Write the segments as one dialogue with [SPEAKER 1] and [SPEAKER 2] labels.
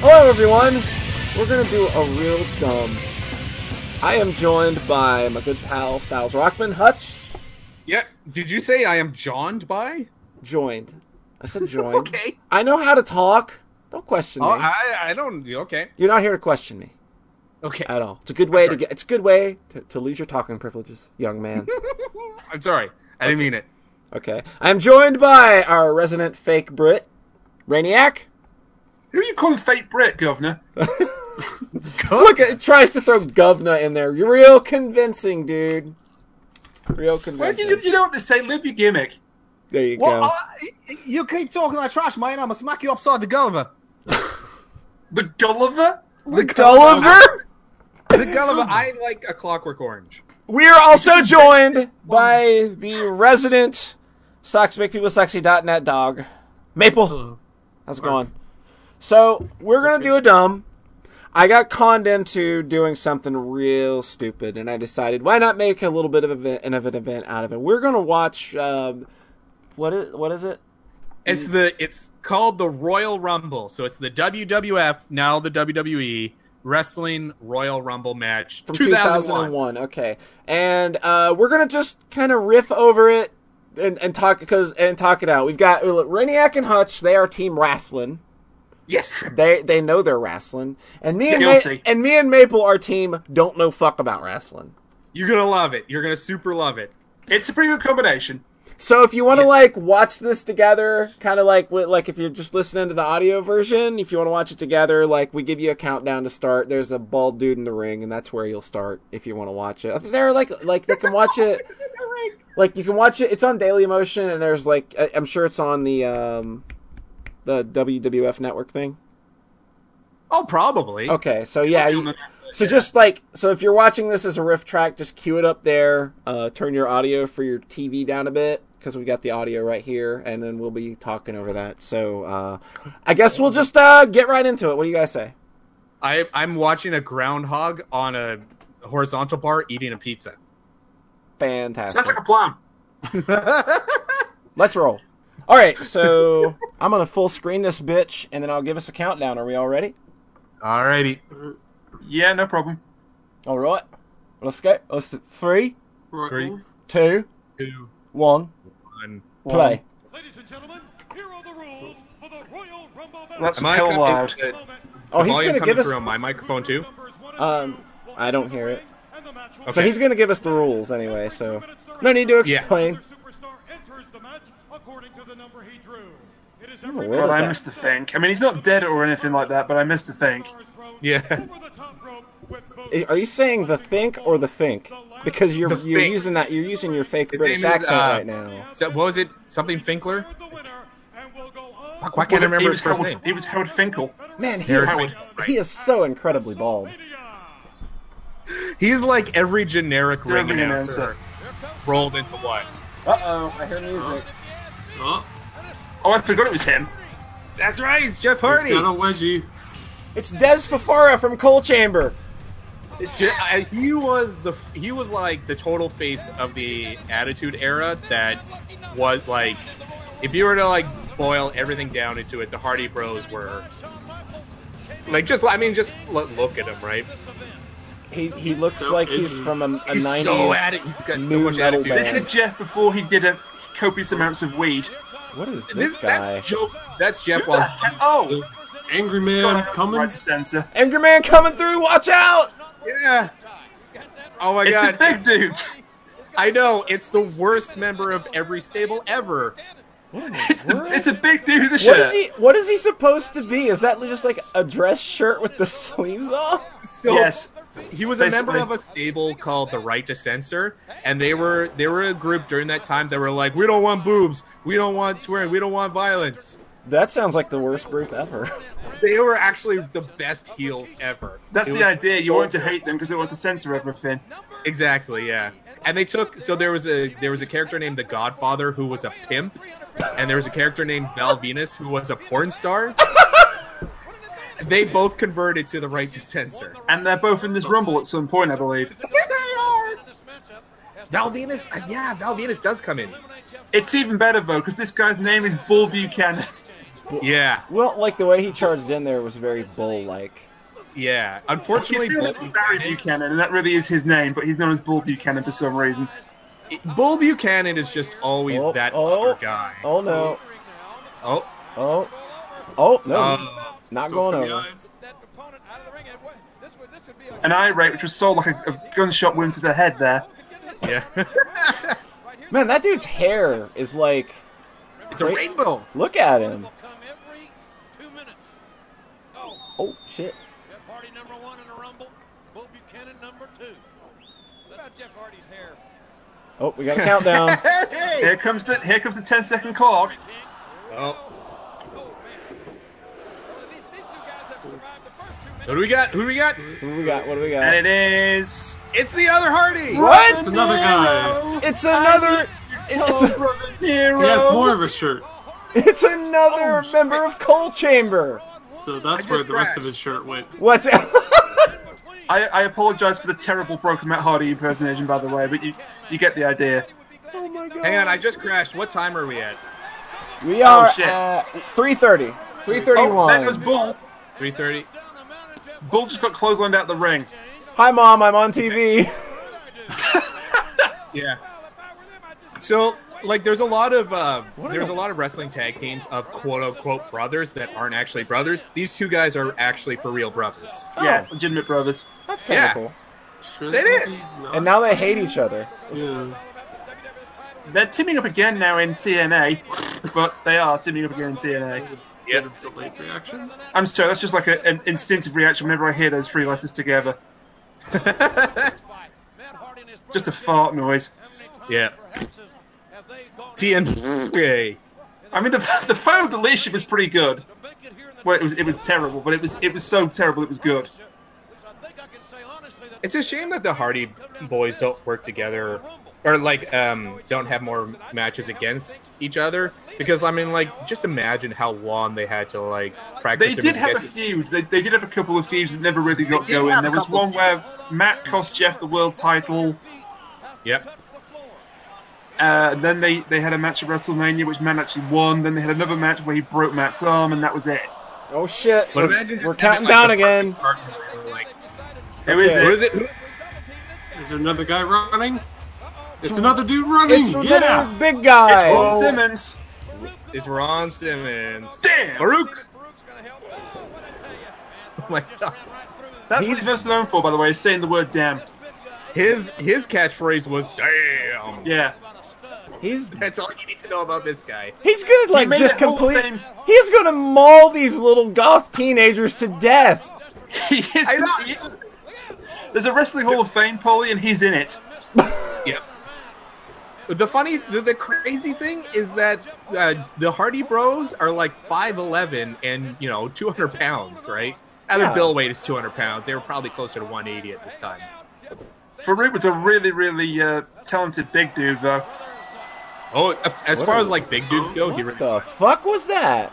[SPEAKER 1] Hello, everyone. We're gonna do a real dumb. I am joined by my good pal Styles Rockman. Hutch
[SPEAKER 2] Yeah, did you say I am joined by?
[SPEAKER 1] joined. I said joined.
[SPEAKER 2] Okay.
[SPEAKER 1] I know how to talk. Don't question
[SPEAKER 2] Oh,
[SPEAKER 1] me.
[SPEAKER 2] I I don't. Okay,
[SPEAKER 1] You're not here to question me
[SPEAKER 2] okay.
[SPEAKER 1] at all. It's a good way to get. It's a good way to, to lose your talking privileges, young man.
[SPEAKER 2] I'm sorry. I didn't mean it.
[SPEAKER 1] okay. I'm joined by our resident fake Brit, Rainiac.
[SPEAKER 3] Who are you calling fake Brit, Governor?
[SPEAKER 1] Look, it tries to throw govna in there. You're real convincing, dude. Real
[SPEAKER 3] Well,
[SPEAKER 1] convincing.
[SPEAKER 3] you, you know what they say, live your gimmick.
[SPEAKER 1] There you
[SPEAKER 2] Well,
[SPEAKER 1] go.
[SPEAKER 2] I, you keep talking like trash, mate. I'm gonna smack you upside the Gulliver.
[SPEAKER 3] The Gulliver?
[SPEAKER 1] the
[SPEAKER 2] uh,
[SPEAKER 1] Gulliver.
[SPEAKER 2] The Gulliver. I like a Clockwork Orange.
[SPEAKER 1] We are also joined by the resident Socks Make People Sexy.net dog, Maple. How's it going? So we're gonna do a dumb. I got conned into doing something real stupid, and I decided why not make a little bit of, event, of an event out of it. We're gonna watch. Um, what is what is it? Mm.
[SPEAKER 2] It's the. It's called the Royal Rumble. So it's the WWF now the WWE Wrestling Royal Rumble match
[SPEAKER 1] from
[SPEAKER 2] 2001.
[SPEAKER 1] 2001. Okay, and uh, we're gonna just kind of riff over it and, and talk because and talk it out. We've got uh, Reniac and Hutch. They are team wrestling.
[SPEAKER 2] Yes.
[SPEAKER 1] They they know they're wrestling, and me and Ma-
[SPEAKER 3] Guilty.
[SPEAKER 1] and me and Maple, our team, don't know fuck about wrestling.
[SPEAKER 2] You're gonna love it. You're gonna super love it.
[SPEAKER 3] It's a pretty good combination.
[SPEAKER 1] So if you want to like watch this together, kind of like with, like if you're just listening to the audio version, if you want to watch it together, like we give you a countdown to start. There's a bald dude in the ring, and that's where you'll start if you want to watch it. I think They're like like they can watch it. Like you can watch it. It's on Daily Motion, and there's like I- I'm sure it's on the um the WWF network thing.
[SPEAKER 2] Oh, probably.
[SPEAKER 1] Okay, so yeah,
[SPEAKER 2] Okay,
[SPEAKER 1] you-
[SPEAKER 2] on the-
[SPEAKER 1] so just like so if you're watching this as a riff track, just cue it up there. Uh, turn your audio for your TV down a bit because we got the audio right here, and then we'll be talking over that. So uh, I guess we'll just uh, get right into it. What do you guys say?
[SPEAKER 2] I I'm watching a groundhog on a horizontal bar eating a pizza.
[SPEAKER 1] Fantastic.
[SPEAKER 3] Sounds like a plan.
[SPEAKER 1] Let's roll. All right, so I'm gonna full screen this bitch, and then I'll give us a countdown. Are we all ready?
[SPEAKER 2] Alrighty.
[SPEAKER 3] Yeah, no problem.
[SPEAKER 1] All right, let's go. Let's three,
[SPEAKER 2] Three,
[SPEAKER 1] two,
[SPEAKER 2] two,
[SPEAKER 1] one,
[SPEAKER 2] one.
[SPEAKER 1] play.
[SPEAKER 4] Ladies and gentlemen, here are the rules for the Royal Rumble match.
[SPEAKER 3] That's
[SPEAKER 2] Am I
[SPEAKER 3] hell
[SPEAKER 2] coming-
[SPEAKER 3] loud.
[SPEAKER 2] is the-
[SPEAKER 1] Oh,
[SPEAKER 2] the
[SPEAKER 1] he's
[SPEAKER 2] volume
[SPEAKER 1] gonna
[SPEAKER 2] coming
[SPEAKER 1] give us.
[SPEAKER 2] through on my microphone too.
[SPEAKER 1] Um, I don't hear it. So
[SPEAKER 2] Okay.
[SPEAKER 1] he's going to give us the rules anyway, so no need to
[SPEAKER 2] Yeah.
[SPEAKER 1] explain. where
[SPEAKER 3] God,
[SPEAKER 1] Oh, is
[SPEAKER 3] I
[SPEAKER 1] that?
[SPEAKER 3] missed the think. I mean, he's not dead or anything like that, but I missed the think.
[SPEAKER 2] Yeah.
[SPEAKER 1] I- Are you saying the think or the think? Because you're
[SPEAKER 2] The
[SPEAKER 1] you're
[SPEAKER 2] think.
[SPEAKER 1] using that you're using your fake
[SPEAKER 2] His
[SPEAKER 1] British
[SPEAKER 2] name is,
[SPEAKER 1] accent
[SPEAKER 2] uh,
[SPEAKER 1] right now.
[SPEAKER 2] So, what was it? Something Finkler? Fuck, why
[SPEAKER 3] Well,
[SPEAKER 2] can't I remember
[SPEAKER 3] he
[SPEAKER 2] his
[SPEAKER 3] was
[SPEAKER 2] first
[SPEAKER 3] Howard-
[SPEAKER 2] name?
[SPEAKER 3] He was Howard Finkel.
[SPEAKER 1] Man, he
[SPEAKER 2] Howard
[SPEAKER 1] is,
[SPEAKER 2] Finkel,
[SPEAKER 1] he is so incredibly bald.
[SPEAKER 2] He's like every generic ring
[SPEAKER 3] Every
[SPEAKER 2] announcer
[SPEAKER 3] announcer.
[SPEAKER 2] rolled into one.
[SPEAKER 1] Uh oh, I hear music.
[SPEAKER 2] Uh-huh.
[SPEAKER 3] Oh, I forgot it was him.
[SPEAKER 2] That's right, it's Jeff Hardy.
[SPEAKER 1] It's Des Fafara from Coal Chamber.
[SPEAKER 2] It's Je- I- he was the he was like the total face of the Attitude Era. That was like, if you were to like boil everything down into it, the Hardy Bros were like just I mean just lo- look at him, right?
[SPEAKER 1] He he looks like he's from a, a
[SPEAKER 2] He's
[SPEAKER 1] 90s
[SPEAKER 2] so atti- he's got so
[SPEAKER 1] nu
[SPEAKER 2] much
[SPEAKER 1] metal
[SPEAKER 2] attitude.
[SPEAKER 1] band.
[SPEAKER 3] This is Jeff before he did a copious amounts of weed.
[SPEAKER 1] what is this,
[SPEAKER 2] This,
[SPEAKER 1] guy?
[SPEAKER 2] that's Joe. That's Jeff.
[SPEAKER 3] What the
[SPEAKER 2] While
[SPEAKER 3] heck? Oh,
[SPEAKER 5] Angry
[SPEAKER 3] God, I
[SPEAKER 5] Man
[SPEAKER 3] don't
[SPEAKER 5] coming.
[SPEAKER 3] Right to censor.
[SPEAKER 1] Angry Man coming through. Watch out!
[SPEAKER 2] Yeah. Oh my
[SPEAKER 3] It's a
[SPEAKER 2] god.
[SPEAKER 3] big dude.
[SPEAKER 2] I know. It's the worst member of every stable ever.
[SPEAKER 3] It's, the, it's a big dude in a
[SPEAKER 1] What is
[SPEAKER 3] shirt.
[SPEAKER 1] he? What is he supposed to be? Is that just like a dress shirt with the sleeves off?
[SPEAKER 2] So
[SPEAKER 3] Yes.
[SPEAKER 2] He was a member
[SPEAKER 3] Basically.
[SPEAKER 2] of a stable called the Right to Censor, and they were they were a group during that time that were like, we don't want boobs, we don't want swearing, we don't want violence.
[SPEAKER 1] That sounds like the worst group ever.
[SPEAKER 2] They were actually the best heels ever.
[SPEAKER 3] That's
[SPEAKER 2] It
[SPEAKER 3] the
[SPEAKER 2] was-
[SPEAKER 3] idea. You want to hate them because they want to censor everything.
[SPEAKER 2] Exactly, yeah. And they took so there was a there was a character named the Godfather who was a pimp, and there was a character named Val Venus who was a porn star. they both converted to the Right to Censor.
[SPEAKER 3] And they're both in this rumble at some point, I believe.
[SPEAKER 2] Val Venus, uh, yeah, Val Venus does come in.
[SPEAKER 3] It's even better though because this guy's name is Bull Buchanan.
[SPEAKER 2] Yeah,
[SPEAKER 1] Well, like the way he charged in there was very bull-like.
[SPEAKER 2] yeah.
[SPEAKER 3] He's
[SPEAKER 2] Unfortunately,
[SPEAKER 3] known
[SPEAKER 2] Bull
[SPEAKER 3] as Barry Buchanan, and that really is his name, but he's known as Bull Buchanan for some reason.
[SPEAKER 2] Bull Buchanan is just always
[SPEAKER 1] Oh,
[SPEAKER 2] that
[SPEAKER 1] oh,
[SPEAKER 2] other guy.
[SPEAKER 1] Oh no!
[SPEAKER 2] Oh,
[SPEAKER 1] Oh, oh no!
[SPEAKER 2] Uh,
[SPEAKER 1] not
[SPEAKER 2] go
[SPEAKER 1] going
[SPEAKER 2] for the
[SPEAKER 1] over.
[SPEAKER 2] eyes.
[SPEAKER 3] An eye rape, which was sold like a, a gunshot wound to the head there.
[SPEAKER 2] Yeah,
[SPEAKER 1] Man, that dude's hair is like.
[SPEAKER 2] it's a
[SPEAKER 1] Wait.
[SPEAKER 2] rainbow.
[SPEAKER 1] Look at him. Oh shit!
[SPEAKER 4] Jeff Hardy number one in the Rumble. Bull Buchanan number two. What about Jeff Hardy's hair?
[SPEAKER 1] Oh, we got a countdown.
[SPEAKER 2] Hey!
[SPEAKER 3] Here comes the here comes the 10 second clock.
[SPEAKER 4] King.
[SPEAKER 2] Oh,
[SPEAKER 4] Oh man. Well, these, these two guys have survived the first two minutes.
[SPEAKER 2] who do we got? Who do we got?
[SPEAKER 1] What do we got? What do we
[SPEAKER 3] And
[SPEAKER 1] got?
[SPEAKER 3] it is
[SPEAKER 2] It's the other Hardy.
[SPEAKER 1] What?
[SPEAKER 5] It's another guy.
[SPEAKER 1] It's another. It's,
[SPEAKER 3] Oh,
[SPEAKER 1] a,
[SPEAKER 3] brother
[SPEAKER 5] He has more
[SPEAKER 3] hero.
[SPEAKER 5] of a shirt,
[SPEAKER 1] it's another member of Coal Chamber.
[SPEAKER 5] so
[SPEAKER 2] I
[SPEAKER 5] that's
[SPEAKER 2] just
[SPEAKER 5] where the rest of
[SPEAKER 2] crashed.
[SPEAKER 5] his shirt went.
[SPEAKER 1] What's? Oh,
[SPEAKER 3] I, I apologize for the terrible broken Matt Hardy impersonation, by the way, but you you get the idea.
[SPEAKER 1] oh my god!
[SPEAKER 2] Hang on, I just crashed. What time are we at?
[SPEAKER 1] We are
[SPEAKER 3] shit.
[SPEAKER 1] at 3:30.
[SPEAKER 3] Oh,
[SPEAKER 1] 3:31.
[SPEAKER 3] that was Bull.
[SPEAKER 2] Three thirty.
[SPEAKER 3] Bull just got clotheslined out the ring.
[SPEAKER 1] Hi mom, I'm on TV.
[SPEAKER 2] Yeah. So, like, there's a lot of uh,
[SPEAKER 1] What
[SPEAKER 2] there's
[SPEAKER 1] the-
[SPEAKER 2] a lot of wrestling tag teams of quote unquote brothers that aren't actually brothers. These two guys are actually for real brothers.
[SPEAKER 3] Yeah,
[SPEAKER 1] Oh.
[SPEAKER 3] legitimate brothers.
[SPEAKER 1] That's kind of
[SPEAKER 2] Yeah.
[SPEAKER 1] cool.
[SPEAKER 5] Sure,
[SPEAKER 2] That
[SPEAKER 5] that's
[SPEAKER 2] is.
[SPEAKER 5] not-
[SPEAKER 1] And now they hate each other.
[SPEAKER 5] yeah.
[SPEAKER 3] They're teaming up again now in TNA, but they are teaming up again in TNA.
[SPEAKER 2] Yeah.
[SPEAKER 5] Bit of delayed reaction.
[SPEAKER 3] I'm sorry, that's just like a, an instinctive reaction whenever I hear those three letters together. Just a fart noise.
[SPEAKER 2] Yeah. TNA.
[SPEAKER 3] I mean, the, the final deletion was pretty good. Well, it was it was terrible, but it was it was so terrible it was good.
[SPEAKER 2] It's a shame that the Hardy boys don't work together or like um don't have more matches against each other because I mean like just imagine how long they had to like
[SPEAKER 3] They
[SPEAKER 2] practice
[SPEAKER 3] did have a
[SPEAKER 2] against-
[SPEAKER 3] feud. They, they did have a couple of feuds that never really got
[SPEAKER 2] They did have
[SPEAKER 3] going.
[SPEAKER 2] a
[SPEAKER 3] There was
[SPEAKER 2] couple
[SPEAKER 3] one where Matt cost Jeff the world title.
[SPEAKER 2] Yep.
[SPEAKER 3] Uh, and then they, they had a match at WrestleMania, which Matt actually won. Then they had another match where he broke Matt's arm, and that was it.
[SPEAKER 1] Oh shit.
[SPEAKER 2] But imagine
[SPEAKER 1] We're
[SPEAKER 2] just
[SPEAKER 1] counting
[SPEAKER 2] having,
[SPEAKER 1] down
[SPEAKER 2] the
[SPEAKER 1] again.
[SPEAKER 2] perfect partner, like,
[SPEAKER 3] Who is
[SPEAKER 1] Okay.
[SPEAKER 2] Who
[SPEAKER 3] it?
[SPEAKER 2] is it? Who-
[SPEAKER 5] Is there another guy running? It's another dude running.
[SPEAKER 1] It's another
[SPEAKER 5] yeah.
[SPEAKER 1] big guy.
[SPEAKER 3] Paul
[SPEAKER 2] Oh.
[SPEAKER 3] Simmons.
[SPEAKER 2] It's Ron Simmons.
[SPEAKER 3] Damn.
[SPEAKER 2] Farouk. Oh my god.
[SPEAKER 3] That's
[SPEAKER 1] He's-
[SPEAKER 3] what he's most known for, by the way, is saying the word damn.
[SPEAKER 2] His his catchphrase was "Damn."
[SPEAKER 3] Yeah.
[SPEAKER 1] he's
[SPEAKER 2] That's all you need to know about this guy.
[SPEAKER 1] he's gonna like
[SPEAKER 3] made
[SPEAKER 1] just
[SPEAKER 3] it all
[SPEAKER 1] complete.
[SPEAKER 3] same.
[SPEAKER 1] He's gonna maul these little goth teenagers to death.
[SPEAKER 3] He is,
[SPEAKER 2] I know.
[SPEAKER 3] he is- there's a Wrestling Hall of Fame, Polly, and he's in it.
[SPEAKER 2] Yep. The funny, the, the crazy thing is that uh, the Hardy Bros are like five eleven and you know two hundred pounds, right? Other
[SPEAKER 1] Yeah.
[SPEAKER 2] Bill weight is two hundred pounds. They were probably closer to one eighty at this time.
[SPEAKER 3] Farouk was a really, really uh, talented big dude, though.
[SPEAKER 2] Oh, as
[SPEAKER 1] What
[SPEAKER 2] far
[SPEAKER 1] a-
[SPEAKER 2] as like big dudes go, he
[SPEAKER 1] What
[SPEAKER 2] really
[SPEAKER 1] the fuck was that?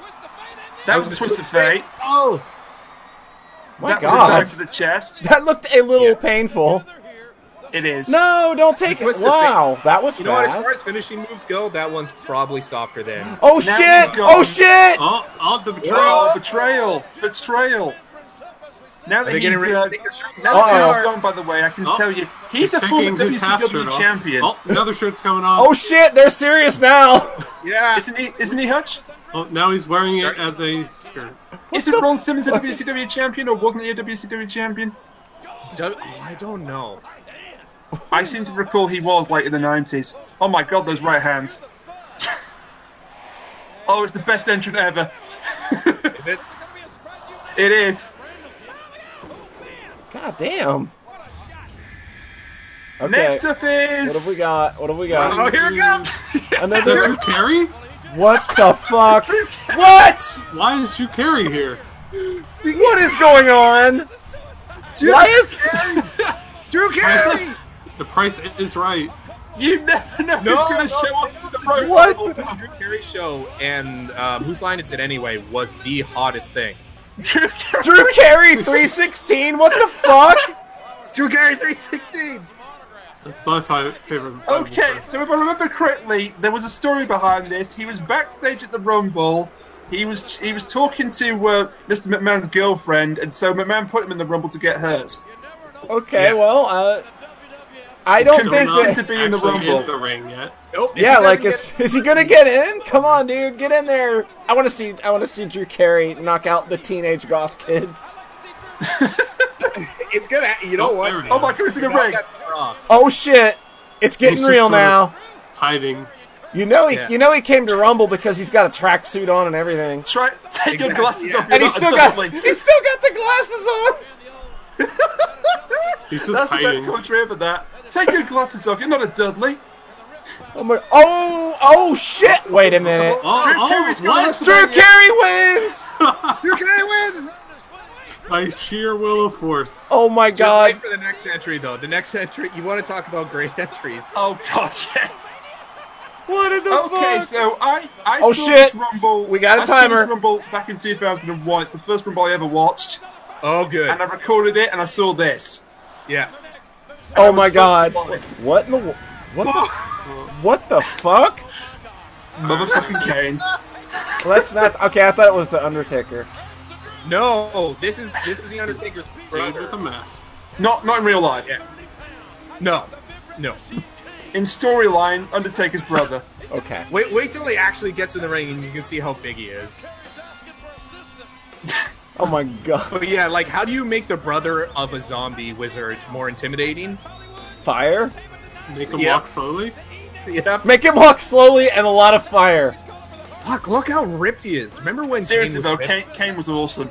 [SPEAKER 3] That was a twist of fate.
[SPEAKER 2] Oh,
[SPEAKER 1] My
[SPEAKER 3] that
[SPEAKER 1] god.
[SPEAKER 3] was a dive to the chest.
[SPEAKER 1] That looked a little
[SPEAKER 2] Yeah.
[SPEAKER 1] painful.
[SPEAKER 3] It is.
[SPEAKER 1] No, don't take it.
[SPEAKER 2] Twist of fate.
[SPEAKER 1] Wow, that was
[SPEAKER 2] you know what? As
[SPEAKER 1] fast.
[SPEAKER 2] far as finishing moves go, that one's probably softer than.
[SPEAKER 1] Oh
[SPEAKER 3] Now
[SPEAKER 1] shit!
[SPEAKER 3] we've gone.
[SPEAKER 1] Oh shit!
[SPEAKER 5] Oh, oh, the
[SPEAKER 3] Betrayal,
[SPEAKER 5] betrayal.
[SPEAKER 3] betrayal, betrayal. Now that
[SPEAKER 2] They're getting
[SPEAKER 3] he's,
[SPEAKER 2] ready
[SPEAKER 3] uh,
[SPEAKER 2] to take their shirt
[SPEAKER 3] now that
[SPEAKER 1] Uh-oh.
[SPEAKER 3] he's gone, by the way, I can
[SPEAKER 5] Oh,
[SPEAKER 3] tell you, he's a former
[SPEAKER 5] taking his half shirt
[SPEAKER 3] WCW
[SPEAKER 5] off.
[SPEAKER 3] champion.
[SPEAKER 5] Oh, another shirt's coming off.
[SPEAKER 1] Oh shit! They're serious now.
[SPEAKER 2] Yeah.
[SPEAKER 3] Isn't he? Isn't he Hutch?
[SPEAKER 5] Oh, now he's wearing it as a skirt.
[SPEAKER 3] Isn't Ron Simmons a WCW champion, or wasn't he a WCW champion?
[SPEAKER 1] Oh.
[SPEAKER 2] Do- oh, I don't know.
[SPEAKER 3] I seem to recall he was late in the 90s. Oh my god, those right hands. oh, it's the best entrant ever.
[SPEAKER 2] If it-
[SPEAKER 3] It is.
[SPEAKER 1] God damn. Okay.
[SPEAKER 3] Next up
[SPEAKER 1] what have we
[SPEAKER 3] is.
[SPEAKER 1] got? What have we
[SPEAKER 2] oh,
[SPEAKER 1] got?
[SPEAKER 2] here we go.
[SPEAKER 5] Is that
[SPEAKER 1] Another.
[SPEAKER 5] Drew Carey?
[SPEAKER 1] What the fuck? What?
[SPEAKER 5] Why is Drew Carey here?
[SPEAKER 1] What is going on? Why is?
[SPEAKER 2] Drew Carey.
[SPEAKER 5] The price is right.
[SPEAKER 3] You never know
[SPEAKER 2] No,
[SPEAKER 3] who's going to
[SPEAKER 2] no,
[SPEAKER 3] show up.
[SPEAKER 2] this
[SPEAKER 3] for
[SPEAKER 2] is
[SPEAKER 3] the
[SPEAKER 2] the
[SPEAKER 3] Royal
[SPEAKER 1] What?
[SPEAKER 3] Rumble.
[SPEAKER 2] Drew Carey show and um, whose line is it anyway was the hottest thing.
[SPEAKER 3] Drew Carey.
[SPEAKER 1] Drew Carey 316. What the fuck?
[SPEAKER 2] Drew Carey 316.
[SPEAKER 5] That's my fi- favorite. Bible
[SPEAKER 3] Okay,
[SPEAKER 5] verse.
[SPEAKER 3] so if I remember correctly, there was a story behind this. He was backstage at the Rumble. He was he was talking to uh, Mr. McMahon's girlfriend, and so McMahon put him in the Rumble to get hurt.
[SPEAKER 1] Okay,
[SPEAKER 2] Yeah.
[SPEAKER 1] well, uh, I don't
[SPEAKER 3] Could've
[SPEAKER 1] think
[SPEAKER 3] done
[SPEAKER 1] that.
[SPEAKER 3] to be in the
[SPEAKER 5] actually
[SPEAKER 3] Rumble.
[SPEAKER 5] in the ring yet.
[SPEAKER 2] Nope, if he
[SPEAKER 1] Yeah,
[SPEAKER 2] doesn't
[SPEAKER 1] like
[SPEAKER 2] get
[SPEAKER 1] is is he gonna get in? Come on, dude, get in there. I want to see I want to see Drew Carey knock out the teenage goth kids.
[SPEAKER 2] it, it's gonna. You know
[SPEAKER 5] Oh,
[SPEAKER 2] what?
[SPEAKER 5] there it is.
[SPEAKER 3] Oh my goodness, in the
[SPEAKER 2] Not
[SPEAKER 3] ring!
[SPEAKER 2] that far off.
[SPEAKER 1] Oh shit, it's getting
[SPEAKER 5] He's
[SPEAKER 1] real
[SPEAKER 5] just sort of
[SPEAKER 1] now.
[SPEAKER 5] Hiding.
[SPEAKER 1] You know he
[SPEAKER 2] Yeah.
[SPEAKER 1] you know he came to Rumble because he's got a tracksuit on and everything,
[SPEAKER 3] Try take your
[SPEAKER 2] Exactly,
[SPEAKER 3] glasses
[SPEAKER 2] yeah.
[SPEAKER 3] off. You're
[SPEAKER 1] and he's
[SPEAKER 3] not a
[SPEAKER 1] still got
[SPEAKER 3] dumpling.
[SPEAKER 1] he's still got the glasses on.
[SPEAKER 5] He's just
[SPEAKER 3] That's the best
[SPEAKER 5] hiding.
[SPEAKER 3] commentary ever. That take your glasses off. You're not a Dudley.
[SPEAKER 1] Oh my, oh oh shit! Wait a minute,
[SPEAKER 5] Oh,
[SPEAKER 3] Drew
[SPEAKER 5] oh,
[SPEAKER 3] Carey's gonna
[SPEAKER 5] what?
[SPEAKER 3] wrestle
[SPEAKER 1] Drew Carey wins.
[SPEAKER 2] Drew Carey wins.
[SPEAKER 5] By sheer will of force.
[SPEAKER 1] Oh my
[SPEAKER 2] Just
[SPEAKER 1] god.
[SPEAKER 2] wait for the next entry, though. The next entry. You want to talk about great entries?
[SPEAKER 3] Oh god, yes.
[SPEAKER 1] What in the
[SPEAKER 3] Okay,
[SPEAKER 1] fuck?
[SPEAKER 3] so I I
[SPEAKER 1] Oh,
[SPEAKER 3] saw
[SPEAKER 1] shit.
[SPEAKER 3] this Rumble.
[SPEAKER 1] We got a
[SPEAKER 3] I saw
[SPEAKER 1] timer.
[SPEAKER 3] This Rumble back in 2001. It's the first Rumble I ever watched,
[SPEAKER 2] Oh, good.
[SPEAKER 3] and I recorded it, and I saw this.
[SPEAKER 2] Yeah.
[SPEAKER 1] oh
[SPEAKER 3] was
[SPEAKER 1] my
[SPEAKER 3] fucking
[SPEAKER 1] god.
[SPEAKER 3] blind.
[SPEAKER 1] What in the wo- what the, what the fuck?
[SPEAKER 3] Motherfucking Kane.
[SPEAKER 1] Let's not. Okay, I thought it was the Undertaker.
[SPEAKER 2] No, this is this is the Undertaker's
[SPEAKER 5] Dude with a
[SPEAKER 2] brother.
[SPEAKER 5] mask.
[SPEAKER 3] Not not in real life.
[SPEAKER 2] Yeah. No, no.
[SPEAKER 3] In storyline, Undertaker's brother.
[SPEAKER 1] Okay.
[SPEAKER 2] Wait, wait till he actually gets in the ring, and you can see how big he is.
[SPEAKER 1] Oh my god.
[SPEAKER 2] But yeah, like, how do you make the brother of a zombie wizard more intimidating?
[SPEAKER 1] Fire.
[SPEAKER 5] Make him
[SPEAKER 2] Yeah.
[SPEAKER 5] walk slowly.
[SPEAKER 2] Yeah.
[SPEAKER 1] Make him walk slowly and a lot of fire.
[SPEAKER 2] Fuck, look how ripped he is. Remember when
[SPEAKER 3] Seriously
[SPEAKER 2] Kane
[SPEAKER 3] though,
[SPEAKER 2] was ripped?
[SPEAKER 3] Kane, Kane was awesome.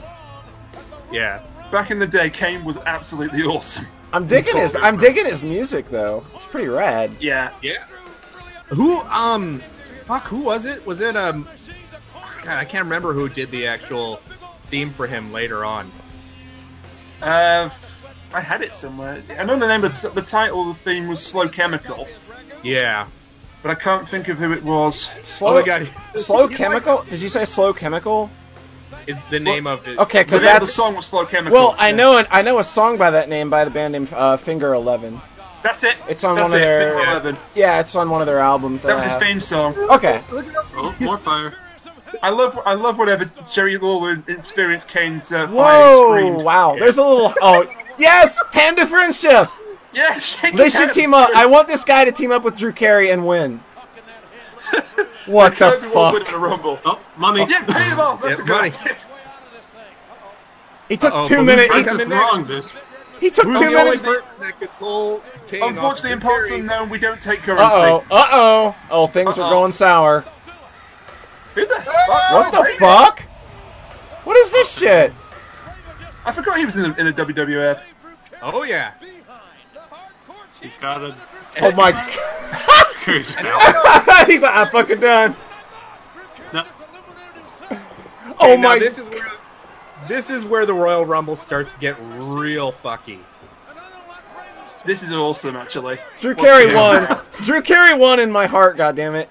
[SPEAKER 2] Yeah.
[SPEAKER 3] Back in the day, Kane was absolutely awesome.
[SPEAKER 1] I'm digging his. I'm digging his music though. It's pretty rad.
[SPEAKER 3] Yeah.
[SPEAKER 2] Yeah. Who um fuck who was it? Was it um God, I can't remember who did the actual theme for him later on.
[SPEAKER 3] Uh, I had it somewhere. I know the name. Of the, the title of the theme was Slow Chemical,
[SPEAKER 2] Yeah.
[SPEAKER 3] but I can't think of who it was.
[SPEAKER 1] Slow.
[SPEAKER 2] Oh my God.
[SPEAKER 1] Slow
[SPEAKER 2] You
[SPEAKER 1] chemical. Did you say slow chemical?
[SPEAKER 2] Is the name of it.
[SPEAKER 1] Okay,
[SPEAKER 3] The
[SPEAKER 1] because
[SPEAKER 3] name of
[SPEAKER 1] that's
[SPEAKER 3] the song was Slow Chemical.
[SPEAKER 1] Well, I
[SPEAKER 3] Yeah.
[SPEAKER 1] know. An, I know a song by that name by the band named uh, Finger Eleven.
[SPEAKER 3] That's it.
[SPEAKER 1] It's on
[SPEAKER 3] That's
[SPEAKER 1] one of
[SPEAKER 3] it.
[SPEAKER 1] their-
[SPEAKER 3] Big Eleven.
[SPEAKER 1] Yeah, it's on one of their albums.
[SPEAKER 3] That was his
[SPEAKER 1] uh,
[SPEAKER 3] theme song.
[SPEAKER 1] Okay.
[SPEAKER 2] Look it up.
[SPEAKER 5] Oh, more fire.
[SPEAKER 3] I love I love whatever Jerry Lawler experienced Kane's uh, fire
[SPEAKER 1] Whoa!
[SPEAKER 3] scream.
[SPEAKER 1] Wow. There's a little. Oh, yes. Hand of friendship.
[SPEAKER 3] Yeah, shake
[SPEAKER 1] They
[SPEAKER 3] his
[SPEAKER 1] should
[SPEAKER 3] hand.
[SPEAKER 1] team up. I want this guy to team up with Drew Carey and win. What the
[SPEAKER 3] Kobe will win in
[SPEAKER 1] fuck?
[SPEAKER 3] a rumble.
[SPEAKER 5] Oh, money.
[SPEAKER 3] Yeah, pay him off. That's
[SPEAKER 2] Yeah,
[SPEAKER 3] a good
[SPEAKER 2] money.
[SPEAKER 3] idea.
[SPEAKER 1] He took
[SPEAKER 2] Uh-oh,
[SPEAKER 1] two
[SPEAKER 2] but
[SPEAKER 1] minutes.
[SPEAKER 2] who's
[SPEAKER 1] He,
[SPEAKER 5] Right,
[SPEAKER 2] Come
[SPEAKER 5] that's
[SPEAKER 2] in next.
[SPEAKER 5] wrong, bitch.
[SPEAKER 1] he took
[SPEAKER 2] Who's
[SPEAKER 1] two
[SPEAKER 2] the only
[SPEAKER 1] minutes.
[SPEAKER 2] person that could pull Kane off
[SPEAKER 3] Unfortunately,
[SPEAKER 2] the
[SPEAKER 3] in parts
[SPEAKER 2] Fury?
[SPEAKER 3] unknown, we don't take currency.
[SPEAKER 1] Uh oh. Uh oh. Oh, things are
[SPEAKER 3] Uh-oh.
[SPEAKER 1] going sour.
[SPEAKER 3] Who the fuck?
[SPEAKER 1] What the fuck? What is this shit?
[SPEAKER 3] I forgot he was in the, in the WWF.
[SPEAKER 2] Oh yeah.
[SPEAKER 5] He's got a
[SPEAKER 1] Oh my.
[SPEAKER 5] curious now.
[SPEAKER 1] God. He's like, I'm fucking done.
[SPEAKER 5] No.
[SPEAKER 1] Oh
[SPEAKER 2] And now
[SPEAKER 1] my.
[SPEAKER 2] this is where this is where the Royal Rumble starts to get real fucky.
[SPEAKER 3] This is awesome, actually.
[SPEAKER 1] Drew Carey won. Drew Carey won in my heart. God damn it.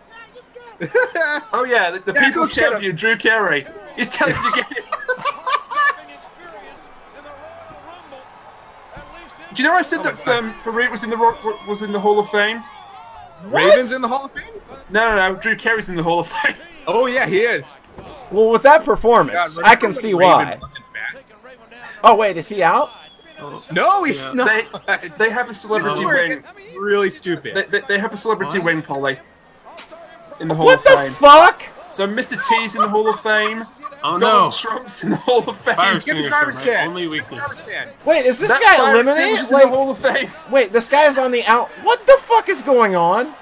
[SPEAKER 3] Oh yeah, the, the
[SPEAKER 2] Yeah,
[SPEAKER 3] people's
[SPEAKER 2] go get him.
[SPEAKER 3] champion, Drew Carey. He's telling you to get it. Do you know I said that um, Farouk was in the Ro- was in the Hall of Fame?
[SPEAKER 2] Ravens in the Hall of Fame?
[SPEAKER 3] No, no, no. Drew Carey's in the Hall of Fame.
[SPEAKER 2] Oh yeah, he is.
[SPEAKER 1] Well, with that
[SPEAKER 2] God,
[SPEAKER 1] performance,
[SPEAKER 2] remember
[SPEAKER 1] I can
[SPEAKER 2] when
[SPEAKER 1] see
[SPEAKER 2] Raven
[SPEAKER 1] why.
[SPEAKER 2] wasn't fat?
[SPEAKER 1] Oh wait, is he out?
[SPEAKER 5] Oh,
[SPEAKER 2] No, he's
[SPEAKER 5] Yeah.
[SPEAKER 2] not.
[SPEAKER 3] They
[SPEAKER 2] This
[SPEAKER 3] they have a
[SPEAKER 2] is
[SPEAKER 3] celebrity
[SPEAKER 2] where it
[SPEAKER 3] wing.
[SPEAKER 2] gets really
[SPEAKER 3] They,
[SPEAKER 2] stupid.
[SPEAKER 3] they, they have a celebrity
[SPEAKER 5] What?
[SPEAKER 3] wing, Polly. In the Hall
[SPEAKER 1] What
[SPEAKER 3] of
[SPEAKER 1] the
[SPEAKER 3] Fame.
[SPEAKER 1] fuck?
[SPEAKER 3] so Mr. T's in the Hall of Fame.
[SPEAKER 5] oh no.
[SPEAKER 3] Donald Trump's in the Hall of Fame.
[SPEAKER 5] Fire
[SPEAKER 2] Get the
[SPEAKER 5] extinguisher,
[SPEAKER 2] garbage
[SPEAKER 5] my
[SPEAKER 2] can.
[SPEAKER 5] only weakness.
[SPEAKER 2] Garbage can.
[SPEAKER 1] Wait, is this
[SPEAKER 3] That
[SPEAKER 1] guy
[SPEAKER 3] fire
[SPEAKER 1] eliminated?
[SPEAKER 3] extinguisher's in the
[SPEAKER 1] Like,
[SPEAKER 3] Hall of Fame.
[SPEAKER 1] wait, this guy's on the out. What the fuck is going on?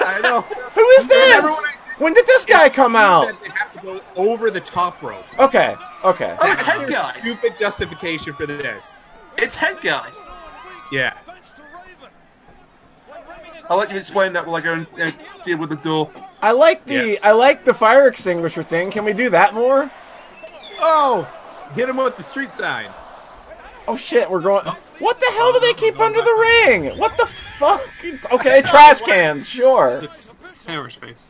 [SPEAKER 2] I know.
[SPEAKER 1] Who is this?
[SPEAKER 2] Remember when I said-
[SPEAKER 1] When did this guy come out?
[SPEAKER 2] That They have to go over the top rope.
[SPEAKER 1] Okay, okay.
[SPEAKER 3] Oh, it's
[SPEAKER 2] That's
[SPEAKER 3] Head
[SPEAKER 2] their
[SPEAKER 3] Guy.
[SPEAKER 2] Stupid justification for this.
[SPEAKER 3] It's Head Guy.
[SPEAKER 2] Yeah.
[SPEAKER 3] I'll let you explain that while I go and uh, deal with the door.
[SPEAKER 1] I like the
[SPEAKER 2] Yeah.
[SPEAKER 1] I like the fire extinguisher thing. Can we do that more?
[SPEAKER 2] Oh, hit him with the street sign.
[SPEAKER 1] Oh shit, we're going. What the hell do they keep under the ring? What the fuck? It's- Okay, trash cans, sure.
[SPEAKER 5] It's, it's hammer space.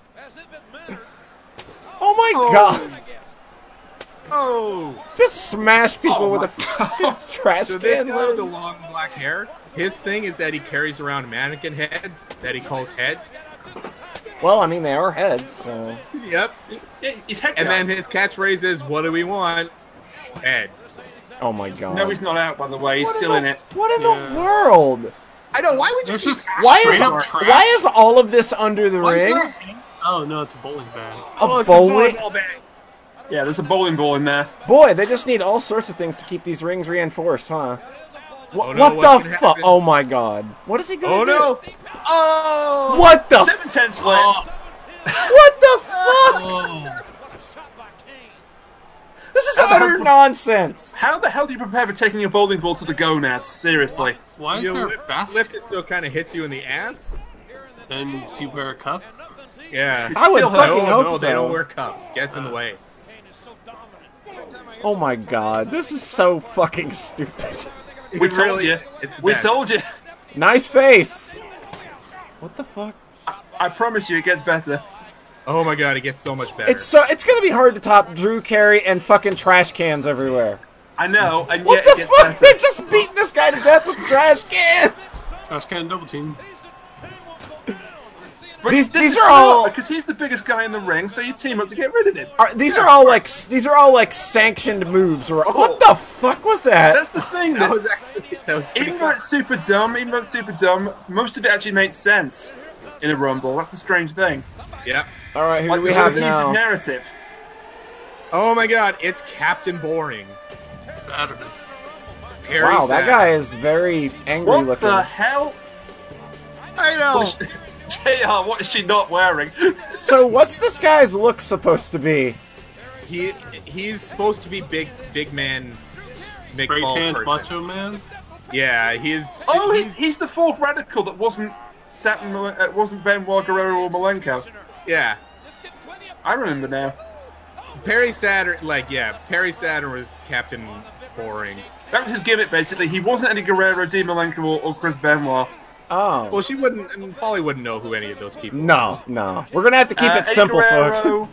[SPEAKER 1] Oh my god,
[SPEAKER 2] Oh,
[SPEAKER 1] just smash
[SPEAKER 3] Oh
[SPEAKER 1] people with a fucking trash
[SPEAKER 2] so this
[SPEAKER 1] can.
[SPEAKER 2] guy with the
[SPEAKER 1] lid.
[SPEAKER 2] long black hair, his thing is that he carries around mannequin heads that he calls heads.
[SPEAKER 1] Well, I mean, they are heads, so.
[SPEAKER 2] Yep.
[SPEAKER 3] Yeah, he's head
[SPEAKER 2] And
[SPEAKER 3] down.
[SPEAKER 2] then his catchphrase is, "What do we want?" Head.
[SPEAKER 1] Oh my god.
[SPEAKER 3] no, he's not out, by the way. He's
[SPEAKER 1] What
[SPEAKER 3] still in
[SPEAKER 1] the-
[SPEAKER 3] it.
[SPEAKER 1] What in
[SPEAKER 5] Yeah.
[SPEAKER 1] the world?
[SPEAKER 2] I know. Why would you
[SPEAKER 5] There's
[SPEAKER 2] keep
[SPEAKER 5] just
[SPEAKER 1] Why
[SPEAKER 5] straight
[SPEAKER 1] is
[SPEAKER 5] up trash.
[SPEAKER 1] why is all of this under the
[SPEAKER 5] Why
[SPEAKER 1] ring?
[SPEAKER 5] is there- Oh no, it's a bowling bag.
[SPEAKER 1] A
[SPEAKER 2] Oh, it's
[SPEAKER 1] bowling
[SPEAKER 2] ball bag.
[SPEAKER 3] Yeah, there's a bowling ball in there.
[SPEAKER 1] boy. They just need all sorts of things to keep these rings reinforced, huh? Wh-
[SPEAKER 2] Oh, no,
[SPEAKER 1] what
[SPEAKER 2] what's
[SPEAKER 1] the
[SPEAKER 2] gonna
[SPEAKER 1] fuck?
[SPEAKER 2] happen?
[SPEAKER 1] Oh my god! What is he gonna
[SPEAKER 2] Oh
[SPEAKER 1] do?
[SPEAKER 2] no! Oh!
[SPEAKER 1] What the?
[SPEAKER 3] Seven
[SPEAKER 1] F-
[SPEAKER 3] ten split.
[SPEAKER 5] Oh,
[SPEAKER 1] what the fuck?
[SPEAKER 5] oh.
[SPEAKER 1] This is utter nonsense.
[SPEAKER 3] How the hell do you prepare for taking a bowling ball to the gonads? Seriously.
[SPEAKER 5] Why is
[SPEAKER 2] You
[SPEAKER 5] there a
[SPEAKER 2] lift,
[SPEAKER 5] basket?
[SPEAKER 2] lift it so it kind of hits you in the ass.
[SPEAKER 5] Then you wear a cup.
[SPEAKER 2] Yeah.
[SPEAKER 1] I would
[SPEAKER 3] Still
[SPEAKER 2] No,
[SPEAKER 1] fucking hope
[SPEAKER 2] no,
[SPEAKER 1] so.
[SPEAKER 2] they don't wear cups. Gets in the way.
[SPEAKER 1] Oh my god, this is so fucking stupid.
[SPEAKER 3] We told you.
[SPEAKER 2] it's the
[SPEAKER 3] We
[SPEAKER 2] best.
[SPEAKER 3] told you.
[SPEAKER 1] Nice face. What the fuck?
[SPEAKER 3] I promise you, it gets better.
[SPEAKER 2] Oh my god, it gets so much better.
[SPEAKER 1] It's so it's gonna be hard to top Drew Carey and fucking trash cans everywhere.
[SPEAKER 3] I know, and
[SPEAKER 1] What
[SPEAKER 3] yet it
[SPEAKER 1] the
[SPEAKER 3] gets
[SPEAKER 1] fuck? They
[SPEAKER 3] better.
[SPEAKER 1] just beat this guy to death with trash cans.
[SPEAKER 5] Trash can double team.
[SPEAKER 3] But
[SPEAKER 1] These-
[SPEAKER 3] this
[SPEAKER 1] these
[SPEAKER 3] is
[SPEAKER 1] are all- Oh.
[SPEAKER 3] because he's the biggest guy in the ring, so you team up to get rid of him.
[SPEAKER 1] Are, these are all like s- these are all like sanctioned moves. Or, What the fuck was that?
[SPEAKER 3] That's the thing.
[SPEAKER 2] that
[SPEAKER 3] That
[SPEAKER 2] was actually that was pretty
[SPEAKER 3] even though
[SPEAKER 2] good.
[SPEAKER 3] it's super dumb, even though it's super dumb, most of it actually makes sense in a rumble. That's the strange thing.
[SPEAKER 2] Yeah.
[SPEAKER 1] All right, who do we
[SPEAKER 3] there's
[SPEAKER 1] have
[SPEAKER 3] a cohesive
[SPEAKER 1] now?
[SPEAKER 3] narrative.
[SPEAKER 2] Oh my god, it's Captain Boring.
[SPEAKER 5] Saturday.
[SPEAKER 2] Perry
[SPEAKER 1] Wow, that
[SPEAKER 2] Saturn.
[SPEAKER 1] guy is very angry
[SPEAKER 3] What
[SPEAKER 1] looking. Oh.
[SPEAKER 3] the hell?
[SPEAKER 2] I know.
[SPEAKER 3] What is she- JR, what is she not wearing?
[SPEAKER 1] So what's this guy's look supposed to be?
[SPEAKER 2] He he's supposed to be big big man. Big
[SPEAKER 5] Great
[SPEAKER 2] ball
[SPEAKER 5] hand
[SPEAKER 2] person.
[SPEAKER 5] macho man.
[SPEAKER 2] Yeah, he's.
[SPEAKER 3] Oh, he's, he's the fourth radical that wasn't Saturn, Mil- uh, wasn't Benoit Guerrero or Malenko.
[SPEAKER 2] yeah.
[SPEAKER 3] I remember now.
[SPEAKER 2] Perry Saturn, like yeah, Perry Saturn was Captain Boring.
[SPEAKER 3] That was his gimmick, basically. He wasn't any Guerrero, Dean Malenko, or, or Chris Benoit.
[SPEAKER 1] Oh.
[SPEAKER 2] Well, she wouldn't, I mean, Polly wouldn't know who any of those people.
[SPEAKER 1] No, no. We're gonna have to keep
[SPEAKER 3] Uh,
[SPEAKER 1] it simple,
[SPEAKER 3] Eddie
[SPEAKER 1] folks.
[SPEAKER 3] Guerrero,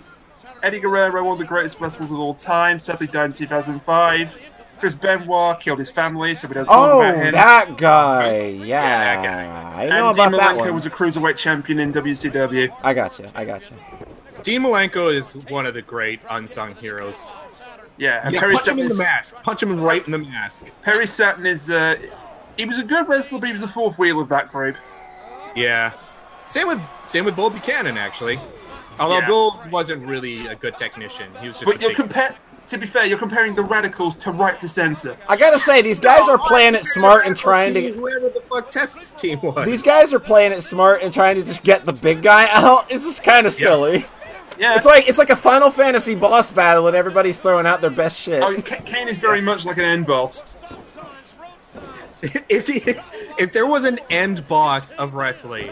[SPEAKER 3] Eddie Guerrero, one of the greatest wrestlers of all time, sadly died in 2005. Chris Benoit killed his family, so we don't talk
[SPEAKER 1] Oh,
[SPEAKER 3] about him.
[SPEAKER 1] that guy. Yeah,
[SPEAKER 2] Yeah, that guy.
[SPEAKER 1] I
[SPEAKER 3] and
[SPEAKER 1] know
[SPEAKER 3] Dean
[SPEAKER 1] about that
[SPEAKER 3] Malenko
[SPEAKER 1] one.
[SPEAKER 3] was a cruiserweight champion in WCW.
[SPEAKER 1] I got you. I got you.
[SPEAKER 2] Dean Malenko is one of the great unsung heroes.
[SPEAKER 3] Yeah, and
[SPEAKER 2] Yeah,
[SPEAKER 3] Perry
[SPEAKER 2] punch him
[SPEAKER 3] Saturn
[SPEAKER 2] in the
[SPEAKER 3] is-
[SPEAKER 2] mask. Punch him right in the mask.
[SPEAKER 3] Perry Saturn is. Uh, he was a good wrestler, but he was the fourth wheel of that group.
[SPEAKER 2] Yeah. Same with same with Bull Buchanan actually. Although
[SPEAKER 3] Yeah.
[SPEAKER 2] Bull wasn't really a good technician, he was just. a
[SPEAKER 3] But you're
[SPEAKER 2] big-
[SPEAKER 3] compare. To be fair, you're comparing the radicals to right to censor.
[SPEAKER 1] I gotta say, these guys are playing it smart and trying to.
[SPEAKER 2] Whoever the fuck Tessa's team was.
[SPEAKER 1] These guys are playing it smart and trying to just get the big guy out. It's just kind of silly.
[SPEAKER 3] Yeah,
[SPEAKER 1] It's like it's like a Final Fantasy boss battle, and everybody's throwing out their best shit.
[SPEAKER 3] I mean, K- Kane is very much like an end boss.
[SPEAKER 2] if he, if there was an end boss of wrestling,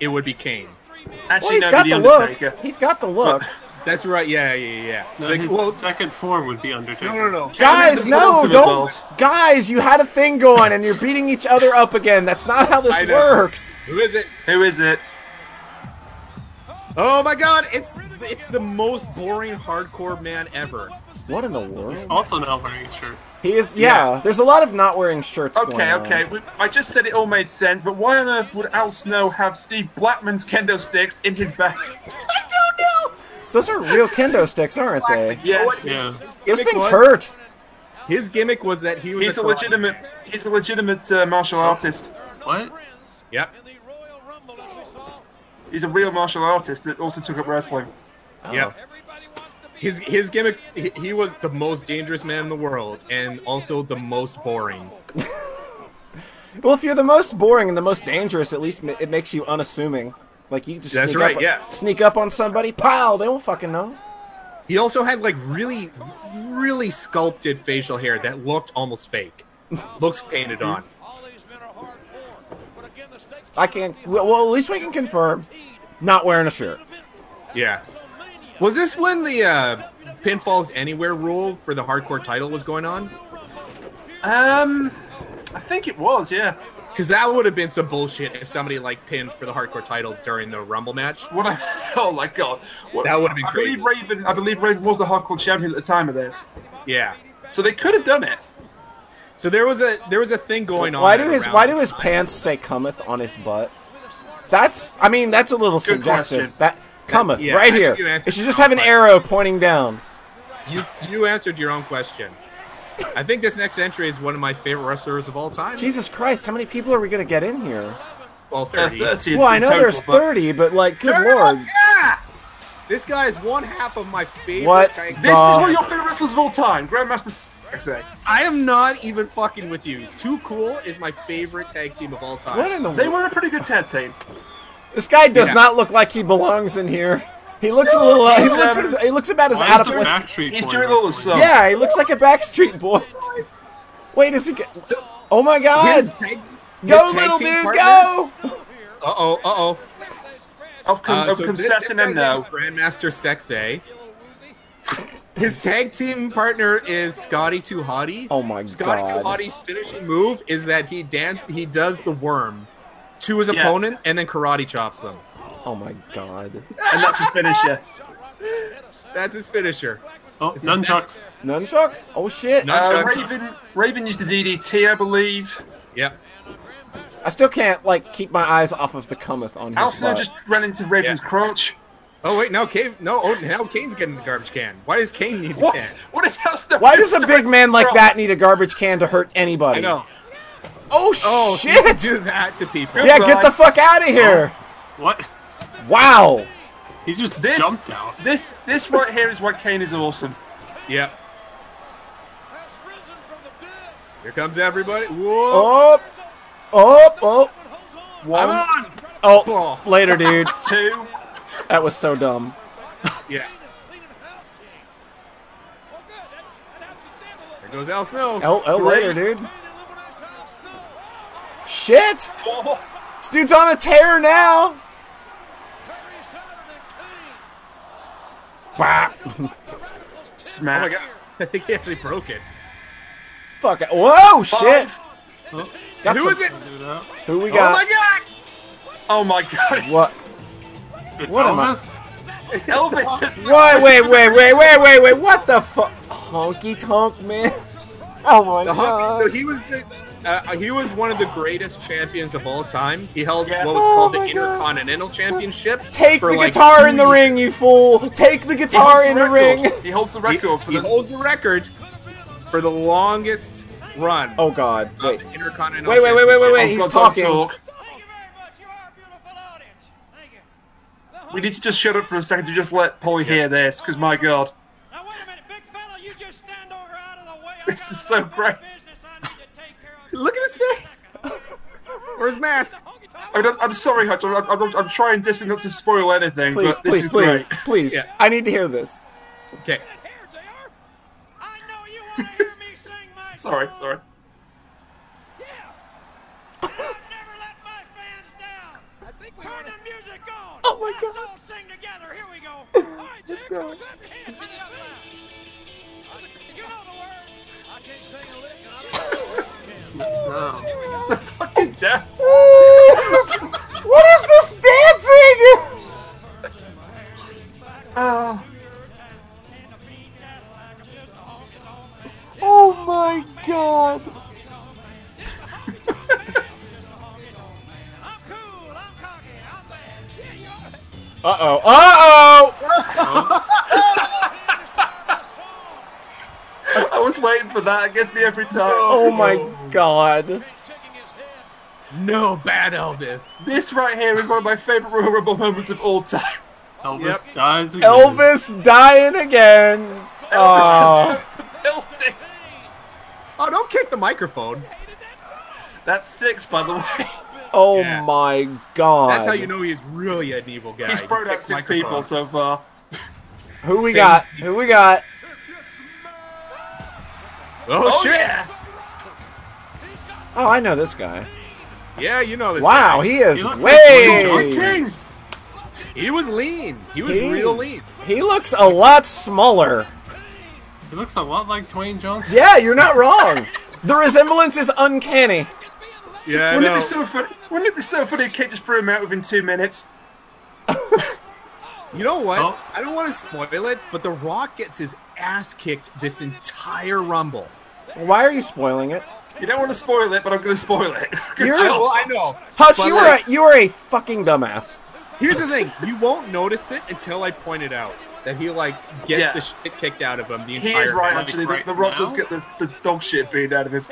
[SPEAKER 2] it would be Kane.
[SPEAKER 1] Well,
[SPEAKER 3] Actually,
[SPEAKER 1] he's
[SPEAKER 3] no,
[SPEAKER 1] got
[SPEAKER 3] the
[SPEAKER 1] the
[SPEAKER 3] Undertaker.
[SPEAKER 1] look. He's got the look.
[SPEAKER 2] That's right. Yeah, yeah, yeah.
[SPEAKER 5] No,
[SPEAKER 2] Like,
[SPEAKER 5] his
[SPEAKER 2] well,
[SPEAKER 5] second form would be Undertaker.
[SPEAKER 2] no, no, no.
[SPEAKER 1] Guys,
[SPEAKER 3] the
[SPEAKER 1] no,
[SPEAKER 3] ultimate
[SPEAKER 1] don't.
[SPEAKER 3] boss.
[SPEAKER 1] Guys, you had a thing going, and you're beating each other up again. That's not how this
[SPEAKER 2] I know.
[SPEAKER 1] works.
[SPEAKER 2] Who is it?
[SPEAKER 3] Who is it?
[SPEAKER 2] Oh my God! It's it's the most boring hardcore man ever.
[SPEAKER 1] What in the world?
[SPEAKER 5] Also not wearing a shirt.
[SPEAKER 1] He is. Yeah, there's a lot of not wearing shirts. going
[SPEAKER 3] Okay,
[SPEAKER 1] on.
[SPEAKER 3] okay. We, I just said it all made sense, but why on earth would Al Snow have Steve Blackman's kendo sticks in his back?
[SPEAKER 1] Those are real kendo sticks, aren't they?
[SPEAKER 3] Yes,
[SPEAKER 5] Yeah.
[SPEAKER 1] Those
[SPEAKER 2] Gimmick
[SPEAKER 1] things
[SPEAKER 2] was-
[SPEAKER 1] hurt.
[SPEAKER 2] His gimmick was that he was
[SPEAKER 3] he's a
[SPEAKER 2] karate
[SPEAKER 3] legitimate.
[SPEAKER 2] man.
[SPEAKER 3] He's a legitimate uh, martial artist.
[SPEAKER 5] What?
[SPEAKER 2] Yep.
[SPEAKER 3] He's a real martial artist that also took up wrestling.
[SPEAKER 2] Yep. His his gimmick. He, he was the most dangerous man in the world, and also the most boring.
[SPEAKER 1] Well, if you're the most boring and the most dangerous, at least ma- it makes you unassuming. Like you just
[SPEAKER 2] That's
[SPEAKER 1] sneak
[SPEAKER 2] right,
[SPEAKER 1] Up,
[SPEAKER 2] yeah.
[SPEAKER 1] Sneak up on somebody, pow! They won't fucking know.
[SPEAKER 2] He also had like really, really sculpted facial hair that looked almost fake. Looks painted
[SPEAKER 1] Hmm?
[SPEAKER 2] on.
[SPEAKER 1] I can. Well, well, at least we can confirm. Not wearing a shirt.
[SPEAKER 2] Yeah. Was this when the uh, pinfalls anywhere rule for the hardcore title was going on?
[SPEAKER 3] Um, I think it was. Yeah.
[SPEAKER 2] Because that would have been some bullshit if somebody like pinned for the hardcore title during the rumble match.
[SPEAKER 3] What? I, oh my god. What,
[SPEAKER 2] That would've been
[SPEAKER 3] I
[SPEAKER 2] crazy.
[SPEAKER 3] Believe Raven, I believe Raven was the hardcore champion at the time of this,
[SPEAKER 2] Yeah.
[SPEAKER 3] so they could have done it.
[SPEAKER 2] So there was a there was a thing going on.
[SPEAKER 1] Why do his
[SPEAKER 2] around-
[SPEAKER 1] Why do his pants say "cometh" on his butt? That's. I mean, that's a little suggestive.
[SPEAKER 3] question.
[SPEAKER 1] That cometh
[SPEAKER 2] yeah, I
[SPEAKER 1] right
[SPEAKER 2] think
[SPEAKER 1] here.
[SPEAKER 2] you answered
[SPEAKER 1] It should just
[SPEAKER 2] your
[SPEAKER 1] have an
[SPEAKER 2] own
[SPEAKER 1] arrow pointing down.
[SPEAKER 2] You you answered your own question. I think this next entry is one of my favorite wrestlers of all time.
[SPEAKER 1] Jesus Christ! How many people are we gonna get in here?
[SPEAKER 2] Well,
[SPEAKER 3] Uh,
[SPEAKER 2] 30.
[SPEAKER 3] 30 in
[SPEAKER 1] Well, I know
[SPEAKER 3] total,
[SPEAKER 1] there's
[SPEAKER 3] but-
[SPEAKER 1] 30, but like, good
[SPEAKER 2] Turn it up,
[SPEAKER 1] lord,
[SPEAKER 2] yeah! This guy is one half of my favorite.
[SPEAKER 1] What
[SPEAKER 2] tag-
[SPEAKER 3] This
[SPEAKER 1] Uh,
[SPEAKER 3] is one of your favorite wrestlers of all time, Grandmaster. I say.
[SPEAKER 2] I am not even fucking with you. Too Cool is my favorite tag team of all time.
[SPEAKER 1] what in the
[SPEAKER 3] They
[SPEAKER 1] world?
[SPEAKER 3] were a pretty good tag team.
[SPEAKER 1] This guy does
[SPEAKER 2] Yeah.
[SPEAKER 1] not look like he belongs in here. He looks a little. Uh, he
[SPEAKER 3] he's,
[SPEAKER 1] looks.
[SPEAKER 3] um,
[SPEAKER 1] as- he looks about as
[SPEAKER 5] Why
[SPEAKER 1] out
[SPEAKER 5] is
[SPEAKER 1] of
[SPEAKER 5] the
[SPEAKER 1] place.
[SPEAKER 5] Backstreet
[SPEAKER 3] He's
[SPEAKER 5] Boy
[SPEAKER 3] Jerry Lewis,
[SPEAKER 5] wrestling?
[SPEAKER 3] so-
[SPEAKER 1] Yeah, he looks like a Backstreet Boy. Wait, is he? g- Oh my God!
[SPEAKER 2] His tag-
[SPEAKER 1] Go,
[SPEAKER 2] his tag
[SPEAKER 1] little
[SPEAKER 2] team
[SPEAKER 1] dude,
[SPEAKER 2] partner-
[SPEAKER 1] go!
[SPEAKER 2] Uh oh, uh oh.
[SPEAKER 3] I've come, I've
[SPEAKER 2] Uh, so
[SPEAKER 3] come
[SPEAKER 2] this-
[SPEAKER 3] set
[SPEAKER 2] this
[SPEAKER 3] in
[SPEAKER 2] guy's
[SPEAKER 3] them
[SPEAKER 2] name
[SPEAKER 3] now.
[SPEAKER 2] is Grandmaster Sexay. His tag team partner is Scotty Too Hottie.
[SPEAKER 1] Oh my
[SPEAKER 2] Scotty
[SPEAKER 1] God.
[SPEAKER 2] Too Hottie's finishing move is that he dan- he does the worm to his
[SPEAKER 3] Yeah.
[SPEAKER 2] opponent and then karate chops them.
[SPEAKER 1] Oh my God!
[SPEAKER 3] And that's his finisher.
[SPEAKER 2] That's his finisher.
[SPEAKER 5] Oh,
[SPEAKER 2] It's the best-
[SPEAKER 5] nunchucks.
[SPEAKER 1] Nunchucks? Oh shit!
[SPEAKER 2] Nun-
[SPEAKER 3] Uh,
[SPEAKER 2] Chuck.
[SPEAKER 3] Raven, Raven used the DDT, I believe.
[SPEAKER 2] Yep.
[SPEAKER 1] I still can't like keep my eyes off of the cometh on his
[SPEAKER 3] Alcino
[SPEAKER 1] butt.
[SPEAKER 3] just ran into Raven's
[SPEAKER 2] Yeah.
[SPEAKER 3] crotch.
[SPEAKER 2] Oh wait, no, Kane. No, oh, now Kane's getting the garbage can. Why does Kane need the
[SPEAKER 3] What?
[SPEAKER 2] can?
[SPEAKER 3] What is Alcino?
[SPEAKER 1] Why does a big man like that need a garbage can to hurt anybody?
[SPEAKER 2] I know.
[SPEAKER 1] Oh,
[SPEAKER 2] Oh, you can
[SPEAKER 1] shit!
[SPEAKER 2] do that to people.
[SPEAKER 1] yeah,
[SPEAKER 3] Goodbye.
[SPEAKER 1] get the fuck out of here!
[SPEAKER 5] What?
[SPEAKER 2] Oh.
[SPEAKER 1] Wow!
[SPEAKER 5] He just
[SPEAKER 3] This,
[SPEAKER 5] jumped out.
[SPEAKER 3] this, this right here is why Kane is awesome.
[SPEAKER 2] Yep. Here comes everybody. Whoa!
[SPEAKER 1] Up, up, up!
[SPEAKER 2] I'm
[SPEAKER 3] One,
[SPEAKER 2] on.
[SPEAKER 1] Oh, later, dude.
[SPEAKER 3] two.
[SPEAKER 1] That was so dumb.
[SPEAKER 2] Yeah. There goes Al Snow.
[SPEAKER 1] Oh, oh,
[SPEAKER 3] Three.
[SPEAKER 1] later, dude. Shit!
[SPEAKER 3] four.
[SPEAKER 1] This dude's on a tear now! Bah.
[SPEAKER 2] Oh my
[SPEAKER 3] Smack.
[SPEAKER 2] god. I think he actually broke it.
[SPEAKER 1] Fuck it. Whoa, shit!
[SPEAKER 5] Oh,
[SPEAKER 1] Got
[SPEAKER 2] Who
[SPEAKER 1] some-
[SPEAKER 2] is it?
[SPEAKER 5] do that.
[SPEAKER 1] Who we
[SPEAKER 2] Oh
[SPEAKER 1] got?
[SPEAKER 2] my god!
[SPEAKER 3] oh my god.
[SPEAKER 1] What?
[SPEAKER 5] It's
[SPEAKER 1] What am I-
[SPEAKER 5] Elvis.
[SPEAKER 3] Elvis just.
[SPEAKER 1] What? Wait, wait, wait, wait, wait, wait. What the fuck? Honky tonk, man. Oh my
[SPEAKER 2] The Hawk, so
[SPEAKER 1] god.
[SPEAKER 2] he was the, uh, he was one of the greatest champions of all time. He held
[SPEAKER 3] Yeah.
[SPEAKER 2] what was
[SPEAKER 1] Oh
[SPEAKER 2] called the
[SPEAKER 1] my God.
[SPEAKER 2] Intercontinental Championship.
[SPEAKER 1] Take
[SPEAKER 2] for
[SPEAKER 1] the
[SPEAKER 2] like
[SPEAKER 1] guitar
[SPEAKER 2] two
[SPEAKER 1] in the
[SPEAKER 2] years.
[SPEAKER 1] ring, you fool. Take the
[SPEAKER 3] He holds
[SPEAKER 1] guitar in the
[SPEAKER 3] record.
[SPEAKER 1] ring.
[SPEAKER 3] He holds the
[SPEAKER 2] He,
[SPEAKER 3] record for
[SPEAKER 2] he
[SPEAKER 3] the.
[SPEAKER 2] holds the record for the longest run
[SPEAKER 1] Oh god.
[SPEAKER 2] of
[SPEAKER 1] Wait.
[SPEAKER 2] the Intercontinental.
[SPEAKER 1] Wait, wait, wait, wait, wait,
[SPEAKER 3] Oh,
[SPEAKER 1] wait. He's
[SPEAKER 3] God, don't
[SPEAKER 1] talking.
[SPEAKER 3] talk.
[SPEAKER 4] Thank you very much. You are a beautiful audience. Thank you.
[SPEAKER 3] We need to just shut up for a second to just let Polly hear this, because my god.
[SPEAKER 4] Now wait a minute, big fella, you just stand over out of the way. I
[SPEAKER 3] This is
[SPEAKER 4] got a
[SPEAKER 3] so
[SPEAKER 4] little bit
[SPEAKER 3] great.
[SPEAKER 4] of business I need to take care of.
[SPEAKER 2] Oh, Look at his face. Or his mask.
[SPEAKER 3] I mean, I'm, I'm sorry, Hutch. I'm, I'm, I'm trying desperately not to spoil anything,
[SPEAKER 1] Please,
[SPEAKER 3] but this
[SPEAKER 1] please,
[SPEAKER 3] is
[SPEAKER 1] please,
[SPEAKER 3] great.
[SPEAKER 1] please.
[SPEAKER 2] Yeah.
[SPEAKER 1] I need to hear this.
[SPEAKER 2] Okay.
[SPEAKER 4] Here, JR. I know you want to hear me sing my
[SPEAKER 3] Sorry,
[SPEAKER 4] song.
[SPEAKER 3] sorry.
[SPEAKER 4] Yeah. I've never let my fans down. I think we Turn the music on.
[SPEAKER 1] Oh my
[SPEAKER 4] Let's
[SPEAKER 1] God.
[SPEAKER 4] all sing together. Here we go. all right, Jack,
[SPEAKER 1] go.
[SPEAKER 4] clap your hands when it's loud. You know the words. I can't sing a lick, and I don't know Here we go.
[SPEAKER 3] The fucking deaths.
[SPEAKER 1] what is this dancing?
[SPEAKER 3] Oh,
[SPEAKER 1] Oh my god.
[SPEAKER 4] I'm cool. I'm cocky. I'm bad. Yeah, you are.
[SPEAKER 1] Uh oh. Uh oh.
[SPEAKER 3] I was waiting for that. It gets me every time.
[SPEAKER 1] Oh my god.
[SPEAKER 4] Shaking his head.
[SPEAKER 2] No bad Elvis.
[SPEAKER 3] Oh, This right here is one of my favorite Royal Rumble moments of all time.
[SPEAKER 5] Elvis
[SPEAKER 2] Yep.
[SPEAKER 5] dies again.
[SPEAKER 1] Elvis dying again. Oh.
[SPEAKER 3] Building.
[SPEAKER 2] Oh, don't kick the microphone.
[SPEAKER 3] That's six, by the way.
[SPEAKER 1] Oh
[SPEAKER 2] Yeah.
[SPEAKER 1] my god.
[SPEAKER 2] That's how you know he's really an evil guy.
[SPEAKER 3] He's
[SPEAKER 2] He
[SPEAKER 3] thrown out
[SPEAKER 2] kicks
[SPEAKER 3] six people
[SPEAKER 2] microphones.
[SPEAKER 3] so far.
[SPEAKER 1] Who we
[SPEAKER 2] Same
[SPEAKER 1] got?
[SPEAKER 2] speed.
[SPEAKER 1] Who we got?
[SPEAKER 2] Oh, shit! Yeah.
[SPEAKER 1] Oh, I know this guy.
[SPEAKER 2] you know this.
[SPEAKER 1] Wow,
[SPEAKER 2] guy.
[SPEAKER 1] he is
[SPEAKER 5] He looks
[SPEAKER 1] way.
[SPEAKER 5] like
[SPEAKER 3] King.
[SPEAKER 2] he was lean. He was
[SPEAKER 1] He-
[SPEAKER 2] real lean.
[SPEAKER 1] he looks a lot smaller.
[SPEAKER 5] He looks a lot like Dwayne Johnson.
[SPEAKER 1] Yeah, you're not wrong. the resemblance is uncanny.
[SPEAKER 2] Yeah, I
[SPEAKER 3] Wouldn't it
[SPEAKER 2] know.
[SPEAKER 3] be so funny? Wouldn't it be so funny if Kate just threw him out within two minutes?
[SPEAKER 2] You know what?
[SPEAKER 5] Oh.
[SPEAKER 2] I don't want to spoil it, but The Rock gets his ass kicked this entire Rumble.
[SPEAKER 1] Why are you spoiling it?
[SPEAKER 3] You don't want to spoil it, but I'm going to spoil it. Good
[SPEAKER 1] You're-
[SPEAKER 3] job.
[SPEAKER 2] Well, I know.
[SPEAKER 1] Hutch,
[SPEAKER 2] But,
[SPEAKER 1] you were a,
[SPEAKER 2] like,
[SPEAKER 1] you were a fucking dumbass.
[SPEAKER 2] Here's the thing: you won't notice it until I point it out that he like gets
[SPEAKER 3] Yeah.
[SPEAKER 2] the shit kicked out of him the
[SPEAKER 3] He
[SPEAKER 2] entire.
[SPEAKER 3] is right,
[SPEAKER 2] match.
[SPEAKER 3] actually.
[SPEAKER 5] right
[SPEAKER 3] the, the Rock
[SPEAKER 5] now?
[SPEAKER 3] does get the, the dog shit beat out of him.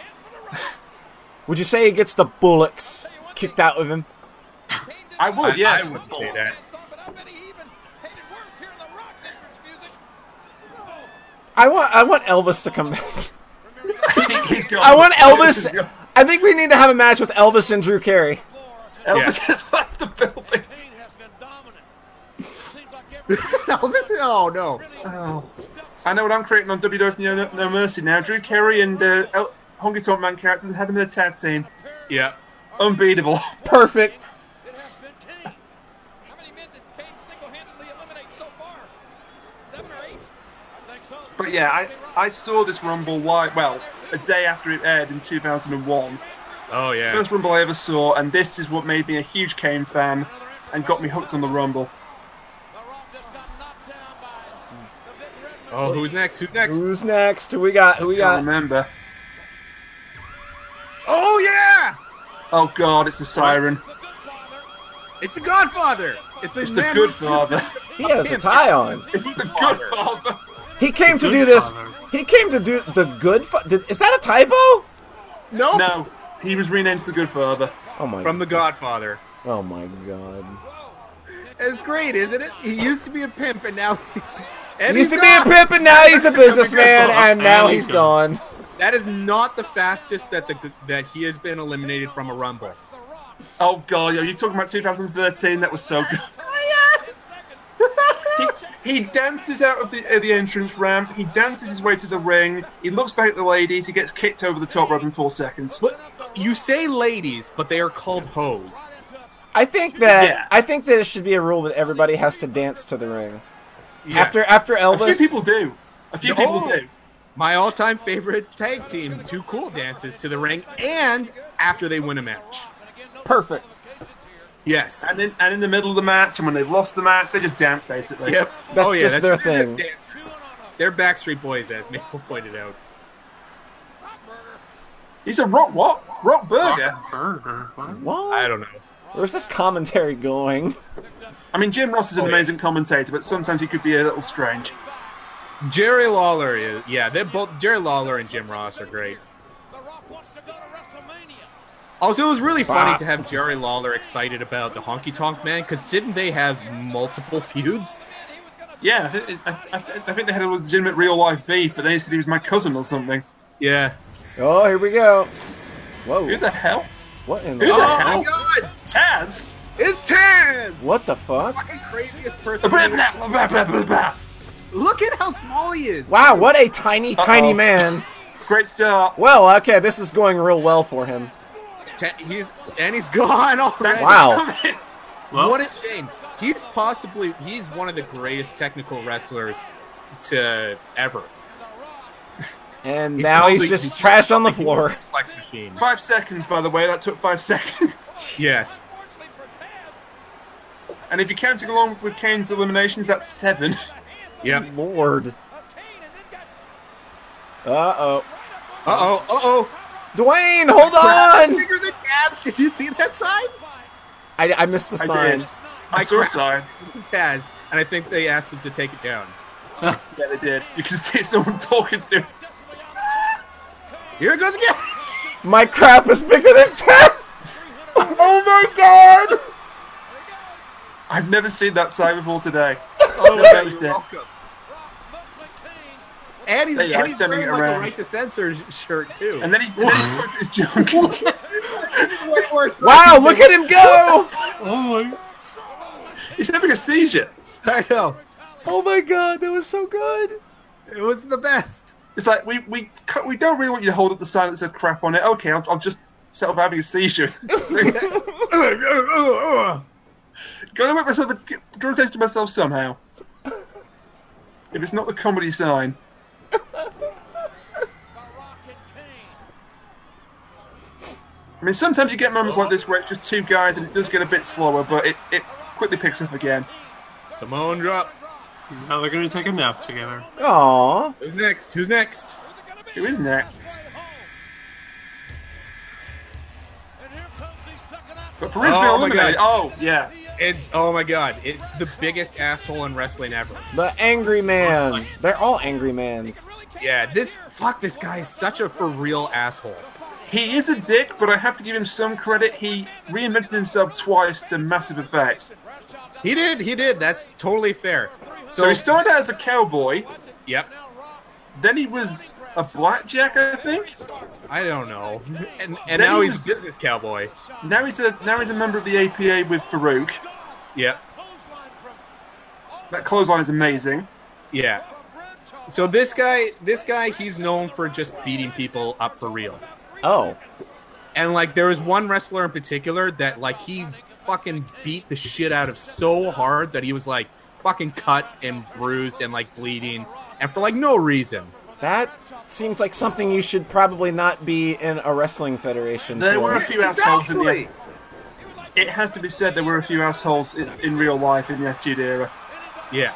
[SPEAKER 1] Would you say he gets the bullocks kicked out of him?
[SPEAKER 3] I would,
[SPEAKER 2] I-
[SPEAKER 3] yes.
[SPEAKER 2] I would say that.
[SPEAKER 4] Oh,
[SPEAKER 1] I want I want Elvis to come back.
[SPEAKER 3] He's gone.
[SPEAKER 1] I want
[SPEAKER 3] He's
[SPEAKER 1] Elvis.
[SPEAKER 3] gone.
[SPEAKER 1] I think we need to have a match with Elvis and Drew Carey.
[SPEAKER 3] Elvis has left the building.
[SPEAKER 2] No, this is oh no.
[SPEAKER 3] Oh. I know what I'm creating on WWE No, no Mercy now. Drew Carey and uh, El- Honky Tonk Man characters and had them in a tag team.
[SPEAKER 2] Yeah.
[SPEAKER 3] Unbeatable.
[SPEAKER 1] Perfect.
[SPEAKER 4] It has been ten. How many men did Kane single-handedly eliminate so far? Seven or eight? I think so.
[SPEAKER 3] But yeah, I, I saw this Rumble live, well, a day after it aired in 2001.
[SPEAKER 2] Oh yeah.
[SPEAKER 3] First Rumble I ever saw, and this is what made me a huge Kane fan and got me hooked on the Rumble.
[SPEAKER 4] The Rock just got knocked down by the big Redman.
[SPEAKER 2] Oh, who's next? Who's next?
[SPEAKER 1] Who's next? Who we got? Who we
[SPEAKER 3] I
[SPEAKER 1] got?
[SPEAKER 3] remember.
[SPEAKER 2] Oh yeah!
[SPEAKER 3] Oh god, it's the siren.
[SPEAKER 4] The good father.
[SPEAKER 2] It's the Godfather. It's the,
[SPEAKER 3] It's the
[SPEAKER 2] man
[SPEAKER 3] good
[SPEAKER 2] who-
[SPEAKER 3] father.
[SPEAKER 1] He has a tie on.
[SPEAKER 3] It's the good father.
[SPEAKER 1] He came to
[SPEAKER 5] Good
[SPEAKER 1] do this.
[SPEAKER 5] father.
[SPEAKER 1] He came to do the good. Fu- did, is that a typo?
[SPEAKER 2] No.
[SPEAKER 3] No, he was renamed to the good father.
[SPEAKER 1] Oh my.
[SPEAKER 2] From the Godfather.
[SPEAKER 1] oh my god.
[SPEAKER 2] It's great, isn't it? He used to be a pimp, and now he's. And
[SPEAKER 1] He used
[SPEAKER 2] he's
[SPEAKER 1] to be a
[SPEAKER 2] not.
[SPEAKER 1] pimp, and now he's a businessman,
[SPEAKER 5] father.
[SPEAKER 1] and now
[SPEAKER 5] And
[SPEAKER 1] he's
[SPEAKER 5] he's gone.
[SPEAKER 1] gone.
[SPEAKER 2] That is not the fastest that the that he has been eliminated from a rumble.
[SPEAKER 3] Oh god, are you talking about 2013? That was so good. he, he dances out of the uh, the entrance ramp. He dances his way to the ring. He looks back at the ladies. He gets kicked over the top rope in four seconds.
[SPEAKER 2] But you say ladies, but they are called hoes.
[SPEAKER 1] I think that
[SPEAKER 3] Yeah.
[SPEAKER 1] I think that it should be a rule that everybody has to dance to the ring
[SPEAKER 2] Yes.
[SPEAKER 1] after after
[SPEAKER 3] A few
[SPEAKER 1] Elvis.
[SPEAKER 3] people do. A few people
[SPEAKER 2] Oh.
[SPEAKER 3] do.
[SPEAKER 2] my all-time favorite tag team, Two Cool dances to the ring, and after they win a match.
[SPEAKER 1] Perfect.
[SPEAKER 2] Yes.
[SPEAKER 3] And in and in the middle of the match, and when they've lost the match, they just dance basically.
[SPEAKER 2] Yep.
[SPEAKER 1] That's
[SPEAKER 2] oh yeah,
[SPEAKER 1] just
[SPEAKER 2] that's
[SPEAKER 1] their
[SPEAKER 2] they're
[SPEAKER 1] thing.
[SPEAKER 2] just dancers. They're Backstreet Boys, as Maple pointed out.
[SPEAKER 3] He's a rock what? Rock burger.
[SPEAKER 5] Burger. What?
[SPEAKER 1] What?
[SPEAKER 2] I don't know.
[SPEAKER 1] Where's this commentary going?
[SPEAKER 3] I mean, Jim Ross is an amazing commentator, but sometimes he could be a little strange.
[SPEAKER 2] Jerry Lawler is yeah. They're both Jerry Lawler and Jim Ross are great.
[SPEAKER 4] The Rock wants to go to WrestleMania.
[SPEAKER 2] Also, it was really
[SPEAKER 1] Bah.
[SPEAKER 2] funny to have Jerry Lawler excited about the Honky Tonk Man because didn't they have multiple feuds?
[SPEAKER 3] Yeah, I, thi- I, I, thi- I think they had a legitimate real life beef, but then he said he was my cousin or something.
[SPEAKER 2] Yeah.
[SPEAKER 1] Oh, here we go. Whoa!
[SPEAKER 3] Who the hell?
[SPEAKER 1] What in
[SPEAKER 3] Who the
[SPEAKER 1] the?
[SPEAKER 2] Oh
[SPEAKER 3] hell?
[SPEAKER 2] my God!
[SPEAKER 3] Taz?
[SPEAKER 2] It's Taz!
[SPEAKER 1] What the fuck?
[SPEAKER 2] Fucking craziest
[SPEAKER 3] Blah,
[SPEAKER 2] person.
[SPEAKER 3] blah, blah, blah, blah, blah, blah.
[SPEAKER 2] Look at how small he is.
[SPEAKER 1] Wow, what a tiny, tiny
[SPEAKER 3] Uh-oh.
[SPEAKER 1] man.
[SPEAKER 3] Great start.
[SPEAKER 1] Well, okay, this is going real well for him.
[SPEAKER 2] Ta- he's and he's gone already.
[SPEAKER 1] Wow.
[SPEAKER 5] Well,
[SPEAKER 2] What a shame. He's possibly he's one of the greatest technical wrestlers to ever.
[SPEAKER 1] And now
[SPEAKER 2] probably-
[SPEAKER 1] he's just trash on the floor.
[SPEAKER 2] Flex machine.
[SPEAKER 3] Five seconds, by the way. That took five seconds.
[SPEAKER 2] Yes.
[SPEAKER 4] Fortunately for Taz,
[SPEAKER 3] And if you're counting along with Kane's eliminations, that's seven.
[SPEAKER 2] Yep.
[SPEAKER 1] Lord. Uh
[SPEAKER 4] of Kane, and then
[SPEAKER 1] oh.
[SPEAKER 2] Uh
[SPEAKER 4] got
[SPEAKER 2] oh. Uh oh.
[SPEAKER 1] Dwayne, hold on!
[SPEAKER 2] Bigger than Taz. Did you see that sign?
[SPEAKER 1] I, I missed the
[SPEAKER 3] I
[SPEAKER 1] sign.
[SPEAKER 3] did. I saw a sign.
[SPEAKER 2] Taz. And I think they asked him to take it down.
[SPEAKER 3] Yeah, they did. You can see someone talking to him.
[SPEAKER 2] Here it goes again.
[SPEAKER 1] My crap is bigger than 10!
[SPEAKER 2] Oh my god.
[SPEAKER 3] I've never seen that sign before today.
[SPEAKER 2] Oh,
[SPEAKER 3] That
[SPEAKER 2] you're
[SPEAKER 3] was it.
[SPEAKER 2] welcome. And he's,
[SPEAKER 3] There you are,
[SPEAKER 2] and he's
[SPEAKER 3] turning
[SPEAKER 2] wearing
[SPEAKER 3] it
[SPEAKER 2] like a
[SPEAKER 3] around.
[SPEAKER 2] right to censor shirt too.
[SPEAKER 3] And then he, and then he puts his junk.
[SPEAKER 2] it's way worse.
[SPEAKER 1] Wow, look at him go!
[SPEAKER 5] Oh, my-
[SPEAKER 3] He's having a seizure.
[SPEAKER 2] I know.
[SPEAKER 1] Oh my god, that was so good!
[SPEAKER 2] It was the best.
[SPEAKER 3] It's like we we cu- we don't really want you to hold up the sign that says crap on it. Okay, I'll, I'll just set up having a seizure. Gotta make myself a, draw attention to myself somehow. If it's not the comedy sign, I mean, sometimes you get moments like this where it's just two guys and it does get a bit slower, but it, it quickly picks up again.
[SPEAKER 2] Simone drop.
[SPEAKER 5] now they're gonna take a nap together.
[SPEAKER 1] Aww.
[SPEAKER 2] Who's next? Who's next?
[SPEAKER 3] Who is next? But Perrin's been
[SPEAKER 2] Oh my
[SPEAKER 3] eliminated. Oh, yeah.
[SPEAKER 2] It's oh my god, it's the biggest asshole in wrestling ever.
[SPEAKER 1] The angry man. They're all angry mans.
[SPEAKER 2] Yeah, this fuck this guy is such a for real asshole.
[SPEAKER 3] He is a dick, but I have to give him some credit. He reinvented himself twice to massive effect.
[SPEAKER 2] He did, he did. That's totally fair.
[SPEAKER 3] So, he started out as a cowboy,
[SPEAKER 2] Yep.
[SPEAKER 3] then he was a blackjack, I think.
[SPEAKER 2] I don't know. And and
[SPEAKER 3] Then
[SPEAKER 2] now
[SPEAKER 3] he
[SPEAKER 2] he's
[SPEAKER 3] was-
[SPEAKER 2] business cowboy.
[SPEAKER 3] Now he's a now he's a member of the APA with Farouk.
[SPEAKER 2] Yep.
[SPEAKER 3] That clothesline is amazing.
[SPEAKER 2] Yeah. So this guy this guy he's known for just beating people up for real.
[SPEAKER 1] Oh.
[SPEAKER 2] And like there was one wrestler in particular that like he fucking beat the shit out of so hard that he was like fucking cut and bruised and like bleeding and for like no reason.
[SPEAKER 1] That seems like something you should probably not be in a wrestling federation
[SPEAKER 3] There
[SPEAKER 1] for.
[SPEAKER 3] were a few assholes in the. It has to be said there were a few assholes in, in real life in the SGD era.
[SPEAKER 2] Yeah.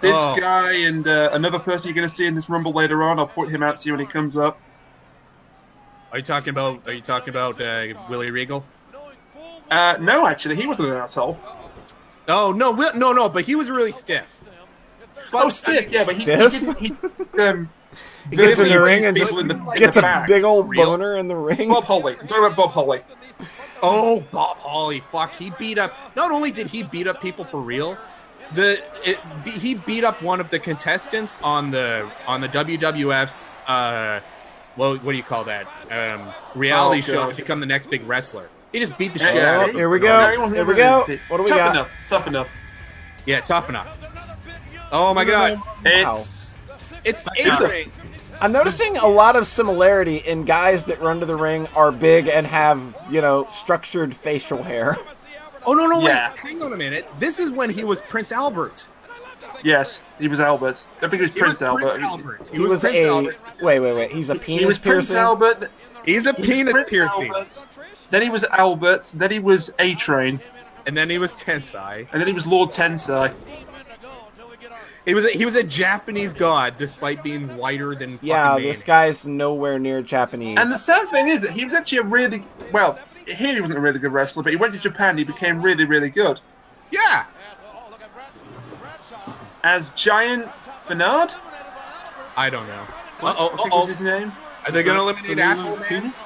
[SPEAKER 3] This
[SPEAKER 2] Oh.
[SPEAKER 3] guy and uh, another person you're going to see in this rumble later on. I'll point him out to you when he comes up.
[SPEAKER 2] Are you talking about are you talking about uh, Willie Regal?
[SPEAKER 3] Uh, no, actually, he wasn't an asshole.
[SPEAKER 2] Oh no, Will, no no, but he was really stiff. But-
[SPEAKER 3] Oh, stiff. Yeah, but he, he
[SPEAKER 1] Stiff?
[SPEAKER 3] didn't. He, um,
[SPEAKER 1] He gets in
[SPEAKER 3] visibly
[SPEAKER 1] the ring
[SPEAKER 3] raped
[SPEAKER 1] and just
[SPEAKER 3] people in the, in
[SPEAKER 1] gets
[SPEAKER 3] the
[SPEAKER 1] a
[SPEAKER 3] back.
[SPEAKER 1] big old
[SPEAKER 2] Real.
[SPEAKER 1] boner in the ring.
[SPEAKER 3] Bob Holly. I'm talking about Bob Holly.
[SPEAKER 2] Oh, Bob Holly, fuck, he beat up. Not only did he beat up people for real, the it, be- he beat up one of the contestants on the on the WWF's uh, well, what do you call that? Um, reality
[SPEAKER 3] Oh,
[SPEAKER 2] show
[SPEAKER 3] God.
[SPEAKER 2] to become the next big wrestler. He just beat the
[SPEAKER 3] Yeah,
[SPEAKER 2] shit
[SPEAKER 3] yeah.
[SPEAKER 2] out
[SPEAKER 1] Oh,
[SPEAKER 2] of him.
[SPEAKER 1] here we
[SPEAKER 3] No, he
[SPEAKER 1] go.
[SPEAKER 3] wasn't
[SPEAKER 1] Here we go.
[SPEAKER 3] eliminated.
[SPEAKER 1] What do we
[SPEAKER 3] tough
[SPEAKER 1] got?
[SPEAKER 3] Enough, tough enough.
[SPEAKER 2] Yeah, tough enough. Oh my god,
[SPEAKER 3] It's
[SPEAKER 2] it's
[SPEAKER 3] God.
[SPEAKER 2] A-Ring.
[SPEAKER 1] I'm noticing a lot of similarity in guys that run to the ring are big and have, you know, structured facial hair.
[SPEAKER 2] Oh no, no, wait,
[SPEAKER 3] Yeah.
[SPEAKER 2] hang on a minute. This is when he was Prince Albert.
[SPEAKER 3] yes, he was Albert. I think it was
[SPEAKER 2] He
[SPEAKER 3] Prince
[SPEAKER 2] was
[SPEAKER 3] Albert.
[SPEAKER 2] Prince Albert.
[SPEAKER 1] He was
[SPEAKER 2] Prince
[SPEAKER 1] a
[SPEAKER 2] Albert.
[SPEAKER 1] wait, wait, wait. He's a
[SPEAKER 3] He was
[SPEAKER 1] penis
[SPEAKER 3] Prince
[SPEAKER 1] piercer.
[SPEAKER 3] Albert.
[SPEAKER 2] He's a
[SPEAKER 3] he was
[SPEAKER 2] penis
[SPEAKER 3] Prince
[SPEAKER 2] piercing,
[SPEAKER 3] Albert, Then he was Albert. Then he was A Train,
[SPEAKER 2] and then he was Tensai.
[SPEAKER 3] and then he was Lord Tensai.
[SPEAKER 2] He was a, he was a Japanese god, despite being whiter than fucking
[SPEAKER 1] Yeah,
[SPEAKER 2] me.
[SPEAKER 1] this guy's nowhere near Japanese.
[SPEAKER 3] And the sad thing is that he was actually a really well. Here he wasn't a really good wrestler, but he went to Japan. He became really, really good
[SPEAKER 2] Yeah,
[SPEAKER 3] as Giant Bernard.
[SPEAKER 2] I don't know. Uh oh,
[SPEAKER 3] I
[SPEAKER 2] uh
[SPEAKER 3] think was
[SPEAKER 2] oh.
[SPEAKER 3] his name.
[SPEAKER 2] Are they gonna
[SPEAKER 5] Is that
[SPEAKER 2] eliminate
[SPEAKER 5] the name of
[SPEAKER 2] asshole
[SPEAKER 5] his
[SPEAKER 2] man?
[SPEAKER 5] penis?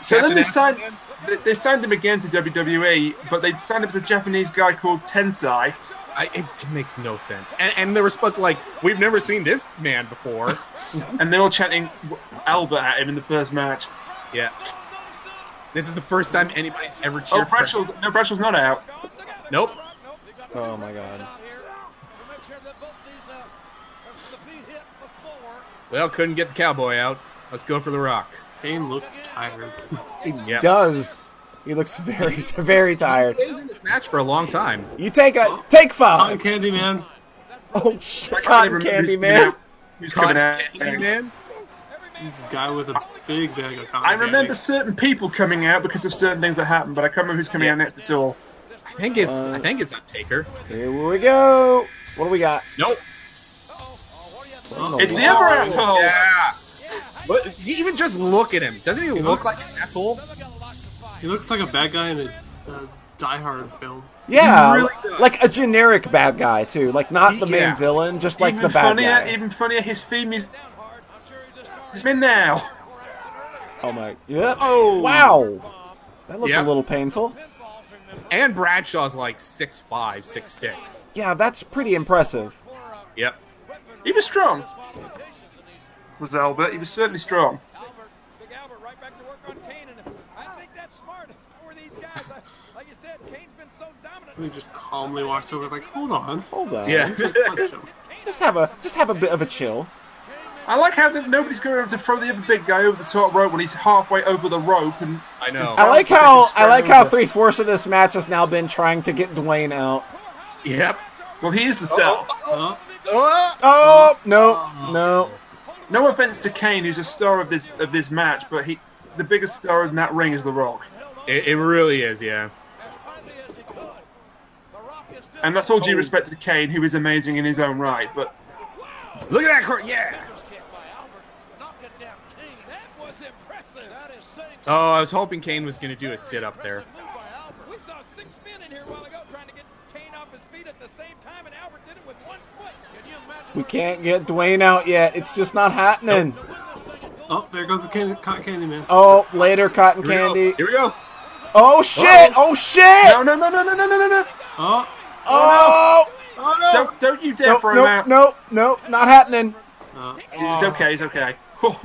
[SPEAKER 3] So
[SPEAKER 2] Captain
[SPEAKER 3] then they signed,
[SPEAKER 2] Asshole Man?
[SPEAKER 3] they, they signed him again to WWE, but they signed him as a Japanese guy called Tensai.
[SPEAKER 2] I, it makes no sense. And, and they were supposed to like, we've never seen this man before.
[SPEAKER 3] and they're all chanting w- Albert at him in the first match.
[SPEAKER 2] yeah. This is the first time anybody's ever cheered.
[SPEAKER 3] Oh,
[SPEAKER 2] for-
[SPEAKER 3] Bradshaw's no, Bradshaw's not out.
[SPEAKER 2] Nope.
[SPEAKER 1] oh my god.
[SPEAKER 4] uh,
[SPEAKER 2] Well, couldn't get the cowboy out. Let's go for the rock.
[SPEAKER 5] Kane looks tired.
[SPEAKER 1] He
[SPEAKER 2] Yep.
[SPEAKER 1] does. He looks very very tired.
[SPEAKER 2] He was in this match for a long time.
[SPEAKER 1] You take a take
[SPEAKER 5] Cotton
[SPEAKER 1] five.
[SPEAKER 5] candy man.
[SPEAKER 1] Oh shit,
[SPEAKER 3] I can't
[SPEAKER 1] cotton
[SPEAKER 3] remember
[SPEAKER 1] candy
[SPEAKER 3] who's
[SPEAKER 1] man.
[SPEAKER 3] coming out- Who's coming out?
[SPEAKER 2] Cotton Candy
[SPEAKER 3] next.
[SPEAKER 2] Man.
[SPEAKER 5] Guy with a big bag of cotton
[SPEAKER 3] I remember
[SPEAKER 5] candy.
[SPEAKER 3] certain people coming out because of certain things that happened, but I can't remember who's coming out next at all.
[SPEAKER 2] I think it's I think it's Undertaker.
[SPEAKER 1] Here we go. What do we got?
[SPEAKER 2] Nope.
[SPEAKER 1] Oh,
[SPEAKER 3] It's the
[SPEAKER 1] wow.
[SPEAKER 3] other asshole.
[SPEAKER 2] Yeah. But even just look at him. Doesn't he look
[SPEAKER 5] looks-
[SPEAKER 2] like an asshole?
[SPEAKER 5] He looks like a bad guy in a uh, Die Hard film.
[SPEAKER 1] Yeah,
[SPEAKER 2] He really does.
[SPEAKER 1] like a generic bad guy too. Like not the main
[SPEAKER 2] Yeah.
[SPEAKER 1] villain, just like
[SPEAKER 3] even
[SPEAKER 1] the bad
[SPEAKER 3] funnier,
[SPEAKER 1] guy.
[SPEAKER 3] even funnier. His theme is it's in now.
[SPEAKER 1] Oh my. Yep.
[SPEAKER 2] Oh.
[SPEAKER 1] Wow. That looked
[SPEAKER 2] Yep.
[SPEAKER 1] a little painful.
[SPEAKER 2] And Bradshaw's like six five, six six.
[SPEAKER 1] Yeah, that's pretty impressive.
[SPEAKER 2] Yep.
[SPEAKER 3] He was strong. Was Albert? He was certainly strong.
[SPEAKER 4] Albert, Big Albert, right back to work on Kane, and I think that's smart. If I were these guys, I, like you said, Kane's been so dominant.
[SPEAKER 5] And he just calmly walks over, like, hold on.
[SPEAKER 1] Hold on.
[SPEAKER 2] Yeah.
[SPEAKER 5] Question.
[SPEAKER 1] Just have a just have a bit of a chill.
[SPEAKER 3] I like how that nobody's going over to throw the other big guy over the top rope when he's halfway over the rope, and
[SPEAKER 2] I know.
[SPEAKER 1] I like
[SPEAKER 3] think
[SPEAKER 1] how
[SPEAKER 3] it's
[SPEAKER 1] I like how
[SPEAKER 3] over.
[SPEAKER 1] three fourths of this match has now been trying to get Dwayne out.
[SPEAKER 2] Yep.
[SPEAKER 3] well, he is the star.
[SPEAKER 5] Huh?
[SPEAKER 2] Oh,
[SPEAKER 1] Oh no no.
[SPEAKER 3] No offense to Kane, who's a star of this of this match, but he the biggest star in that ring is The Rock,
[SPEAKER 2] it, it really is, yeah.
[SPEAKER 4] As timely as he could. The Rock is still
[SPEAKER 3] and that's all due respect to Kane, who is amazing in his own right. But
[SPEAKER 2] Look at that cor- yeah.
[SPEAKER 4] kick by Albert, knocking down Kane. That was impressive. That is
[SPEAKER 2] Oh, I was hoping Kane was going to do a sit up there.
[SPEAKER 4] We saw six men in here a while ago trying to get Kane off his feet at the same time, and Albert did it with one foot. Can you imagine?
[SPEAKER 1] We can't get Dwayne out yet. It's just not happening.
[SPEAKER 5] Oh, there goes the can- cotton candy man.
[SPEAKER 1] Oh, later, cotton
[SPEAKER 2] Here we go.
[SPEAKER 1] candy.
[SPEAKER 2] Here we go.
[SPEAKER 1] Oh shit! Oh shit!
[SPEAKER 3] No, no, no, no, no, no, no, no, no.
[SPEAKER 5] Oh,
[SPEAKER 1] Oh!
[SPEAKER 2] Oh no!
[SPEAKER 3] Don't, don't you dare
[SPEAKER 1] Nope,
[SPEAKER 3] throw him
[SPEAKER 1] nope,
[SPEAKER 3] out.
[SPEAKER 1] nope, nope, not happening.
[SPEAKER 5] oh.
[SPEAKER 3] He's okay, he's okay. Whew.
[SPEAKER 4] Kane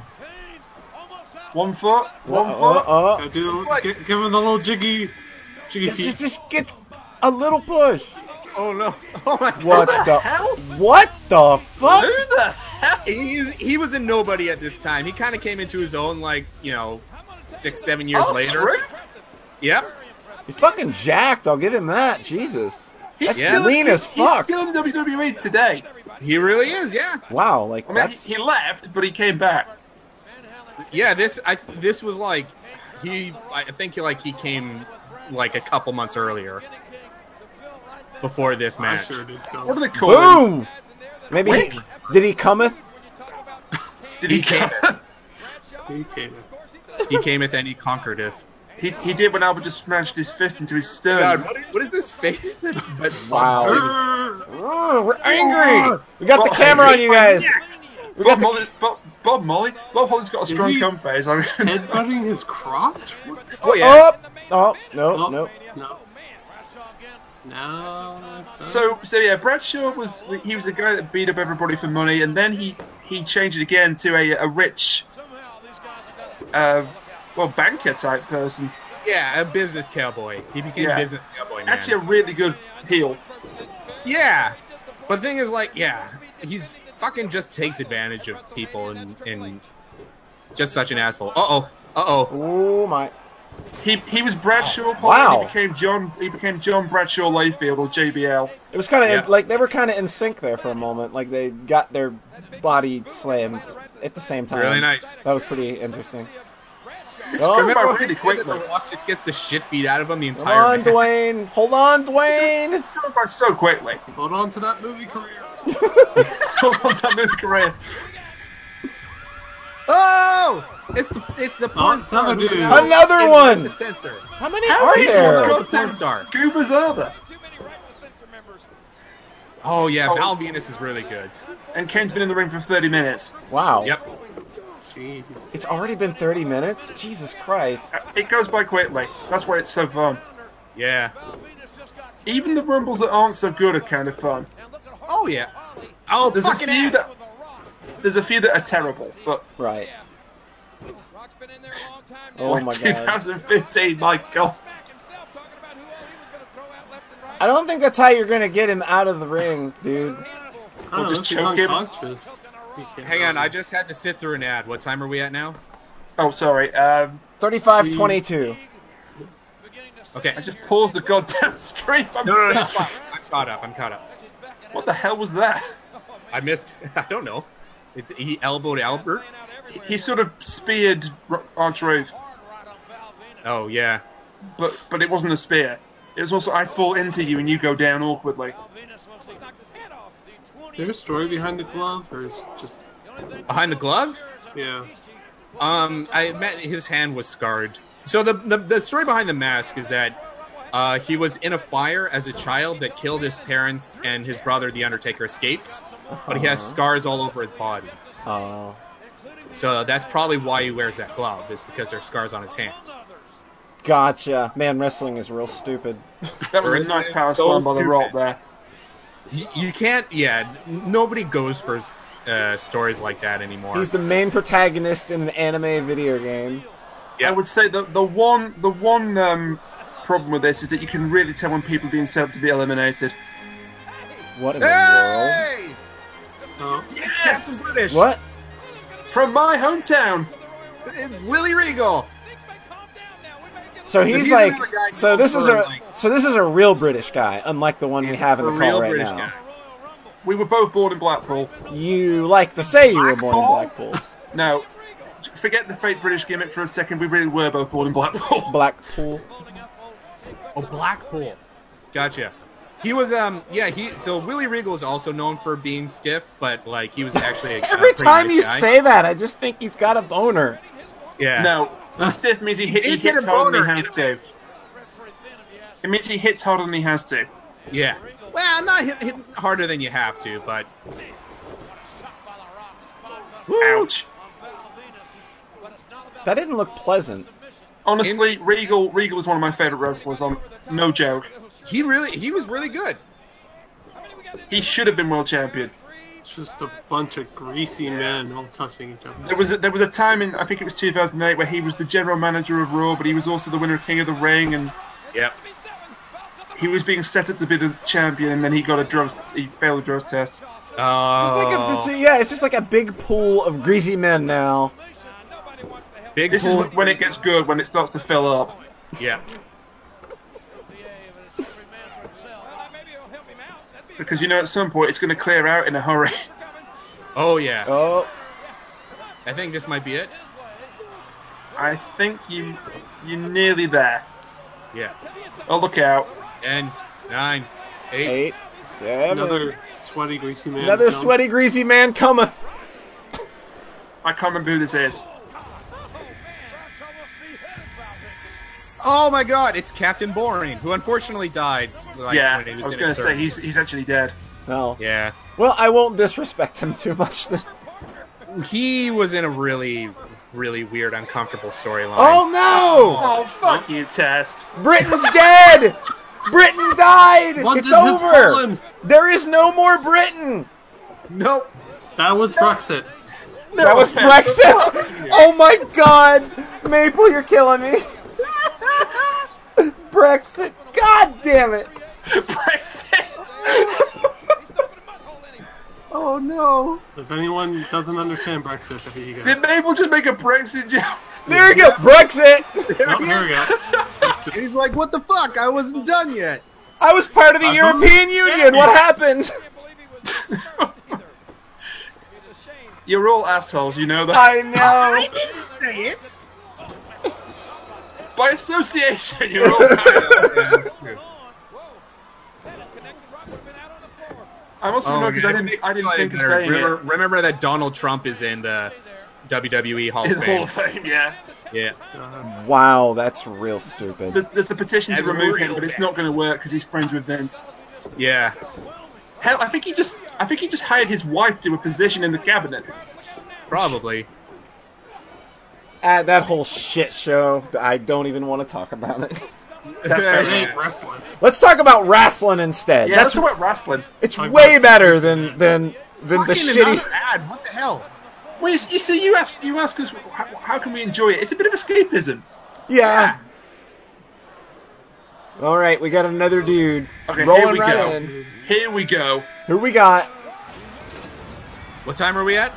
[SPEAKER 4] almost out.
[SPEAKER 3] One foot, one
[SPEAKER 1] Uh,
[SPEAKER 3] foot.
[SPEAKER 1] uh,
[SPEAKER 5] Gotta do the, gi- give him the little jiggy, jiggy feet.
[SPEAKER 1] Just, just get a little push.
[SPEAKER 2] Oh no! Oh my god!
[SPEAKER 1] What
[SPEAKER 3] the
[SPEAKER 1] the?
[SPEAKER 3] hell?
[SPEAKER 1] What the
[SPEAKER 3] Who
[SPEAKER 1] fuck?
[SPEAKER 3] the hell?
[SPEAKER 2] He's, he was a nobody at this time. He kind of came into his own, like you know, six, seven years
[SPEAKER 3] Oh,
[SPEAKER 2] later.
[SPEAKER 3] Truth?
[SPEAKER 2] Yep.
[SPEAKER 1] He's fucking jacked. I'll give him that. Jesus.
[SPEAKER 3] He's
[SPEAKER 1] That's
[SPEAKER 2] Yeah.
[SPEAKER 3] still,
[SPEAKER 1] lean
[SPEAKER 3] he's-
[SPEAKER 1] as fuck.
[SPEAKER 3] He's still in WWE today.
[SPEAKER 2] He really is. Yeah.
[SPEAKER 1] Wow, like
[SPEAKER 3] I mean,
[SPEAKER 1] that's
[SPEAKER 3] he, he left, but he came back.
[SPEAKER 2] Yeah. This I this was like he. I think he like he came like a couple months earlier before this
[SPEAKER 5] I
[SPEAKER 2] match.
[SPEAKER 5] sure did.
[SPEAKER 3] What are they called?
[SPEAKER 1] boom. Maybe he,
[SPEAKER 3] Wink.
[SPEAKER 1] did he cometh?
[SPEAKER 3] Did he,
[SPEAKER 2] He came-
[SPEAKER 5] He came.
[SPEAKER 2] He cameth and he conquereth.
[SPEAKER 3] he, he did when Albert just smashed his fist into his
[SPEAKER 2] God,
[SPEAKER 3] stern.
[SPEAKER 2] what is, what is this face? That, but
[SPEAKER 1] Wow.
[SPEAKER 5] Err.
[SPEAKER 1] Oh, we're angry. We got
[SPEAKER 3] Oh,
[SPEAKER 1] the camera on you guys. We got the,
[SPEAKER 3] Bob, Molly, Bob, Bob Molly? Bob Holly's got a strong
[SPEAKER 5] he-
[SPEAKER 3] cum face. I mean,
[SPEAKER 5] Headbutting his crotch? What?
[SPEAKER 2] Oh yeah.
[SPEAKER 1] oh, oh, no,
[SPEAKER 5] Oh,
[SPEAKER 1] no.
[SPEAKER 5] No. No.
[SPEAKER 3] so, so yeah, Bradshaw was he was the guy that beat up everybody for money, and then he he changed it again to a, a rich, uh, well, banker type person.
[SPEAKER 2] Yeah, a business cowboy. He became
[SPEAKER 3] Yeah.
[SPEAKER 2] business cowboy. Man.
[SPEAKER 3] Actually, a really good heel.
[SPEAKER 2] Yeah. But the thing is, like, yeah, he's fucking just takes advantage of people and and just such an asshole. Uh oh. Uh oh.
[SPEAKER 1] Oh my.
[SPEAKER 3] He he was Bradshaw. Paul,
[SPEAKER 1] Wow.
[SPEAKER 3] He became John. He became John Bradshaw Layfield or JBL.
[SPEAKER 1] It was kind of
[SPEAKER 2] Yeah.
[SPEAKER 1] like they were kind of in sync there for a moment. Like they got their body slammed at the same time.
[SPEAKER 2] Really nice.
[SPEAKER 1] That was pretty interesting.
[SPEAKER 3] It's
[SPEAKER 1] Oh,
[SPEAKER 3] coming by
[SPEAKER 2] Remember
[SPEAKER 3] really
[SPEAKER 2] when
[SPEAKER 3] quickly.
[SPEAKER 2] Milwaukee just gets the shit beat out of him the
[SPEAKER 1] Come
[SPEAKER 2] entire
[SPEAKER 1] on,
[SPEAKER 2] match?
[SPEAKER 1] Dwayne. Hold on, Dwayne.
[SPEAKER 3] Coming by so quickly.
[SPEAKER 5] Hold on to that movie career.
[SPEAKER 3] Hold on to that movie career.
[SPEAKER 2] Oh! It's the it's the porn
[SPEAKER 5] it's
[SPEAKER 2] star.
[SPEAKER 5] another
[SPEAKER 2] who's
[SPEAKER 5] dude.
[SPEAKER 2] now
[SPEAKER 1] Another
[SPEAKER 2] in
[SPEAKER 1] one!
[SPEAKER 2] The censor.
[SPEAKER 1] How many
[SPEAKER 3] How
[SPEAKER 1] are
[SPEAKER 3] many
[SPEAKER 1] there?
[SPEAKER 2] It's a porn star.
[SPEAKER 3] Goobers are there?
[SPEAKER 2] Oh yeah,
[SPEAKER 3] Oh.
[SPEAKER 2] Val Venus is really good.
[SPEAKER 3] And Ken's been in the ring for 30 minutes.
[SPEAKER 1] Wow.
[SPEAKER 2] Yep.
[SPEAKER 5] Jeez.
[SPEAKER 1] It's already been 30 minutes. Jesus Christ.
[SPEAKER 3] Uh, It goes by quickly. That's why it's so fun.
[SPEAKER 2] Yeah.
[SPEAKER 3] Even the rumbles that aren't so good are kind of fun.
[SPEAKER 2] Oh yeah. Oh
[SPEAKER 3] There's a
[SPEAKER 2] fucking
[SPEAKER 3] few
[SPEAKER 2] ass.
[SPEAKER 3] that there's a few that are terrible, but
[SPEAKER 1] Right.
[SPEAKER 4] Rock's been in there a long time now.
[SPEAKER 1] Oh my god.
[SPEAKER 3] 2015, my God.
[SPEAKER 4] Smack himself talking about who all he was going to throw out left and right.
[SPEAKER 1] I don't think that's how you're gonna get him out of the ring, dude.
[SPEAKER 5] I don't know,
[SPEAKER 3] just
[SPEAKER 5] if he's
[SPEAKER 3] choke him.
[SPEAKER 5] unconscious. He can't
[SPEAKER 2] Hang on,
[SPEAKER 5] help
[SPEAKER 2] I
[SPEAKER 5] it.
[SPEAKER 2] just had to sit through an ad. What time are we at now?
[SPEAKER 3] Oh, sorry. Um,
[SPEAKER 1] 35-22.
[SPEAKER 2] Okay.
[SPEAKER 3] I just paused the goddamn stream. I'm
[SPEAKER 2] No, no, no.
[SPEAKER 3] so-
[SPEAKER 2] I'm caught up. I'm caught up.
[SPEAKER 3] What the hell was that?
[SPEAKER 2] I missed. I don't know. It, he elbowed Albert.
[SPEAKER 3] He sort of speared our truth,
[SPEAKER 2] Oh yeah.
[SPEAKER 3] but but it wasn't a spear. It was also I fall into you and you go down awkwardly.
[SPEAKER 5] Is there a story behind the glove, or is just
[SPEAKER 2] Behind the glove.
[SPEAKER 5] yeah?
[SPEAKER 2] Um, I met his hand was scarred. So the the, the story behind the mask is that. Uh, he was in a fire as a child that killed his parents, and his brother, the Undertaker, escaped. But he
[SPEAKER 1] Uh-huh.
[SPEAKER 2] has scars all over his body,
[SPEAKER 1] Oh.
[SPEAKER 2] so that's probably why he wears that glove. Is because there's scars on his hand.
[SPEAKER 1] Gotcha. Man, wrestling is real stupid.
[SPEAKER 3] That was a
[SPEAKER 2] Isn't
[SPEAKER 3] nice
[SPEAKER 2] it
[SPEAKER 3] power
[SPEAKER 2] so
[SPEAKER 3] slam by the
[SPEAKER 2] stupid?
[SPEAKER 3] Rock there.
[SPEAKER 2] You, you can't. Yeah, n- nobody goes for uh, stories like that anymore.
[SPEAKER 1] He's the main protagonist in an anime video game.
[SPEAKER 3] I would say that the one the one um, problem with this is that you can really tell when people are being set up to be eliminated.
[SPEAKER 1] What in the world?
[SPEAKER 2] Hey!
[SPEAKER 5] Oh,
[SPEAKER 3] Yes,
[SPEAKER 2] British.
[SPEAKER 1] What?
[SPEAKER 3] from my hometown.
[SPEAKER 2] It's Willie Regal.
[SPEAKER 1] So
[SPEAKER 2] So
[SPEAKER 1] he's,
[SPEAKER 2] he's
[SPEAKER 1] like,
[SPEAKER 2] another guy
[SPEAKER 1] so this
[SPEAKER 2] known
[SPEAKER 1] is
[SPEAKER 2] for,
[SPEAKER 1] a,
[SPEAKER 2] like-
[SPEAKER 1] so this is a real British guy, unlike the one we have in the
[SPEAKER 2] a
[SPEAKER 1] call
[SPEAKER 2] real
[SPEAKER 1] right
[SPEAKER 2] British
[SPEAKER 1] now.
[SPEAKER 3] We were both born in Blackpool.
[SPEAKER 1] You like to say you were born in
[SPEAKER 3] Blackpool?
[SPEAKER 1] Blackpool,
[SPEAKER 3] No, forget the fake British gimmick for a second. We really were both born in Blackpool.
[SPEAKER 1] Blackpool.
[SPEAKER 2] guy. Oh, Blackpool. Gotcha. He was um yeah he so Willie Regal is also known for being stiff, but like he was actually a, a
[SPEAKER 1] Every
[SPEAKER 2] pretty
[SPEAKER 1] time
[SPEAKER 2] nice
[SPEAKER 1] you
[SPEAKER 2] guy.
[SPEAKER 1] say that, I just think he's got a boner.
[SPEAKER 2] yeah
[SPEAKER 3] No, Stiff means he, hit, he
[SPEAKER 2] Did get
[SPEAKER 3] hits
[SPEAKER 2] a
[SPEAKER 3] harder than he
[SPEAKER 2] boner.
[SPEAKER 3] has to. It means he hits harder than he has to.
[SPEAKER 2] Yeah. Well, not hit, hit harder than you have to, but
[SPEAKER 3] Ouch.
[SPEAKER 1] That didn't look pleasant.
[SPEAKER 3] Honestly, Regal Regal is one of my favorite wrestlers. On no joke,
[SPEAKER 2] he really he was really good.
[SPEAKER 3] he should have been world champion.
[SPEAKER 5] It's just a bunch of greasy men all touching each other.
[SPEAKER 3] There was a, there was a time in I think it was 2008 where he was the general manager of Raw, but he was also the winner of King of the Ring, and
[SPEAKER 2] Yep.
[SPEAKER 3] he was being set up to be the champion, and then he got a drugs he failed a drugs test.
[SPEAKER 1] It's like a-
[SPEAKER 2] Oh,
[SPEAKER 1] this- yeah, it's just like a big pool of greasy men now.
[SPEAKER 2] big
[SPEAKER 3] This is
[SPEAKER 2] pool-
[SPEAKER 3] when it gets good, when it starts to fill up.
[SPEAKER 2] Yeah.
[SPEAKER 3] Because you know, at some point, it's going to clear out in a hurry.
[SPEAKER 2] Oh yeah.
[SPEAKER 1] Oh,
[SPEAKER 2] I think this might be it.
[SPEAKER 3] I think you you're nearly there.
[SPEAKER 2] Yeah.
[SPEAKER 3] Oh, look out!
[SPEAKER 2] And nine, eight.
[SPEAKER 1] eight, seven. Another,
[SPEAKER 5] Another sweaty, greasy man. Come.
[SPEAKER 1] sweaty, greasy man cometh.
[SPEAKER 3] I can't remember who this is.
[SPEAKER 2] Oh my God! It's Captain Boring, who unfortunately died. like,
[SPEAKER 3] yeah,
[SPEAKER 2] when he
[SPEAKER 3] I was
[SPEAKER 2] in
[SPEAKER 3] going to
[SPEAKER 2] his
[SPEAKER 3] say
[SPEAKER 2] 30s.
[SPEAKER 3] he's he's actually dead.
[SPEAKER 1] No.
[SPEAKER 2] Yeah.
[SPEAKER 1] Well, I won't disrespect him too much. Then.
[SPEAKER 2] He was in a really, really weird, uncomfortable storyline.
[SPEAKER 1] Oh no!
[SPEAKER 3] Oh fuck you, Test!
[SPEAKER 1] Britain's dead. Britain died.
[SPEAKER 5] London
[SPEAKER 1] it's
[SPEAKER 5] has
[SPEAKER 1] over.
[SPEAKER 5] fallen.
[SPEAKER 1] There is no more Britain.
[SPEAKER 2] nope.
[SPEAKER 5] That was Brexit.
[SPEAKER 1] That was Brexit. Oh my god. Maple, you're killing me. Brexit. God damn it. Oh no.
[SPEAKER 5] So if anyone doesn't understand Brexit, there you go.
[SPEAKER 3] Did Mabel just make a Brexit joke?
[SPEAKER 1] There you go. Brexit.
[SPEAKER 5] Oh, there we go.
[SPEAKER 2] And he's like, "What the fuck? I wasn't done yet."
[SPEAKER 1] I was part of the
[SPEAKER 3] Uh-huh.
[SPEAKER 1] European Union. What happened?
[SPEAKER 3] You're all assholes, you know that.
[SPEAKER 1] I know.
[SPEAKER 2] Say it.
[SPEAKER 3] By association, you're all. assholes. I must
[SPEAKER 2] Oh,
[SPEAKER 3] know because I didn't I didn't think of saying
[SPEAKER 2] remember,
[SPEAKER 3] it.
[SPEAKER 2] remember that Donald Trump is in the WWE Hall
[SPEAKER 3] In
[SPEAKER 2] of
[SPEAKER 3] the Hall
[SPEAKER 2] Fame.
[SPEAKER 3] of Fame, yeah.
[SPEAKER 2] Yeah.
[SPEAKER 1] Wow, that's real stupid.
[SPEAKER 3] There's, there's a petition to
[SPEAKER 2] As
[SPEAKER 3] remove him,
[SPEAKER 2] real
[SPEAKER 3] but it's
[SPEAKER 2] bad.
[SPEAKER 3] not going to work because he's friends with Vince.
[SPEAKER 2] Yeah.
[SPEAKER 3] Hell, I think he just I think he just hired his wife to a position in the cabinet.
[SPEAKER 2] Probably.
[SPEAKER 1] Uh, that whole shit show, I don't even want to talk about it.
[SPEAKER 3] That's
[SPEAKER 5] It
[SPEAKER 3] fair.
[SPEAKER 5] ain't wrestling.
[SPEAKER 1] Let's talk about wrestling instead.
[SPEAKER 3] Yeah,
[SPEAKER 1] that's
[SPEAKER 3] that's about wrestling.
[SPEAKER 1] it's
[SPEAKER 5] I'm
[SPEAKER 1] way
[SPEAKER 5] not-
[SPEAKER 1] better than than than the
[SPEAKER 2] Fucking another
[SPEAKER 1] shitty.
[SPEAKER 2] ad. What the hell?
[SPEAKER 3] Well, you, you see, you ask you ask us how, how can we enjoy it? It's a bit of escapism.
[SPEAKER 1] Yeah. All right, we got another dude
[SPEAKER 3] Okay,
[SPEAKER 1] rolling
[SPEAKER 3] here we
[SPEAKER 1] right
[SPEAKER 3] go.
[SPEAKER 1] in.
[SPEAKER 3] Here we go.
[SPEAKER 1] Who we got?
[SPEAKER 2] What time are we at?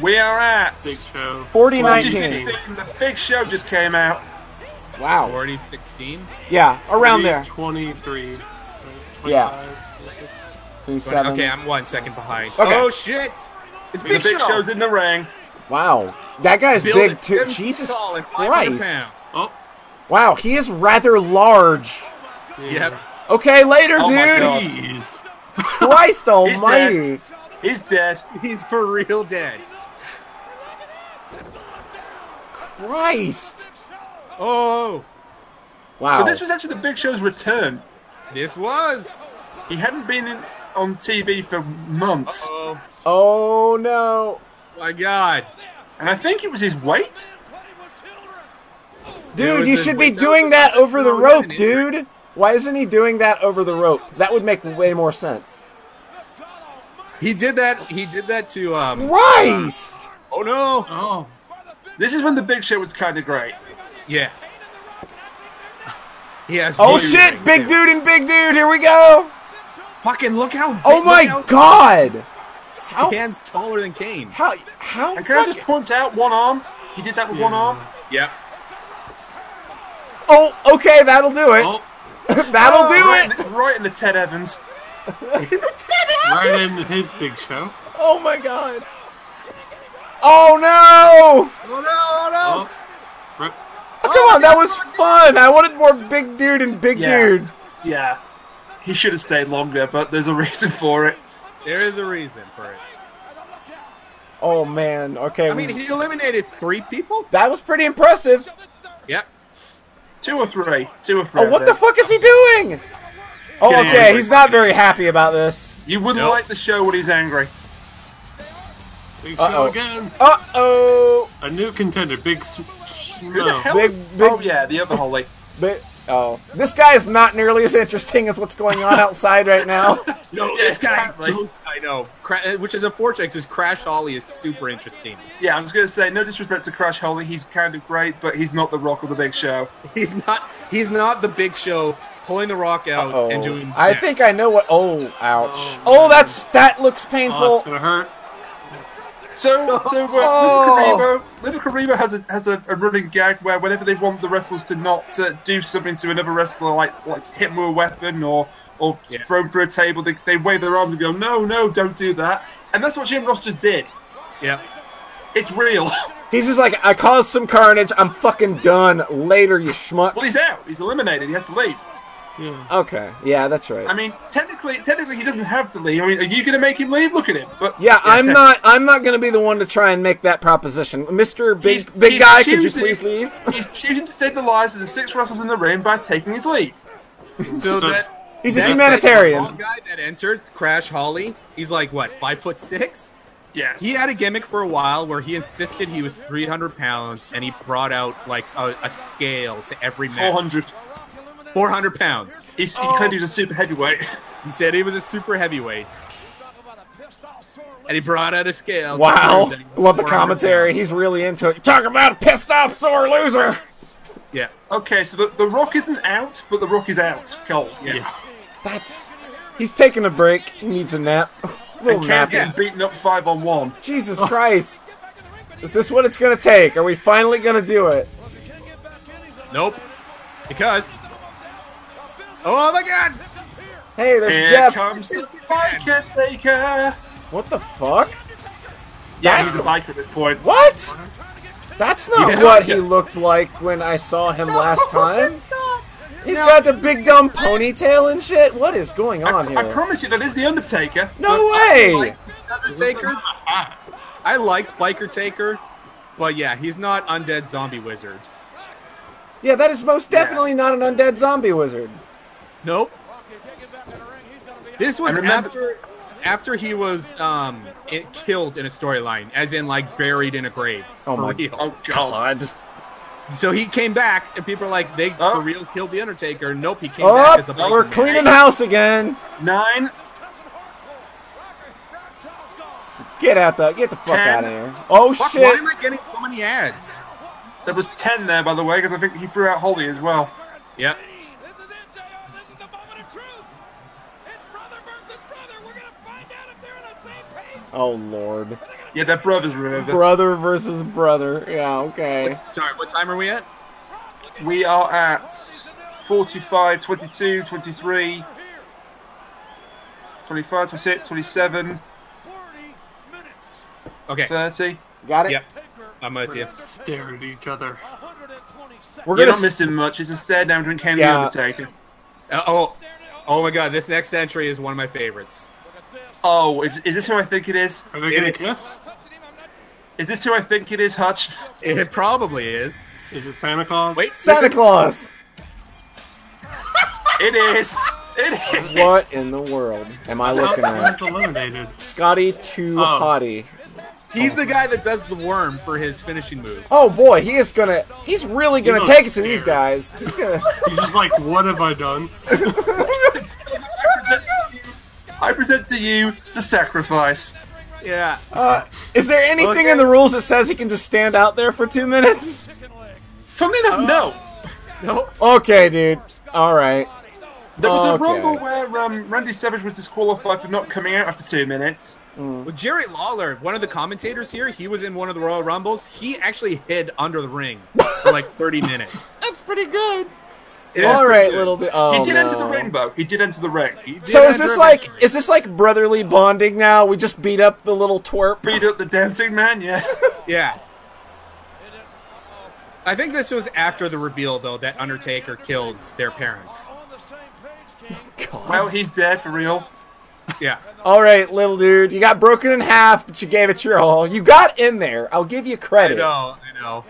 [SPEAKER 3] We are at
[SPEAKER 5] Big show.
[SPEAKER 1] Forty nineteen.
[SPEAKER 3] 2016. The big show just came out.
[SPEAKER 1] Wow.
[SPEAKER 2] Already 16.
[SPEAKER 1] Yeah, around there.
[SPEAKER 5] 23.
[SPEAKER 1] Yeah.
[SPEAKER 5] 25,
[SPEAKER 1] Who's seven?
[SPEAKER 2] Okay, I'm one second behind.
[SPEAKER 1] Okay.
[SPEAKER 2] Oh shit! It's
[SPEAKER 3] The
[SPEAKER 2] Big,
[SPEAKER 3] big
[SPEAKER 2] Show.
[SPEAKER 3] show's in the ring.
[SPEAKER 1] Wow, that guy's
[SPEAKER 2] Built
[SPEAKER 1] big
[SPEAKER 2] at
[SPEAKER 1] too.
[SPEAKER 2] seven feet
[SPEAKER 1] Jesus
[SPEAKER 2] tall and 500
[SPEAKER 1] Christ!
[SPEAKER 2] pounds.
[SPEAKER 5] Oh,
[SPEAKER 1] Wow, he is rather large.
[SPEAKER 2] Yep.
[SPEAKER 1] Okay, later,
[SPEAKER 3] Oh my
[SPEAKER 1] dude.
[SPEAKER 3] God.
[SPEAKER 5] Jeez.
[SPEAKER 1] Christ Almighty.
[SPEAKER 3] He's dead.
[SPEAKER 2] He's for real dead.
[SPEAKER 1] Christ.
[SPEAKER 2] Oh,
[SPEAKER 1] Wow.
[SPEAKER 3] So this was actually the big show's return.
[SPEAKER 2] this was.
[SPEAKER 3] He hadn't been in, on TV for months,
[SPEAKER 2] Oh
[SPEAKER 1] oh no,
[SPEAKER 2] my god.
[SPEAKER 3] and I think it was his weight.
[SPEAKER 2] There
[SPEAKER 1] dude!
[SPEAKER 2] was
[SPEAKER 1] You
[SPEAKER 2] a
[SPEAKER 1] should be
[SPEAKER 2] window.
[SPEAKER 1] doing that over the
[SPEAKER 2] No, it's
[SPEAKER 1] rope,
[SPEAKER 2] an injury.
[SPEAKER 1] dude. Why isn't he doing that over the rope? That would make way more sense.
[SPEAKER 2] He did that. He did that to. Um,
[SPEAKER 1] Christ.
[SPEAKER 2] oh no.
[SPEAKER 5] Oh.
[SPEAKER 3] This is when the big show was kind of great.
[SPEAKER 2] Yeah. He has.
[SPEAKER 1] Oh
[SPEAKER 2] blue
[SPEAKER 1] shit!
[SPEAKER 2] right
[SPEAKER 1] Big
[SPEAKER 2] there.
[SPEAKER 1] dude and big dude. Here we go.
[SPEAKER 2] Fucking look how. Big,
[SPEAKER 1] Oh my
[SPEAKER 2] look how
[SPEAKER 1] god.
[SPEAKER 2] he Stands taller than Kane.
[SPEAKER 1] How? How?
[SPEAKER 3] And can I just
[SPEAKER 1] fucking-
[SPEAKER 3] point out one arm? He did that with one arm.
[SPEAKER 2] Yep.
[SPEAKER 1] Oh, okay. That'll do it.
[SPEAKER 5] Oh.
[SPEAKER 1] that'll
[SPEAKER 3] right,
[SPEAKER 1] do
[SPEAKER 3] In
[SPEAKER 1] it.
[SPEAKER 3] the, right in the Ted Evans.
[SPEAKER 5] Right in his big show.
[SPEAKER 1] Oh my god. Oh no!
[SPEAKER 2] Oh no! Oh
[SPEAKER 5] Oh. Right.
[SPEAKER 1] Oh, come on, that was fun. I wanted more big dude and big
[SPEAKER 3] Yeah.
[SPEAKER 1] dude.
[SPEAKER 3] Yeah. He should have stayed longer, but there's a reason for it.
[SPEAKER 2] no! There is a reason for it.
[SPEAKER 1] Oh man. Okay.
[SPEAKER 2] I mean,
[SPEAKER 1] we-
[SPEAKER 2] he eliminated three people.
[SPEAKER 1] that was pretty impressive.
[SPEAKER 2] Yep.
[SPEAKER 3] Two or three. Two or three.
[SPEAKER 1] Oh, what
[SPEAKER 3] I
[SPEAKER 1] the
[SPEAKER 3] think.
[SPEAKER 1] fuck is he doing? Oh,
[SPEAKER 3] Getting
[SPEAKER 1] okay.
[SPEAKER 3] angry.
[SPEAKER 1] He's not very happy about this.
[SPEAKER 3] You wouldn't
[SPEAKER 2] Nope.
[SPEAKER 3] like the show when he's angry.
[SPEAKER 5] We
[SPEAKER 1] Uh-oh.
[SPEAKER 5] fell again.
[SPEAKER 1] Uh oh.
[SPEAKER 5] A new contender, Big S-
[SPEAKER 3] Who the
[SPEAKER 5] Schmo.
[SPEAKER 3] hell?
[SPEAKER 1] Big-
[SPEAKER 3] oh
[SPEAKER 1] big-
[SPEAKER 3] yeah, the other Holly.
[SPEAKER 1] But oh, this guy is not nearly as interesting as what's going on outside right now.
[SPEAKER 2] No,
[SPEAKER 3] Yeah,
[SPEAKER 2] this guy.
[SPEAKER 3] exactly.
[SPEAKER 2] I know, Cra- uh, which is unfortunate because Crash Holly is super interesting.
[SPEAKER 3] Yeah, I was gonna say no disrespect to Crash Holly. He's kind of great, but he's not the Rock or the Big Show.
[SPEAKER 2] He's not. He's not the Big Show pulling the rock out
[SPEAKER 1] Oh,
[SPEAKER 2] and doing.
[SPEAKER 1] I
[SPEAKER 2] this.
[SPEAKER 1] think I know what. Oh, ouch. Oh, that's that looks
[SPEAKER 5] Oh,
[SPEAKER 1] painful.
[SPEAKER 5] it's gonna hurt.
[SPEAKER 3] So, so uh,
[SPEAKER 1] Oh.
[SPEAKER 3] Little Karibo, Little Karibo has a has a, a running gag where whenever they want the wrestlers to not uh, do something to another wrestler, like like hit them with a weapon or or
[SPEAKER 2] Yeah.
[SPEAKER 3] throw them through a table, they, they wave their arms and go, "No, no, don't do that." And that's what Jim Ross just did.
[SPEAKER 2] Yep.
[SPEAKER 3] It's real.
[SPEAKER 1] He's just like, I caused some carnage. I'm fucking done. Later, you schmucks.
[SPEAKER 3] well, he's out. He's eliminated. He has to leave.
[SPEAKER 5] Yeah.
[SPEAKER 1] Okay. Yeah, that's right.
[SPEAKER 3] I mean, technically, technically, he doesn't have to leave. I mean, are you going to make him leave? Look at him. But
[SPEAKER 1] yeah, I'm not. I'm not going to be the one to try and make that proposition, Mister Big
[SPEAKER 3] he's-
[SPEAKER 1] Big
[SPEAKER 3] he's
[SPEAKER 1] Guy. Could you
[SPEAKER 3] choosing-
[SPEAKER 1] please leave?
[SPEAKER 3] He's choosing to save the lives of the six wrestlers in the ring by taking his leave.
[SPEAKER 2] So that
[SPEAKER 1] He's a
[SPEAKER 2] that-
[SPEAKER 1] humanitarian.
[SPEAKER 2] that small guy that entered Crash Holly. He's like what five foot six.
[SPEAKER 3] Yes.
[SPEAKER 2] He had a gimmick for a while where he insisted he was 300 pounds, and he brought out like a, a scale to every match.
[SPEAKER 3] 400.
[SPEAKER 2] 400 pounds.
[SPEAKER 3] He's, he claimed he was a super heavyweight.
[SPEAKER 2] He said he was a super heavyweight, and he brought out a scale.
[SPEAKER 1] Wow.
[SPEAKER 2] That he was
[SPEAKER 1] Love the
[SPEAKER 2] 400
[SPEAKER 1] commentary.
[SPEAKER 2] pounds.
[SPEAKER 1] He's really into it. Talk about a pissed off sore loser.
[SPEAKER 2] Yeah.
[SPEAKER 3] Okay, so the, the Rock isn't out, but the Rock is out cold. Yeah.
[SPEAKER 1] That's. He's taking a break. He needs a nap. A little
[SPEAKER 3] And Cam's
[SPEAKER 1] nap.
[SPEAKER 3] getting beaten up five on one.
[SPEAKER 1] Jesus Christ. Is this what it's going to take? Are we finally going to do it?
[SPEAKER 2] Nope. Because. Oh my God!
[SPEAKER 1] Hey, there's
[SPEAKER 3] Here
[SPEAKER 1] Jeff.
[SPEAKER 3] comes the biker taker.
[SPEAKER 1] What the fuck?
[SPEAKER 3] Yeah,
[SPEAKER 1] That's-
[SPEAKER 3] he's a biker at this point.
[SPEAKER 1] What? That's not
[SPEAKER 2] Yeah.
[SPEAKER 1] what he looked like when I saw him last time. He's got the big dumb ponytail and shit. What is going on
[SPEAKER 3] I
[SPEAKER 1] here?
[SPEAKER 3] promise you, that is the Undertaker.
[SPEAKER 1] No
[SPEAKER 2] Like
[SPEAKER 1] way.
[SPEAKER 2] Undertaker. I liked Biker Taker, but yeah, he's not undead zombie wizard.
[SPEAKER 1] Yeah, that is most definitely not an undead zombie wizard.
[SPEAKER 2] Nope. This was
[SPEAKER 3] I remember-
[SPEAKER 2] after after he was um it killed in a storyline, as in like buried in a grave.
[SPEAKER 1] Oh
[SPEAKER 2] for
[SPEAKER 1] my-
[SPEAKER 2] real.
[SPEAKER 3] Oh god.
[SPEAKER 1] God.
[SPEAKER 2] So he came back, and people are like, "They for
[SPEAKER 3] Oh.
[SPEAKER 2] real killed the Undertaker." Nope, he came back as a
[SPEAKER 1] Oh,
[SPEAKER 2] biker
[SPEAKER 1] we're
[SPEAKER 2] man.
[SPEAKER 1] cleaning house again.
[SPEAKER 3] Nine,
[SPEAKER 1] Get out the get the fuck out
[SPEAKER 3] Ten.
[SPEAKER 1] of here. Oh
[SPEAKER 2] Fuck, why
[SPEAKER 1] shit.
[SPEAKER 2] am I getting so many ads?
[SPEAKER 3] There was ten there, by the way, because I think he threw out Holly as well.
[SPEAKER 2] Yep.
[SPEAKER 1] Oh lord.
[SPEAKER 3] Yeah, they're brothers, remember?
[SPEAKER 1] Brother versus brother. Yeah, okay.
[SPEAKER 2] Sorry, what time are we at?
[SPEAKER 3] we are at 45, 22, 23, 25, 26, 27,
[SPEAKER 2] Okay.
[SPEAKER 1] Uh,
[SPEAKER 3] 30.
[SPEAKER 1] Got it.
[SPEAKER 2] Yep. I'm with you.
[SPEAKER 5] Stare at each other.
[SPEAKER 1] We're
[SPEAKER 3] You're
[SPEAKER 1] gonna
[SPEAKER 3] not
[SPEAKER 1] s-
[SPEAKER 3] missing much. It's a stare down between Kane
[SPEAKER 1] Yeah.
[SPEAKER 3] and The Undertaker.
[SPEAKER 2] Uh, oh, oh my God! This next entry is one of my favorites.
[SPEAKER 3] Oh, is, is this who I think it is?
[SPEAKER 5] Are they
[SPEAKER 2] Yeah.
[SPEAKER 5] gonna kiss?
[SPEAKER 3] Is this who I think it is, Hutch?
[SPEAKER 2] It probably is.
[SPEAKER 5] Is it Santa Claus?
[SPEAKER 2] Wait,
[SPEAKER 1] Santa Claus.
[SPEAKER 3] it is. It is.
[SPEAKER 1] What in the world am I looking
[SPEAKER 5] That's
[SPEAKER 1] at?
[SPEAKER 5] Oh, eliminated.
[SPEAKER 1] Scotty too
[SPEAKER 5] Oh.
[SPEAKER 1] hottie.
[SPEAKER 2] he's the guy that does the worm for his finishing move.
[SPEAKER 1] Oh boy, he is gonna. He's really gonna
[SPEAKER 5] looks
[SPEAKER 1] take it to these
[SPEAKER 5] scared.
[SPEAKER 1] guys. He's gonna.
[SPEAKER 5] He's just like, what have I done?
[SPEAKER 3] I present to you the sacrifice.
[SPEAKER 2] Yeah.
[SPEAKER 1] Uh, is there anything in the rules that says he can just stand out there for two minutes?
[SPEAKER 3] Funnily enough, no.
[SPEAKER 2] No.
[SPEAKER 1] Okay, dude. All right.
[SPEAKER 3] There was
[SPEAKER 1] Okay.
[SPEAKER 3] a rumble where um, Randy Savage was disqualified for not coming out after two minutes.
[SPEAKER 2] Well, Jerry Lawler, one of the commentators here, he was in one of the Royal Rumbles. He actually hid under the ring for like 30 minutes.
[SPEAKER 1] That's pretty good.
[SPEAKER 2] It is
[SPEAKER 1] All
[SPEAKER 2] pretty
[SPEAKER 1] right,
[SPEAKER 2] good.
[SPEAKER 1] little. d oh,
[SPEAKER 3] he did enter the
[SPEAKER 1] no.
[SPEAKER 3] ring, though. He did enter the ring.
[SPEAKER 2] He
[SPEAKER 3] He
[SPEAKER 2] did
[SPEAKER 1] So is
[SPEAKER 2] enter
[SPEAKER 1] this
[SPEAKER 2] it
[SPEAKER 1] like
[SPEAKER 2] eventually.
[SPEAKER 1] is this like brotherly bonding now? We just beat up the little twerp.
[SPEAKER 3] beat up the dancing man, yeah.
[SPEAKER 2] Yeah. I think this was after the reveal, though, that Undertaker killed their parents.
[SPEAKER 3] well,
[SPEAKER 1] God.
[SPEAKER 3] he's dead for real.
[SPEAKER 2] Yeah.
[SPEAKER 1] All right, little dude, you got broken in half, but you gave it your all. You got in there. I'll give you
[SPEAKER 2] I
[SPEAKER 1] credit.
[SPEAKER 2] know. I know.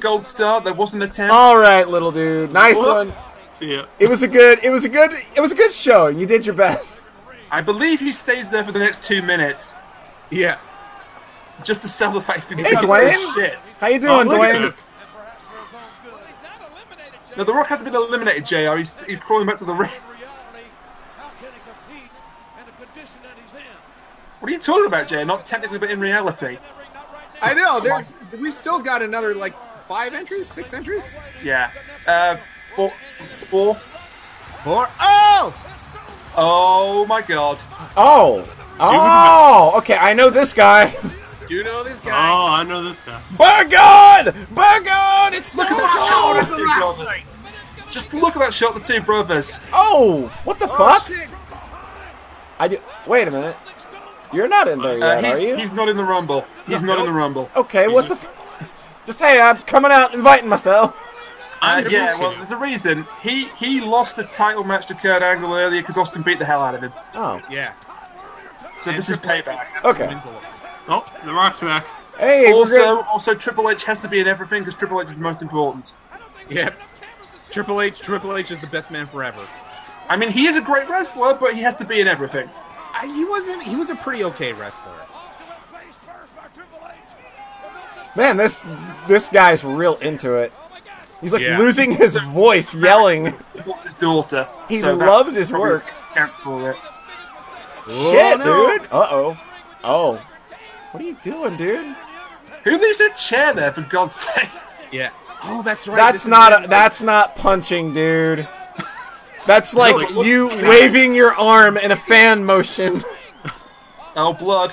[SPEAKER 3] Gold star. There wasn't a ten.
[SPEAKER 1] All right, little dude, nice
[SPEAKER 3] Whoop.
[SPEAKER 1] one.
[SPEAKER 5] See ya.
[SPEAKER 1] It was a good. It was a good. It was a good show. You did your best.
[SPEAKER 3] I believe he stays there for the next two minutes
[SPEAKER 2] Yeah.
[SPEAKER 3] just to sell the fact he's been hey,
[SPEAKER 1] Dwayne.
[SPEAKER 3] shit.
[SPEAKER 1] How you
[SPEAKER 5] Oh,
[SPEAKER 1] doing,
[SPEAKER 5] look at
[SPEAKER 1] Dwayne?
[SPEAKER 5] that.
[SPEAKER 4] Now,
[SPEAKER 3] Now The Rock hasn't been eliminated, Jr. He's, he's crawling back to the ring. What are you talking about, Jr.? Not technically, but in reality.
[SPEAKER 6] I know. There's we still got another like five entries, six entries,
[SPEAKER 3] Yeah. Uh, four, four.
[SPEAKER 6] four. Oh,
[SPEAKER 3] Oh my god.
[SPEAKER 1] Oh, oh, okay. I know this guy.
[SPEAKER 2] You know this
[SPEAKER 5] Oh,
[SPEAKER 2] guy.
[SPEAKER 5] I know this guy.
[SPEAKER 1] By God, by God, it's
[SPEAKER 3] Look
[SPEAKER 1] the
[SPEAKER 3] at that shot of the two
[SPEAKER 6] Oh,
[SPEAKER 3] brothers. Just look at that shot of the two brothers.
[SPEAKER 1] Oh, what the fuck?
[SPEAKER 6] shit.
[SPEAKER 1] I do. Wait a minute. You're not in there
[SPEAKER 3] Uh,
[SPEAKER 1] yet,
[SPEAKER 3] he's,
[SPEAKER 1] are you?
[SPEAKER 3] he's not in the Rumble. He's not in the Rumble.
[SPEAKER 1] Okay, what the? F- just hey, I'm coming out, inviting myself.
[SPEAKER 3] Uh,
[SPEAKER 5] I'm
[SPEAKER 3] yeah,
[SPEAKER 5] bullshitting.
[SPEAKER 3] well, there's a reason. He he lost the title match to Kurt Angle earlier because Austin beat the hell out of him.
[SPEAKER 1] Oh,
[SPEAKER 2] Yeah.
[SPEAKER 3] So this is payback.
[SPEAKER 1] okay.
[SPEAKER 5] Oh, the Rock's back.
[SPEAKER 1] Hey, we're
[SPEAKER 3] Also,
[SPEAKER 1] good.
[SPEAKER 3] also Triple H has to be in everything because Triple H is the most important.
[SPEAKER 2] Yep. Triple H. Triple H is the best man forever.
[SPEAKER 3] I mean, he is a great wrestler, but he has to be in everything.
[SPEAKER 6] I, he wasn't. He was a pretty okay wrestler.
[SPEAKER 1] man, this this guy's real into it. He's like
[SPEAKER 2] Yeah.
[SPEAKER 1] losing his voice, yelling.
[SPEAKER 3] What's his daughter?
[SPEAKER 1] He
[SPEAKER 3] so that
[SPEAKER 1] loves his
[SPEAKER 3] probably
[SPEAKER 1] work.
[SPEAKER 3] Counts for it.
[SPEAKER 1] Shit,
[SPEAKER 6] no.
[SPEAKER 1] dude. Uh oh. Oh, what are you doing, dude?
[SPEAKER 3] Who leaves a chair there for God's sake?
[SPEAKER 2] Yeah.
[SPEAKER 6] Oh, that's right. this
[SPEAKER 1] That's
[SPEAKER 6] is
[SPEAKER 1] not
[SPEAKER 6] when,
[SPEAKER 1] a, that's not punching, dude. That's like
[SPEAKER 3] but look-
[SPEAKER 1] you waving your arm in a fan motion.
[SPEAKER 3] Oh blood!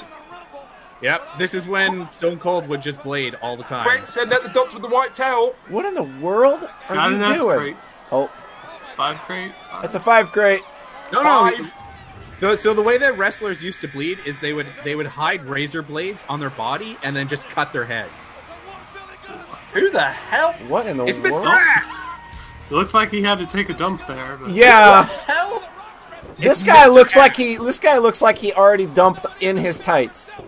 [SPEAKER 2] Yep. This is when Stone Cold would just blade all the time.
[SPEAKER 3] Quick, send out the doctor with the white towel.
[SPEAKER 1] What in the world are
[SPEAKER 5] Not
[SPEAKER 1] you
[SPEAKER 5] enough
[SPEAKER 1] doing?
[SPEAKER 5] crate.
[SPEAKER 1] Oh,
[SPEAKER 5] Five crate. Five.
[SPEAKER 1] that's a five crate.
[SPEAKER 2] No, no.
[SPEAKER 3] Five.
[SPEAKER 2] The- So the way that wrestlers used to bleed is they would they would hide razor blades on their body and then just cut their head.
[SPEAKER 3] Who the hell?
[SPEAKER 1] What in the
[SPEAKER 2] It's been
[SPEAKER 1] world?
[SPEAKER 5] It looked like he had to take a dump there. But
[SPEAKER 1] Yeah,
[SPEAKER 3] Hell?
[SPEAKER 1] this guy looks like he this guy looks like he already dumped in his tights.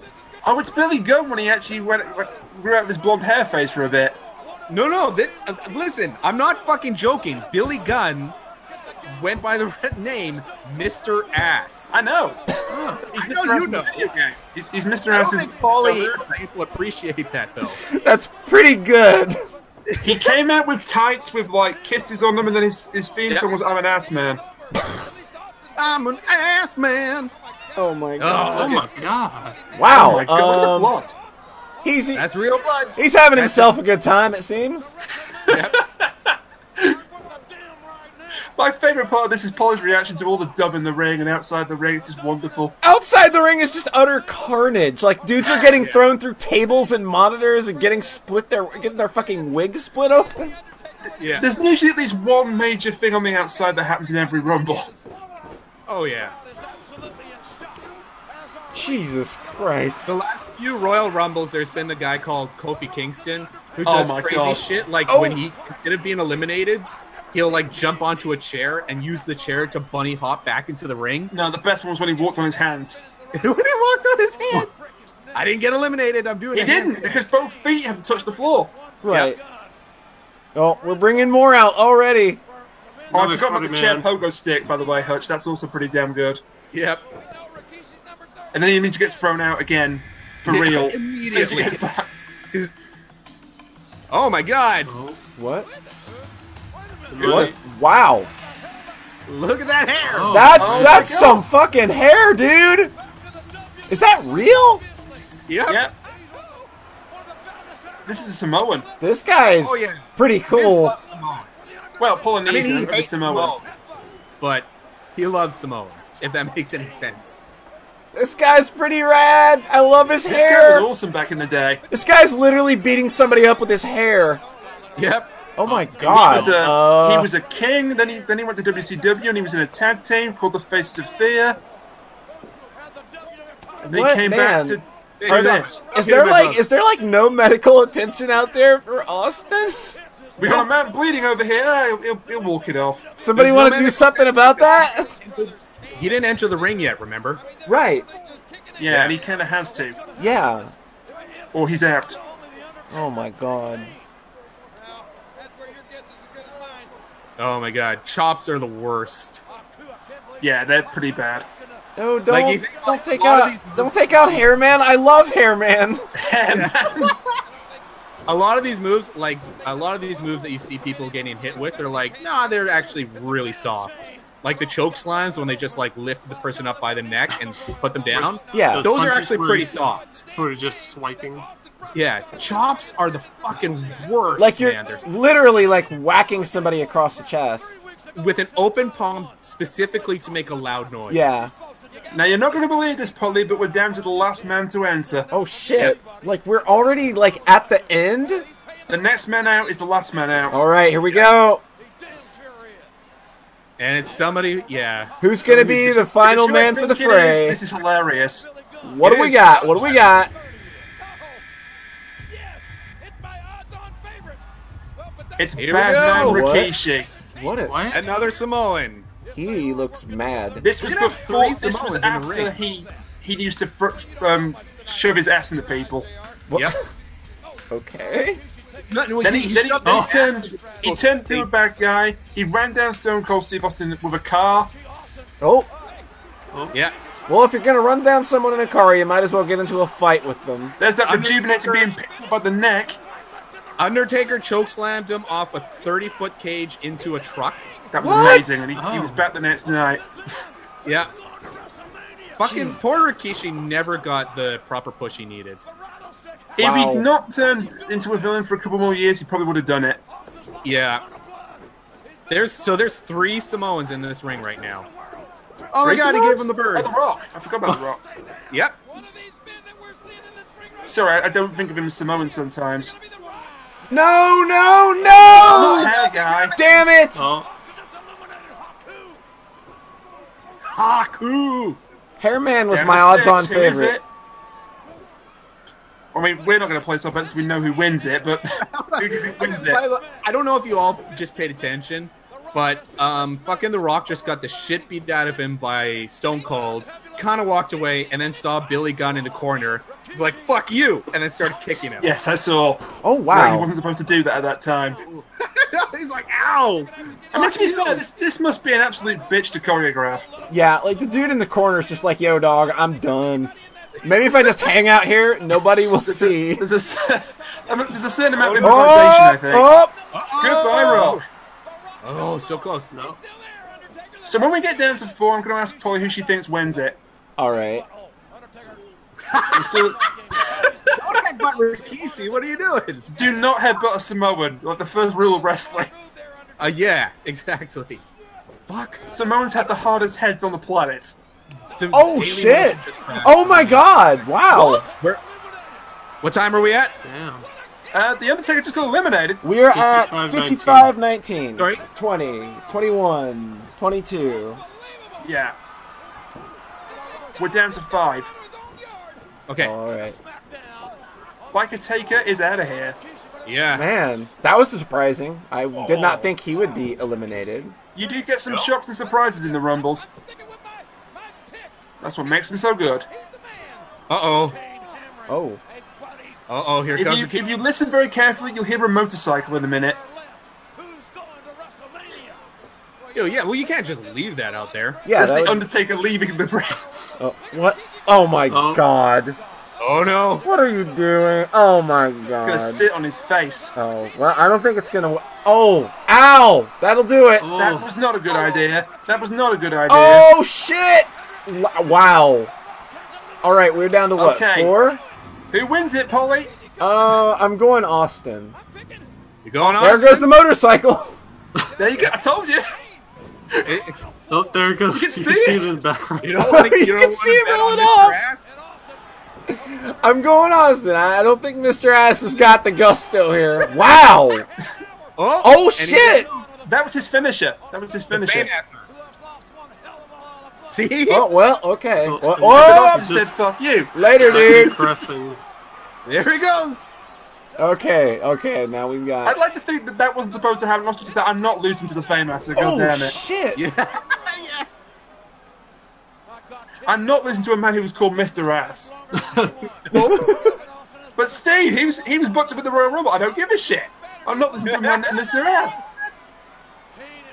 [SPEAKER 3] Oh, it's Billy Gunn when he actually went, went grew out of his blonde hair phase for a bit.
[SPEAKER 2] No, no. That, uh, listen, I'm not fucking joking. Billy Gunn went by the name Mr. Ass.
[SPEAKER 3] I know. he's
[SPEAKER 2] I know
[SPEAKER 3] Mr.
[SPEAKER 2] you
[SPEAKER 3] Ass in the
[SPEAKER 2] know.
[SPEAKER 3] video game. He's, he's Mr.
[SPEAKER 2] I
[SPEAKER 3] Ass
[SPEAKER 2] don't
[SPEAKER 3] in-
[SPEAKER 2] think Paulie
[SPEAKER 3] Oh, really?
[SPEAKER 2] people appreciate that though.
[SPEAKER 1] That's pretty good.
[SPEAKER 3] He came out with tights with like kisses on them, and then his, his theme
[SPEAKER 2] Yeah.
[SPEAKER 3] song was "I'm an Ass Man."
[SPEAKER 6] I'm an ass man.
[SPEAKER 1] Oh my
[SPEAKER 5] Oh
[SPEAKER 2] Oh,
[SPEAKER 5] my god.
[SPEAKER 1] Wow.
[SPEAKER 3] oh my god! look at the
[SPEAKER 1] um,
[SPEAKER 3] blood.
[SPEAKER 1] he's
[SPEAKER 2] that's real blood.
[SPEAKER 1] he's having himself a good time. It seems.
[SPEAKER 3] My favourite part of this is Paul's reaction to all the dub in the ring and outside the ring. It's just wonderful.
[SPEAKER 1] outside the ring is just utter carnage. Like dudes are getting thrown through tables and monitors and getting split their getting their fucking wigs split open.
[SPEAKER 2] Yeah.
[SPEAKER 3] There's usually at least one major thing on the outside that happens in every rumble.
[SPEAKER 2] Oh yeah.
[SPEAKER 1] Jesus Christ.
[SPEAKER 2] The last few Royal Rumbles, there's been the guy called Kofi Kingston who
[SPEAKER 3] Oh
[SPEAKER 2] does
[SPEAKER 3] my
[SPEAKER 2] crazy
[SPEAKER 3] God.
[SPEAKER 2] shit. Like when he instead of being eliminated, he'll like jump onto a chair and use the chair to bunny hop back into the ring.
[SPEAKER 3] No, the best one was when he walked on his hands.
[SPEAKER 2] when he walked on his hands, I didn't get eliminated. I'm doing.
[SPEAKER 3] He
[SPEAKER 2] a hand-
[SPEAKER 3] didn't because both feet haven't touched the floor.
[SPEAKER 1] Right. Oh, we're bringing more out already.
[SPEAKER 3] Oh, I
[SPEAKER 5] Another
[SPEAKER 3] forgot about the
[SPEAKER 5] funny
[SPEAKER 3] chair
[SPEAKER 5] man.
[SPEAKER 3] pogo stick, by the way, Hutch. That's also pretty damn good.
[SPEAKER 2] Yep.
[SPEAKER 3] And then he immediately gets thrown out again for
[SPEAKER 2] Yeah,
[SPEAKER 3] real.
[SPEAKER 2] immediately.
[SPEAKER 3] Since he gets back.
[SPEAKER 2] Is- Oh my God!
[SPEAKER 1] What?
[SPEAKER 5] What?
[SPEAKER 1] Wow.
[SPEAKER 2] Look at that hair.
[SPEAKER 5] Oh.
[SPEAKER 1] That's
[SPEAKER 3] Oh my
[SPEAKER 1] that's
[SPEAKER 3] God.
[SPEAKER 1] some fucking hair, dude. Is that real?
[SPEAKER 2] Yep.
[SPEAKER 3] Yeah. This is a Samoan.
[SPEAKER 1] This guy is
[SPEAKER 2] Oh yeah.
[SPEAKER 1] pretty
[SPEAKER 2] Vince
[SPEAKER 1] cool.
[SPEAKER 2] loves Samoans.
[SPEAKER 3] Well,
[SPEAKER 2] I mean,
[SPEAKER 3] Polynesian,
[SPEAKER 2] he
[SPEAKER 3] but a
[SPEAKER 2] hates
[SPEAKER 3] Samoan.
[SPEAKER 2] Samoans, but he loves Samoans. If that makes any sense.
[SPEAKER 1] This guy's pretty rad. I love his
[SPEAKER 3] This guy
[SPEAKER 1] hair.
[SPEAKER 3] was awesome back in the day.
[SPEAKER 1] This guy's literally beating somebody up with his hair.
[SPEAKER 2] Yep.
[SPEAKER 1] Oh my
[SPEAKER 3] He
[SPEAKER 1] god.
[SPEAKER 3] was a,
[SPEAKER 1] Uh,
[SPEAKER 3] he was a king. Then he then he went to WCW and he was in a tag team called the Faces of Fear. And then
[SPEAKER 1] What
[SPEAKER 3] he came
[SPEAKER 1] man?
[SPEAKER 3] back to
[SPEAKER 1] Are
[SPEAKER 3] do this.
[SPEAKER 1] there- is there like is there like no medical attention out there for Austin?
[SPEAKER 3] We got a man bleeding over here. He'll, he'll, he'll walk it off.
[SPEAKER 1] Somebody
[SPEAKER 2] There's no
[SPEAKER 1] want to do
[SPEAKER 2] medical
[SPEAKER 1] something about that?
[SPEAKER 2] He didn't enter the ring yet, remember?
[SPEAKER 1] Right.
[SPEAKER 3] Yeah, and he kind of has to,
[SPEAKER 1] Yeah.
[SPEAKER 3] or he's out.
[SPEAKER 1] Oh my god.
[SPEAKER 2] Oh my god, chops are the worst.
[SPEAKER 3] Yeah, they're pretty bad.
[SPEAKER 1] No, don't
[SPEAKER 2] Like, you think,
[SPEAKER 1] don't
[SPEAKER 2] like, a
[SPEAKER 1] take
[SPEAKER 2] lot of
[SPEAKER 1] out
[SPEAKER 2] these-
[SPEAKER 1] don't take out Hair Man. I love Hair Man.
[SPEAKER 2] A lot of these moves, like a lot of these moves that you see people getting hit with, they're like, nah, they're actually really soft. Like the choke slimes when they just like lift the person up by the neck and put them down.
[SPEAKER 1] Yeah.
[SPEAKER 2] Those are
[SPEAKER 5] punches
[SPEAKER 2] actually
[SPEAKER 5] were
[SPEAKER 2] pretty soft.
[SPEAKER 5] Sort of just swiping.
[SPEAKER 2] Yeah, chops are the fucking worst.
[SPEAKER 1] Like you're
[SPEAKER 2] man. They're
[SPEAKER 1] literally like whacking somebody across the chest.
[SPEAKER 2] with an open palm specifically to make a loud noise.
[SPEAKER 1] Yeah.
[SPEAKER 3] Now you're not going to believe this, Polly, but we're down to the last man to enter.
[SPEAKER 1] Oh shit. Like we're already like at the end?
[SPEAKER 3] The next man out is the last man out.
[SPEAKER 1] All right, here we go.
[SPEAKER 2] and it's somebody. Yeah,
[SPEAKER 1] Who's going to be the final
[SPEAKER 3] Do you know
[SPEAKER 1] man
[SPEAKER 3] what I
[SPEAKER 1] for the
[SPEAKER 3] think it is?
[SPEAKER 1] fray?
[SPEAKER 3] This is hilarious.
[SPEAKER 1] What do
[SPEAKER 2] It
[SPEAKER 1] we
[SPEAKER 2] is.
[SPEAKER 1] got? What do we got?
[SPEAKER 3] It's
[SPEAKER 2] Here we
[SPEAKER 3] bad
[SPEAKER 2] go.
[SPEAKER 3] man
[SPEAKER 1] What?
[SPEAKER 3] Rikishi.
[SPEAKER 1] What? A,
[SPEAKER 5] What?
[SPEAKER 2] another Samoan.
[SPEAKER 1] He looks mad.
[SPEAKER 3] This was
[SPEAKER 2] You can have
[SPEAKER 3] before.
[SPEAKER 2] three
[SPEAKER 3] This
[SPEAKER 2] Samoans
[SPEAKER 3] was
[SPEAKER 2] in the
[SPEAKER 3] after
[SPEAKER 2] ring.
[SPEAKER 3] he he used to fr- um, shove his ass in the people.
[SPEAKER 1] What?
[SPEAKER 2] Yep.
[SPEAKER 1] Okay.
[SPEAKER 2] No, no,
[SPEAKER 3] Then
[SPEAKER 2] he-
[SPEAKER 3] he,
[SPEAKER 2] he
[SPEAKER 3] then he, oh.
[SPEAKER 2] shoved
[SPEAKER 3] then he
[SPEAKER 2] his ass.
[SPEAKER 3] turned he turned to a bad guy. He ran down Stone Cold Steve Austin with a car.
[SPEAKER 1] Oh,
[SPEAKER 2] Yeah.
[SPEAKER 1] well, if you're going to run down someone in a car, you might as well get into a fight with them.
[SPEAKER 3] There's that
[SPEAKER 2] I'm
[SPEAKER 3] rejuvenator
[SPEAKER 2] not sure.
[SPEAKER 3] being picked up by the neck.
[SPEAKER 2] Undertaker chokeslammed him off a 30 foot cage into a truck.
[SPEAKER 3] That was
[SPEAKER 1] What?
[SPEAKER 3] amazing, and he, he
[SPEAKER 2] Oh.
[SPEAKER 3] was back the next night.
[SPEAKER 2] Yeah. Fucking poor Rikishi never got the proper push he needed.
[SPEAKER 3] If
[SPEAKER 1] Wow.
[SPEAKER 3] he'd not turned into a villain for a couple more years, he probably would have done it.
[SPEAKER 2] Yeah. There's so there's three Samoans in this ring right now.
[SPEAKER 6] Oh my
[SPEAKER 2] Grayson
[SPEAKER 6] god, he
[SPEAKER 2] Rhodes?
[SPEAKER 6] gave him the
[SPEAKER 3] Oh,
[SPEAKER 6] bird.
[SPEAKER 3] the Rock! I forgot about the Rock.
[SPEAKER 2] Yep.
[SPEAKER 3] Sorry, I don't think of him as Samoan sometimes.
[SPEAKER 1] No, no,
[SPEAKER 2] Oh,
[SPEAKER 1] no!
[SPEAKER 3] Hair guy.
[SPEAKER 1] Damn it!
[SPEAKER 5] Oh,
[SPEAKER 2] Haku.
[SPEAKER 1] Hairman was
[SPEAKER 3] Down
[SPEAKER 1] my
[SPEAKER 3] to
[SPEAKER 1] odds
[SPEAKER 3] six.
[SPEAKER 1] on
[SPEAKER 3] Who is
[SPEAKER 1] favorite.
[SPEAKER 3] it? I mean, we're not going to place our bets. 'cause We know who wins it, but who do you think wins it?
[SPEAKER 2] I don't know if you all just paid attention, but um, fucking The Rock just got the shit beat out of him by Stone Cold. Kind of walked away and then saw Billy Gunn in the corner. He's like, "Fuck you!" and then started kicking him.
[SPEAKER 3] Yes, I saw.
[SPEAKER 1] Oh,
[SPEAKER 3] Wow. he
[SPEAKER 1] wow.
[SPEAKER 3] wasn't supposed to do that at that time.
[SPEAKER 2] He's like, "Ow!"
[SPEAKER 3] I mean, to be fair, this, this must be an absolute bitch to choreograph.
[SPEAKER 1] Yeah, like the dude in the corner is just like, yo, dog, I'm done. Maybe if I just hang out here, nobody will see.
[SPEAKER 3] There's a, cer- I mean, there's a certain amount of improvisation,
[SPEAKER 1] Oh,
[SPEAKER 3] I think.
[SPEAKER 1] oh!
[SPEAKER 3] Goodbye, Rock.
[SPEAKER 2] Oh, so close. No.
[SPEAKER 3] So when we get down to four, I'm going to ask Polly who she thinks wins it.
[SPEAKER 1] All right.
[SPEAKER 3] So
[SPEAKER 6] Don't headbutt Rikishi. What are you doing?
[SPEAKER 3] do not headbutt a Samoan, like the first rule of wrestling.
[SPEAKER 2] Uh, yeah, exactly. Fuck.
[SPEAKER 3] Samoans have the hardest heads on the planet.
[SPEAKER 2] The
[SPEAKER 1] Oh,
[SPEAKER 2] Daily
[SPEAKER 1] shit!
[SPEAKER 2] Motion just crashed.
[SPEAKER 1] Oh, my God! Wow!
[SPEAKER 2] Where- what time are we at?
[SPEAKER 5] damn.
[SPEAKER 3] Uh, the Undertaker just got eliminated.
[SPEAKER 1] We're at 55
[SPEAKER 5] 55,
[SPEAKER 1] 19,
[SPEAKER 2] Sorry?
[SPEAKER 1] 20, 21, 22.
[SPEAKER 3] Yeah. We're down to five.
[SPEAKER 2] Okay.
[SPEAKER 1] All right.
[SPEAKER 3] Biker Taker is out of here.
[SPEAKER 2] yeah.
[SPEAKER 1] Man, that was surprising. I did not think he would be eliminated.
[SPEAKER 3] You do get some shocks and surprises in the Rumbles. That's what makes them so good.
[SPEAKER 2] Uh oh.
[SPEAKER 1] Oh.
[SPEAKER 2] Uh oh. Here
[SPEAKER 3] If
[SPEAKER 2] comes.
[SPEAKER 3] you,
[SPEAKER 2] Rikishi.
[SPEAKER 3] if you listen very carefully, you'll hear a motorcycle in a minute.
[SPEAKER 2] Yo, yeah. Well, you can't just leave that out there.
[SPEAKER 1] Yeah.
[SPEAKER 3] That's
[SPEAKER 1] That
[SPEAKER 3] the
[SPEAKER 1] would-
[SPEAKER 3] Undertaker leaving the ring.
[SPEAKER 1] oh, what? Oh my
[SPEAKER 5] Oh.
[SPEAKER 1] god.
[SPEAKER 2] Oh no.
[SPEAKER 1] What are you doing? Oh my
[SPEAKER 3] Gonna
[SPEAKER 1] god.
[SPEAKER 3] sit on his face.
[SPEAKER 1] Oh, well, I don't think it's gonna. wo- Oh! Ow! That'll do it.
[SPEAKER 5] Oh,
[SPEAKER 3] That was not a good idea. That was not a good idea.
[SPEAKER 1] Oh shit! L- Wow. All right, we're down to what?
[SPEAKER 3] Okay.
[SPEAKER 1] Four?
[SPEAKER 3] Who wins it, Polly?
[SPEAKER 1] Uh, I'm going Austin.
[SPEAKER 2] You going
[SPEAKER 1] There
[SPEAKER 2] on?
[SPEAKER 1] goes the motorcycle.
[SPEAKER 3] There you go. I told you.
[SPEAKER 5] oh, there it goes.
[SPEAKER 3] can
[SPEAKER 5] You can
[SPEAKER 3] see
[SPEAKER 5] see,
[SPEAKER 3] it.
[SPEAKER 5] it in the background.
[SPEAKER 2] You don't wanna,
[SPEAKER 1] You
[SPEAKER 2] you
[SPEAKER 1] can
[SPEAKER 2] don't wanna
[SPEAKER 1] see him
[SPEAKER 2] bet
[SPEAKER 1] rolling off.
[SPEAKER 2] on Mr. Ass?
[SPEAKER 1] I'm going Austin. I I don't think Mr. Ass has got the gusto here. Wow.
[SPEAKER 2] Oh,
[SPEAKER 1] Oh
[SPEAKER 2] and he
[SPEAKER 1] shit.
[SPEAKER 3] That was his finisher. That was his
[SPEAKER 2] gets
[SPEAKER 3] finisher.
[SPEAKER 2] the Baneasser. See?
[SPEAKER 1] Oh well. Okay.
[SPEAKER 5] Oh,
[SPEAKER 1] Well,
[SPEAKER 5] oh.
[SPEAKER 1] oh,
[SPEAKER 3] Austin said, "Fuck you."
[SPEAKER 1] later, dude.
[SPEAKER 5] Depressing.
[SPEAKER 2] There he goes.
[SPEAKER 1] Okay. Okay. Now we've
[SPEAKER 3] I'd
[SPEAKER 1] got.
[SPEAKER 3] like to think that that wasn't supposed to happen. I was just saying, I'm not losing to the Fame Master. God
[SPEAKER 1] Oh
[SPEAKER 3] damn it.
[SPEAKER 1] shit.
[SPEAKER 2] Yeah.
[SPEAKER 3] I'm not listening to a man who was called Mr. Ass. But Steve, he was he was booked up in the Royal Rumble. I don't give a shit. I'm not listening to a man named Mr. Ass.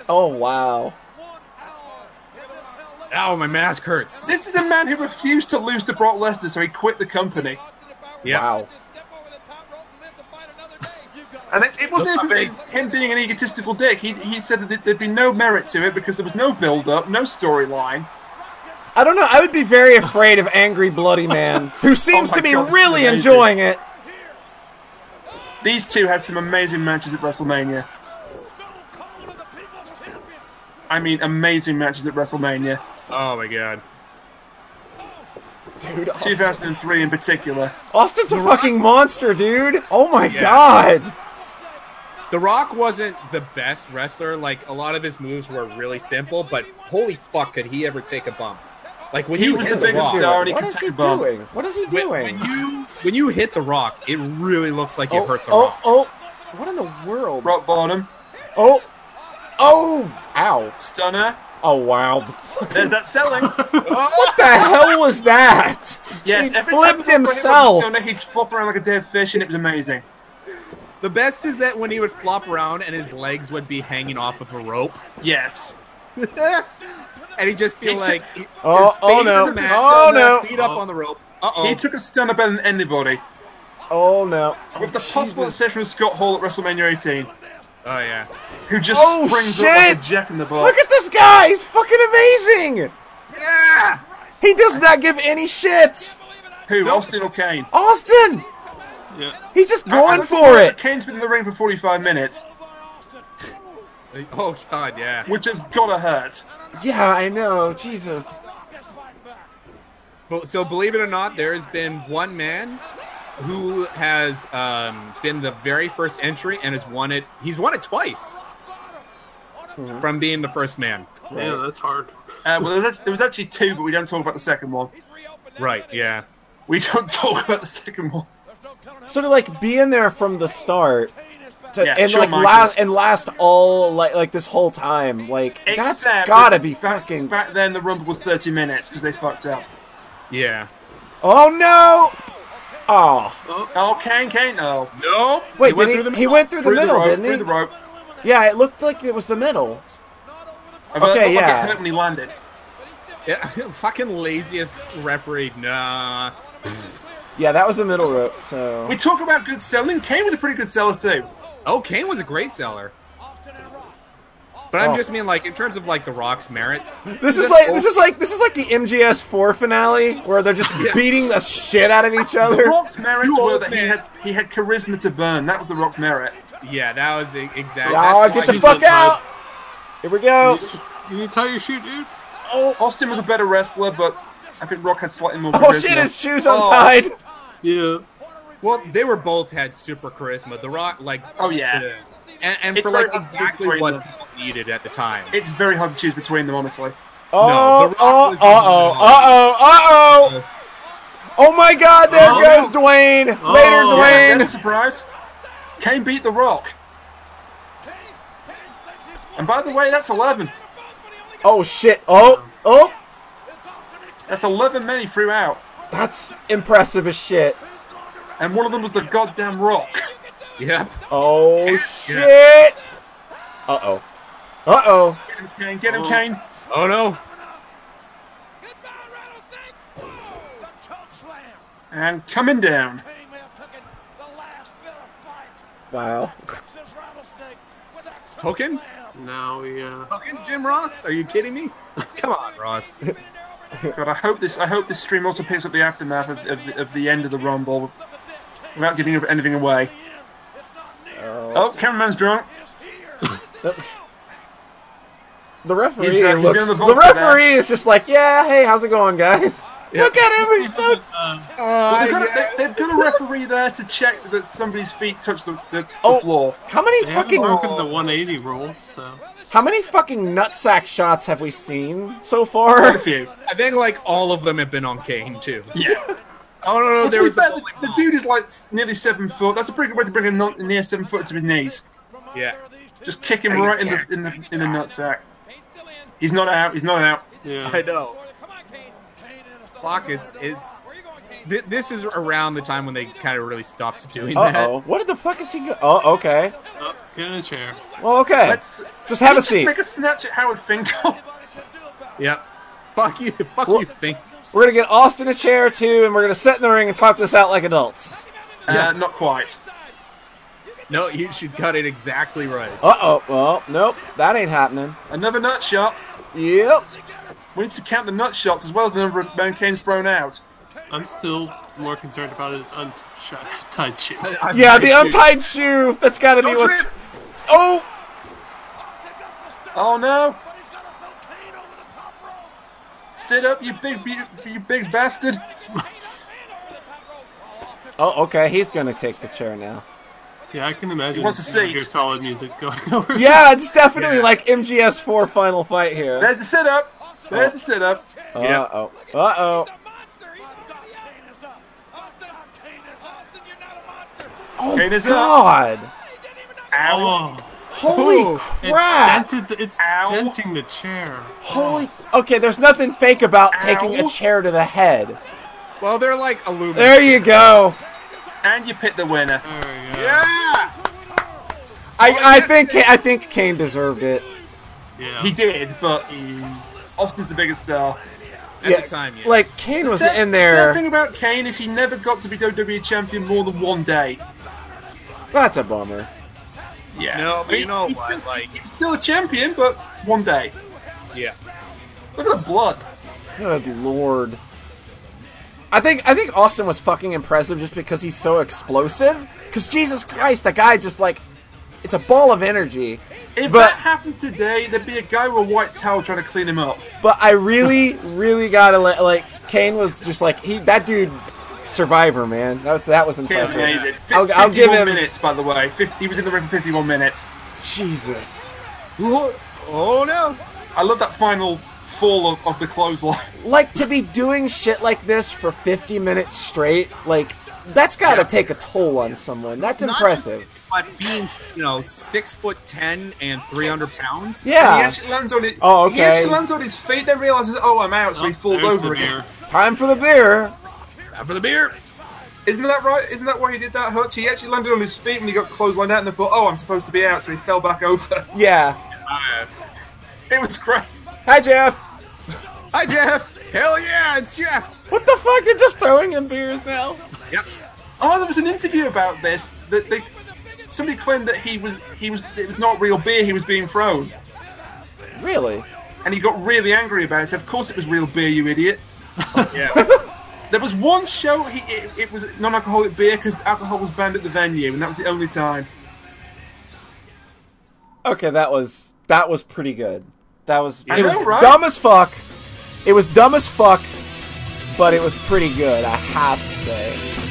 [SPEAKER 1] Oh wow.
[SPEAKER 2] Ow, my mask hurts.
[SPEAKER 3] This is a man who refused to lose to Brock Lesnar, so he quit the company.
[SPEAKER 2] Yeah.
[SPEAKER 1] Wow.
[SPEAKER 3] And it, it wasn't even him, him being an egotistical dick. He, he said that there'd be no merit to it because there was no build up, no storyline.
[SPEAKER 1] I don't know. I would be very afraid of angry bloody man who seems
[SPEAKER 3] Oh my
[SPEAKER 1] to be
[SPEAKER 3] God,
[SPEAKER 1] really
[SPEAKER 3] amazing.
[SPEAKER 1] enjoying it.
[SPEAKER 3] These two had some amazing matches at WrestleMania. I mean, amazing matches at WrestleMania.
[SPEAKER 2] Oh my god.
[SPEAKER 1] Dude, Austin,
[SPEAKER 3] 2003 in particular.
[SPEAKER 1] Austin's a fucking monster, dude. Oh my
[SPEAKER 2] Yeah.
[SPEAKER 1] god.
[SPEAKER 2] The Rock wasn't the best wrestler. Like a lot of his moves were really simple, but holy fuck, could he ever take a bump? Like when
[SPEAKER 3] He
[SPEAKER 2] you
[SPEAKER 3] was
[SPEAKER 2] hit
[SPEAKER 3] the biggest
[SPEAKER 2] Rock,
[SPEAKER 3] star and he
[SPEAKER 1] What
[SPEAKER 3] could
[SPEAKER 1] is
[SPEAKER 3] take
[SPEAKER 1] he
[SPEAKER 3] a bump.
[SPEAKER 1] doing? What is he
[SPEAKER 2] when,
[SPEAKER 1] doing?
[SPEAKER 2] when you when you hit the Rock, it really looks like you
[SPEAKER 1] oh,
[SPEAKER 2] hurt the
[SPEAKER 1] oh,
[SPEAKER 2] Rock.
[SPEAKER 1] oh, what in the world?
[SPEAKER 3] Rock bottom,
[SPEAKER 1] Oh, oh, ow.
[SPEAKER 3] stunner.
[SPEAKER 1] Oh, wow.
[SPEAKER 3] There's that selling.
[SPEAKER 1] What the hell was that?
[SPEAKER 3] Yes,
[SPEAKER 1] he
[SPEAKER 3] every time
[SPEAKER 1] flipped
[SPEAKER 3] he went with
[SPEAKER 1] himself.
[SPEAKER 3] Stunner, he'd flop around like a dead fish, and it was amazing.
[SPEAKER 2] The best is that when he would flop around and his legs would be hanging off of a rope,
[SPEAKER 3] Yes.
[SPEAKER 2] and he'd just be
[SPEAKER 3] He took-
[SPEAKER 2] like,
[SPEAKER 1] Oh,
[SPEAKER 2] his
[SPEAKER 1] oh,
[SPEAKER 2] face in
[SPEAKER 1] no.
[SPEAKER 2] the mat,
[SPEAKER 1] Oh, no.
[SPEAKER 2] feet up on the rope. Uh
[SPEAKER 3] He
[SPEAKER 2] oh,
[SPEAKER 3] took a stunner better than anybody.
[SPEAKER 1] Oh no.
[SPEAKER 3] With the
[SPEAKER 1] Oh,
[SPEAKER 3] possible
[SPEAKER 1] Jesus.
[SPEAKER 3] exception of Scott Hall at WrestleMania 18,
[SPEAKER 2] oh yeah.
[SPEAKER 3] who just
[SPEAKER 1] Oh,
[SPEAKER 3] springs up like a
[SPEAKER 1] shit!
[SPEAKER 3] jack in the box.
[SPEAKER 1] Look at this guy! He's fucking amazing!
[SPEAKER 2] Yeah.
[SPEAKER 1] He does not give any shit!
[SPEAKER 3] who? Austin or Kane?
[SPEAKER 1] Austin!
[SPEAKER 5] Yeah.
[SPEAKER 1] He's just
[SPEAKER 3] I
[SPEAKER 1] going
[SPEAKER 3] don't
[SPEAKER 1] for
[SPEAKER 3] think
[SPEAKER 1] it!
[SPEAKER 3] Kane's been in the ring for 45 minutes,
[SPEAKER 2] Oh god, yeah.
[SPEAKER 3] which has gotta hurt.
[SPEAKER 1] Yeah, I know. Jesus.
[SPEAKER 2] Well, So believe it or not, there has been one man who has um, been the very first entry and has won it. He's won it twice
[SPEAKER 1] Hmm.
[SPEAKER 2] from being the first man.
[SPEAKER 5] Yeah, that's hard.
[SPEAKER 3] Uh, well, there was, act- there was actually two, but we don't talk about the second one.
[SPEAKER 2] Right? Yeah.
[SPEAKER 3] We don't talk about the second one.
[SPEAKER 4] So
[SPEAKER 1] Sort of like being there from the start to,
[SPEAKER 3] Yeah,
[SPEAKER 1] and
[SPEAKER 3] Shawn
[SPEAKER 1] like
[SPEAKER 3] Michaels.
[SPEAKER 1] last and last all like like this whole time. Like that's
[SPEAKER 3] Except-
[SPEAKER 1] gotta be fucking
[SPEAKER 3] Back then, the Rumble was 30 minutes because they fucked up.
[SPEAKER 2] Yeah.
[SPEAKER 1] Oh no! Oh
[SPEAKER 3] Oh, Kane, Kane, no.
[SPEAKER 2] Nope.
[SPEAKER 1] wait, did he
[SPEAKER 2] through the
[SPEAKER 1] he went through the middle,
[SPEAKER 3] rope,
[SPEAKER 1] didn't
[SPEAKER 3] through
[SPEAKER 1] he?
[SPEAKER 3] the rope.
[SPEAKER 1] Yeah, it looked like it was the middle.
[SPEAKER 3] I
[SPEAKER 1] Okay,
[SPEAKER 3] mean, it looked like
[SPEAKER 1] yeah.
[SPEAKER 3] it hurt when he landed.
[SPEAKER 2] Yeah, fucking laziest referee. Nah.
[SPEAKER 1] Yeah, that was the middle rope, so
[SPEAKER 3] We talk about good selling. Kane was a pretty good seller too.
[SPEAKER 2] Oh, Kane was a great seller. But I'm
[SPEAKER 1] Oh.
[SPEAKER 2] just mean like in terms of like the Rock's merits.
[SPEAKER 1] This is like this is like this is like the MGS four finale where they're just beating the shit out of each
[SPEAKER 3] The
[SPEAKER 1] other.
[SPEAKER 3] Rock's merits
[SPEAKER 2] You
[SPEAKER 3] were
[SPEAKER 2] old
[SPEAKER 3] that he
[SPEAKER 2] man.
[SPEAKER 3] had he had charisma to burn. That was the Rock's merit.
[SPEAKER 2] Yeah, that was e- exactly.
[SPEAKER 1] Ah,
[SPEAKER 2] that's why
[SPEAKER 1] get the
[SPEAKER 2] he's
[SPEAKER 1] fuck
[SPEAKER 5] the
[SPEAKER 1] out! Here we go.
[SPEAKER 5] Can you tie your shoe, dude?
[SPEAKER 3] Austin was a better wrestler, but I think Rock had slightly more.
[SPEAKER 1] Oh
[SPEAKER 3] charisma.
[SPEAKER 1] shit! His shoes
[SPEAKER 3] Oh.
[SPEAKER 1] untied.
[SPEAKER 5] Yeah.
[SPEAKER 2] Well, they were both had super charisma. The Rock, like,
[SPEAKER 3] Oh, yeah.
[SPEAKER 2] and, and
[SPEAKER 3] It's
[SPEAKER 2] for like
[SPEAKER 3] very hard to
[SPEAKER 2] exactly
[SPEAKER 3] explain
[SPEAKER 2] what
[SPEAKER 3] them.
[SPEAKER 2] people needed at the time.
[SPEAKER 3] It's very hard to choose between them, honestly.
[SPEAKER 1] Oh,
[SPEAKER 2] The Rock
[SPEAKER 1] oh,
[SPEAKER 2] was
[SPEAKER 1] uh oh,
[SPEAKER 2] the-
[SPEAKER 1] uh oh, uh oh. Oh my God! There
[SPEAKER 5] Oh.
[SPEAKER 1] goes Dwayne. Later,
[SPEAKER 5] Oh.
[SPEAKER 1] Dwayne.
[SPEAKER 3] That's a surprise. Kane beat The Rock, and by the way, that's eleven.
[SPEAKER 1] Oh shit! Oh, oh,
[SPEAKER 3] That's eleven men he threw out,
[SPEAKER 1] that's impressive as shit.
[SPEAKER 3] and one of them was the goddamn Rock.
[SPEAKER 2] Yep.
[SPEAKER 1] Oh shit! Uh oh. Uh oh.
[SPEAKER 3] Get him, Kane. Get him,
[SPEAKER 5] Oh.
[SPEAKER 3] Kane.
[SPEAKER 2] Oh no.
[SPEAKER 3] And coming down.
[SPEAKER 1] Wow.
[SPEAKER 2] Token?
[SPEAKER 5] No, yeah.
[SPEAKER 2] Fucking Jim Ross? Are you kidding me? Come on, Ross.
[SPEAKER 3] God, I hope this. I hope this stream also picks up the aftermath of, of, the- of the end of the Rumble without giving anything away. Oh, cameraman's drunk.
[SPEAKER 1] The referee
[SPEAKER 3] He's, uh, he's
[SPEAKER 1] looks.
[SPEAKER 3] doing the
[SPEAKER 1] The,
[SPEAKER 3] vote for that.
[SPEAKER 1] referee is just like, yeah, hey, how's it going, guys? Look at him. He's so.
[SPEAKER 5] Uh,
[SPEAKER 3] They've got, a, they, have got a referee there to check that somebody's feet touch the, the, the
[SPEAKER 1] Oh.
[SPEAKER 3] floor.
[SPEAKER 1] How many
[SPEAKER 5] they haven't
[SPEAKER 1] fucking
[SPEAKER 5] broken the 180 rule, so.
[SPEAKER 1] how many fucking nutsack shots have we seen so
[SPEAKER 3] Quite a
[SPEAKER 1] far?
[SPEAKER 3] few.
[SPEAKER 2] I think like all of them have been on Kane too.
[SPEAKER 3] Yeah.
[SPEAKER 2] Oh no, no,
[SPEAKER 3] Well,
[SPEAKER 2] there
[SPEAKER 3] to be
[SPEAKER 2] was
[SPEAKER 3] fair,
[SPEAKER 2] the
[SPEAKER 3] the, the dude is like s- nearly seven foot. That's a pretty good way to bring a non- near seven foot to his knees.
[SPEAKER 2] yeah.
[SPEAKER 3] Just kick him right in the in the in the nutsack. He's not out. He's not out.
[SPEAKER 5] Yeah.
[SPEAKER 2] I know. pockets. It's th- this is around the time when they kind of really stopped doing
[SPEAKER 1] Uh
[SPEAKER 2] that.
[SPEAKER 1] oh. What did the fuck is he? Go- oh, okay.
[SPEAKER 5] Up, get in a chair.
[SPEAKER 1] Well, okay.
[SPEAKER 3] Let's
[SPEAKER 1] Just have a
[SPEAKER 3] let's
[SPEAKER 1] seat.
[SPEAKER 3] Take a snatch at Howard Finkel.
[SPEAKER 2] Yep. Fuck you. Fuck
[SPEAKER 1] Well-
[SPEAKER 2] you. Think.
[SPEAKER 1] We're gonna get Austin a chair too, and we're gonna sit in the ring and talk this out like adults.
[SPEAKER 3] Uh, not quite.
[SPEAKER 2] No, you, she's got it exactly right.
[SPEAKER 1] Uh oh. Well, nope. That ain't happening.
[SPEAKER 3] Another nut shot.
[SPEAKER 1] Yep.
[SPEAKER 3] We need to count the nut shots as well as the number of Mount Cane's thrown out.
[SPEAKER 5] I'm still more concerned about his untied shoe.
[SPEAKER 2] I-
[SPEAKER 1] Yeah,
[SPEAKER 2] I-
[SPEAKER 1] the untied shoe. That's gotta be
[SPEAKER 3] Don't
[SPEAKER 1] what's.
[SPEAKER 3] trip.
[SPEAKER 1] Oh.
[SPEAKER 3] Oh no!
[SPEAKER 4] But he's got a cocaine over the top rope.
[SPEAKER 3] Sit up, you big, you, you big bastard.
[SPEAKER 4] Cocaine over the top rope. Oh, off to
[SPEAKER 1] Oh, okay. He's gonna take the chair now.
[SPEAKER 5] Yeah, I can imagine.
[SPEAKER 3] He wants a
[SPEAKER 5] if you
[SPEAKER 3] seat.
[SPEAKER 5] Hear solid music going over.
[SPEAKER 1] Yeah, it's definitely
[SPEAKER 2] Yeah.
[SPEAKER 1] like MGS4 final fight here.
[SPEAKER 3] There's the sit up. There's the sit up.
[SPEAKER 1] Uh oh. Uh oh.
[SPEAKER 4] the monster. He's Octane is up. Austin Octane is up. Austin, you're not a monster.
[SPEAKER 1] Oh
[SPEAKER 3] Kane is up.
[SPEAKER 1] God!
[SPEAKER 4] He didn't even knock
[SPEAKER 3] Ow!
[SPEAKER 5] Oh,
[SPEAKER 1] Holy
[SPEAKER 5] it's
[SPEAKER 1] crap!
[SPEAKER 5] dented the- it's
[SPEAKER 3] Ow.
[SPEAKER 5] denting the chair.
[SPEAKER 1] Holy. Okay, there's nothing fake about taking a
[SPEAKER 3] Ow.
[SPEAKER 1] chair to the head.
[SPEAKER 6] Well, they're like aluminum.
[SPEAKER 1] There you go.
[SPEAKER 3] And you pick the winner.
[SPEAKER 5] There we go.
[SPEAKER 6] yeah.
[SPEAKER 1] I, I think I think Kane deserved it.
[SPEAKER 5] Yeah.
[SPEAKER 3] He did, but he, Austin's the biggest star.
[SPEAKER 2] At
[SPEAKER 1] Yeah,
[SPEAKER 2] the time, yeah.
[SPEAKER 1] Like Kane was
[SPEAKER 3] Sad-
[SPEAKER 1] in
[SPEAKER 3] Sad
[SPEAKER 1] there.
[SPEAKER 3] thing about Kane is he never got to be WWE champion more than one day.
[SPEAKER 1] That's a bummer.
[SPEAKER 3] Yeah.
[SPEAKER 2] No, but you know
[SPEAKER 3] he's
[SPEAKER 2] what,
[SPEAKER 3] Still,
[SPEAKER 2] like-
[SPEAKER 3] he's still a champion, but one day.
[SPEAKER 2] yeah.
[SPEAKER 3] Look at the blood.
[SPEAKER 1] Good lord. I think I think Austin was fucking impressive just because he's so explosive. Cause Jesus Christ, that guy just like it's a ball of energy.
[SPEAKER 3] If
[SPEAKER 1] But-
[SPEAKER 3] that happened today, there'd be a guy with a white towel trying to clean him up.
[SPEAKER 1] But I really, really gotta let like Kane was just like he that dude survivor man. That was that was
[SPEAKER 3] Kane's
[SPEAKER 1] impressive.
[SPEAKER 3] amazing.
[SPEAKER 1] I'll, I'll give
[SPEAKER 3] 51
[SPEAKER 1] him
[SPEAKER 3] minutes, by the way. 50, he was in the ring for 51 minutes.
[SPEAKER 1] Jesus.
[SPEAKER 6] Whoa. Oh no.
[SPEAKER 3] I love that final fall of, of the clothesline.
[SPEAKER 1] Like to be doing shit like this for 50 minutes straight, like that's gotta take a toll on someone. That's
[SPEAKER 2] Not
[SPEAKER 1] impressive.
[SPEAKER 2] just By being, you know, six foot ten and three hundred pounds.
[SPEAKER 3] And he
[SPEAKER 1] Yeah.
[SPEAKER 3] actually lands on his.
[SPEAKER 1] Oh,
[SPEAKER 3] He
[SPEAKER 1] okay.
[SPEAKER 3] actually lands on his feet, then realizes, oh, I'm out, so
[SPEAKER 5] Oh,
[SPEAKER 3] he falls
[SPEAKER 5] there's
[SPEAKER 3] over
[SPEAKER 5] the
[SPEAKER 3] again.
[SPEAKER 5] beer.
[SPEAKER 1] Time for the beer.
[SPEAKER 2] Time for the beer.
[SPEAKER 3] Isn't that right? Isn't that why he did that, Hutch? He actually landed on his feet and he got clotheslined out, and I thought, oh, I'm supposed to be out, so he fell back over.
[SPEAKER 1] Yeah.
[SPEAKER 2] Uh,
[SPEAKER 3] It was great.
[SPEAKER 1] Hi Jeff.
[SPEAKER 6] Hi, Jeff. Hell yeah, it's Jeff.
[SPEAKER 1] What the fuck? They're just throwing in beers now.
[SPEAKER 2] yep.
[SPEAKER 3] Oh, there was an interview about this. That they, somebody claimed that he was he was it was not real beer he was being thrown,
[SPEAKER 1] Really?
[SPEAKER 3] and he got really angry about it. He Said, "Of course it was real beer, you idiot."
[SPEAKER 2] Yeah.
[SPEAKER 3] There was one show he it, it was non-alcoholic beer because alcohol was banned at the venue, and that was the only time.
[SPEAKER 1] Okay, that was that was pretty good. That was
[SPEAKER 3] I
[SPEAKER 1] it
[SPEAKER 3] know,
[SPEAKER 1] was
[SPEAKER 3] right?
[SPEAKER 1] dumb as fuck. It was dumb as fuck, but it was pretty good. I have to say.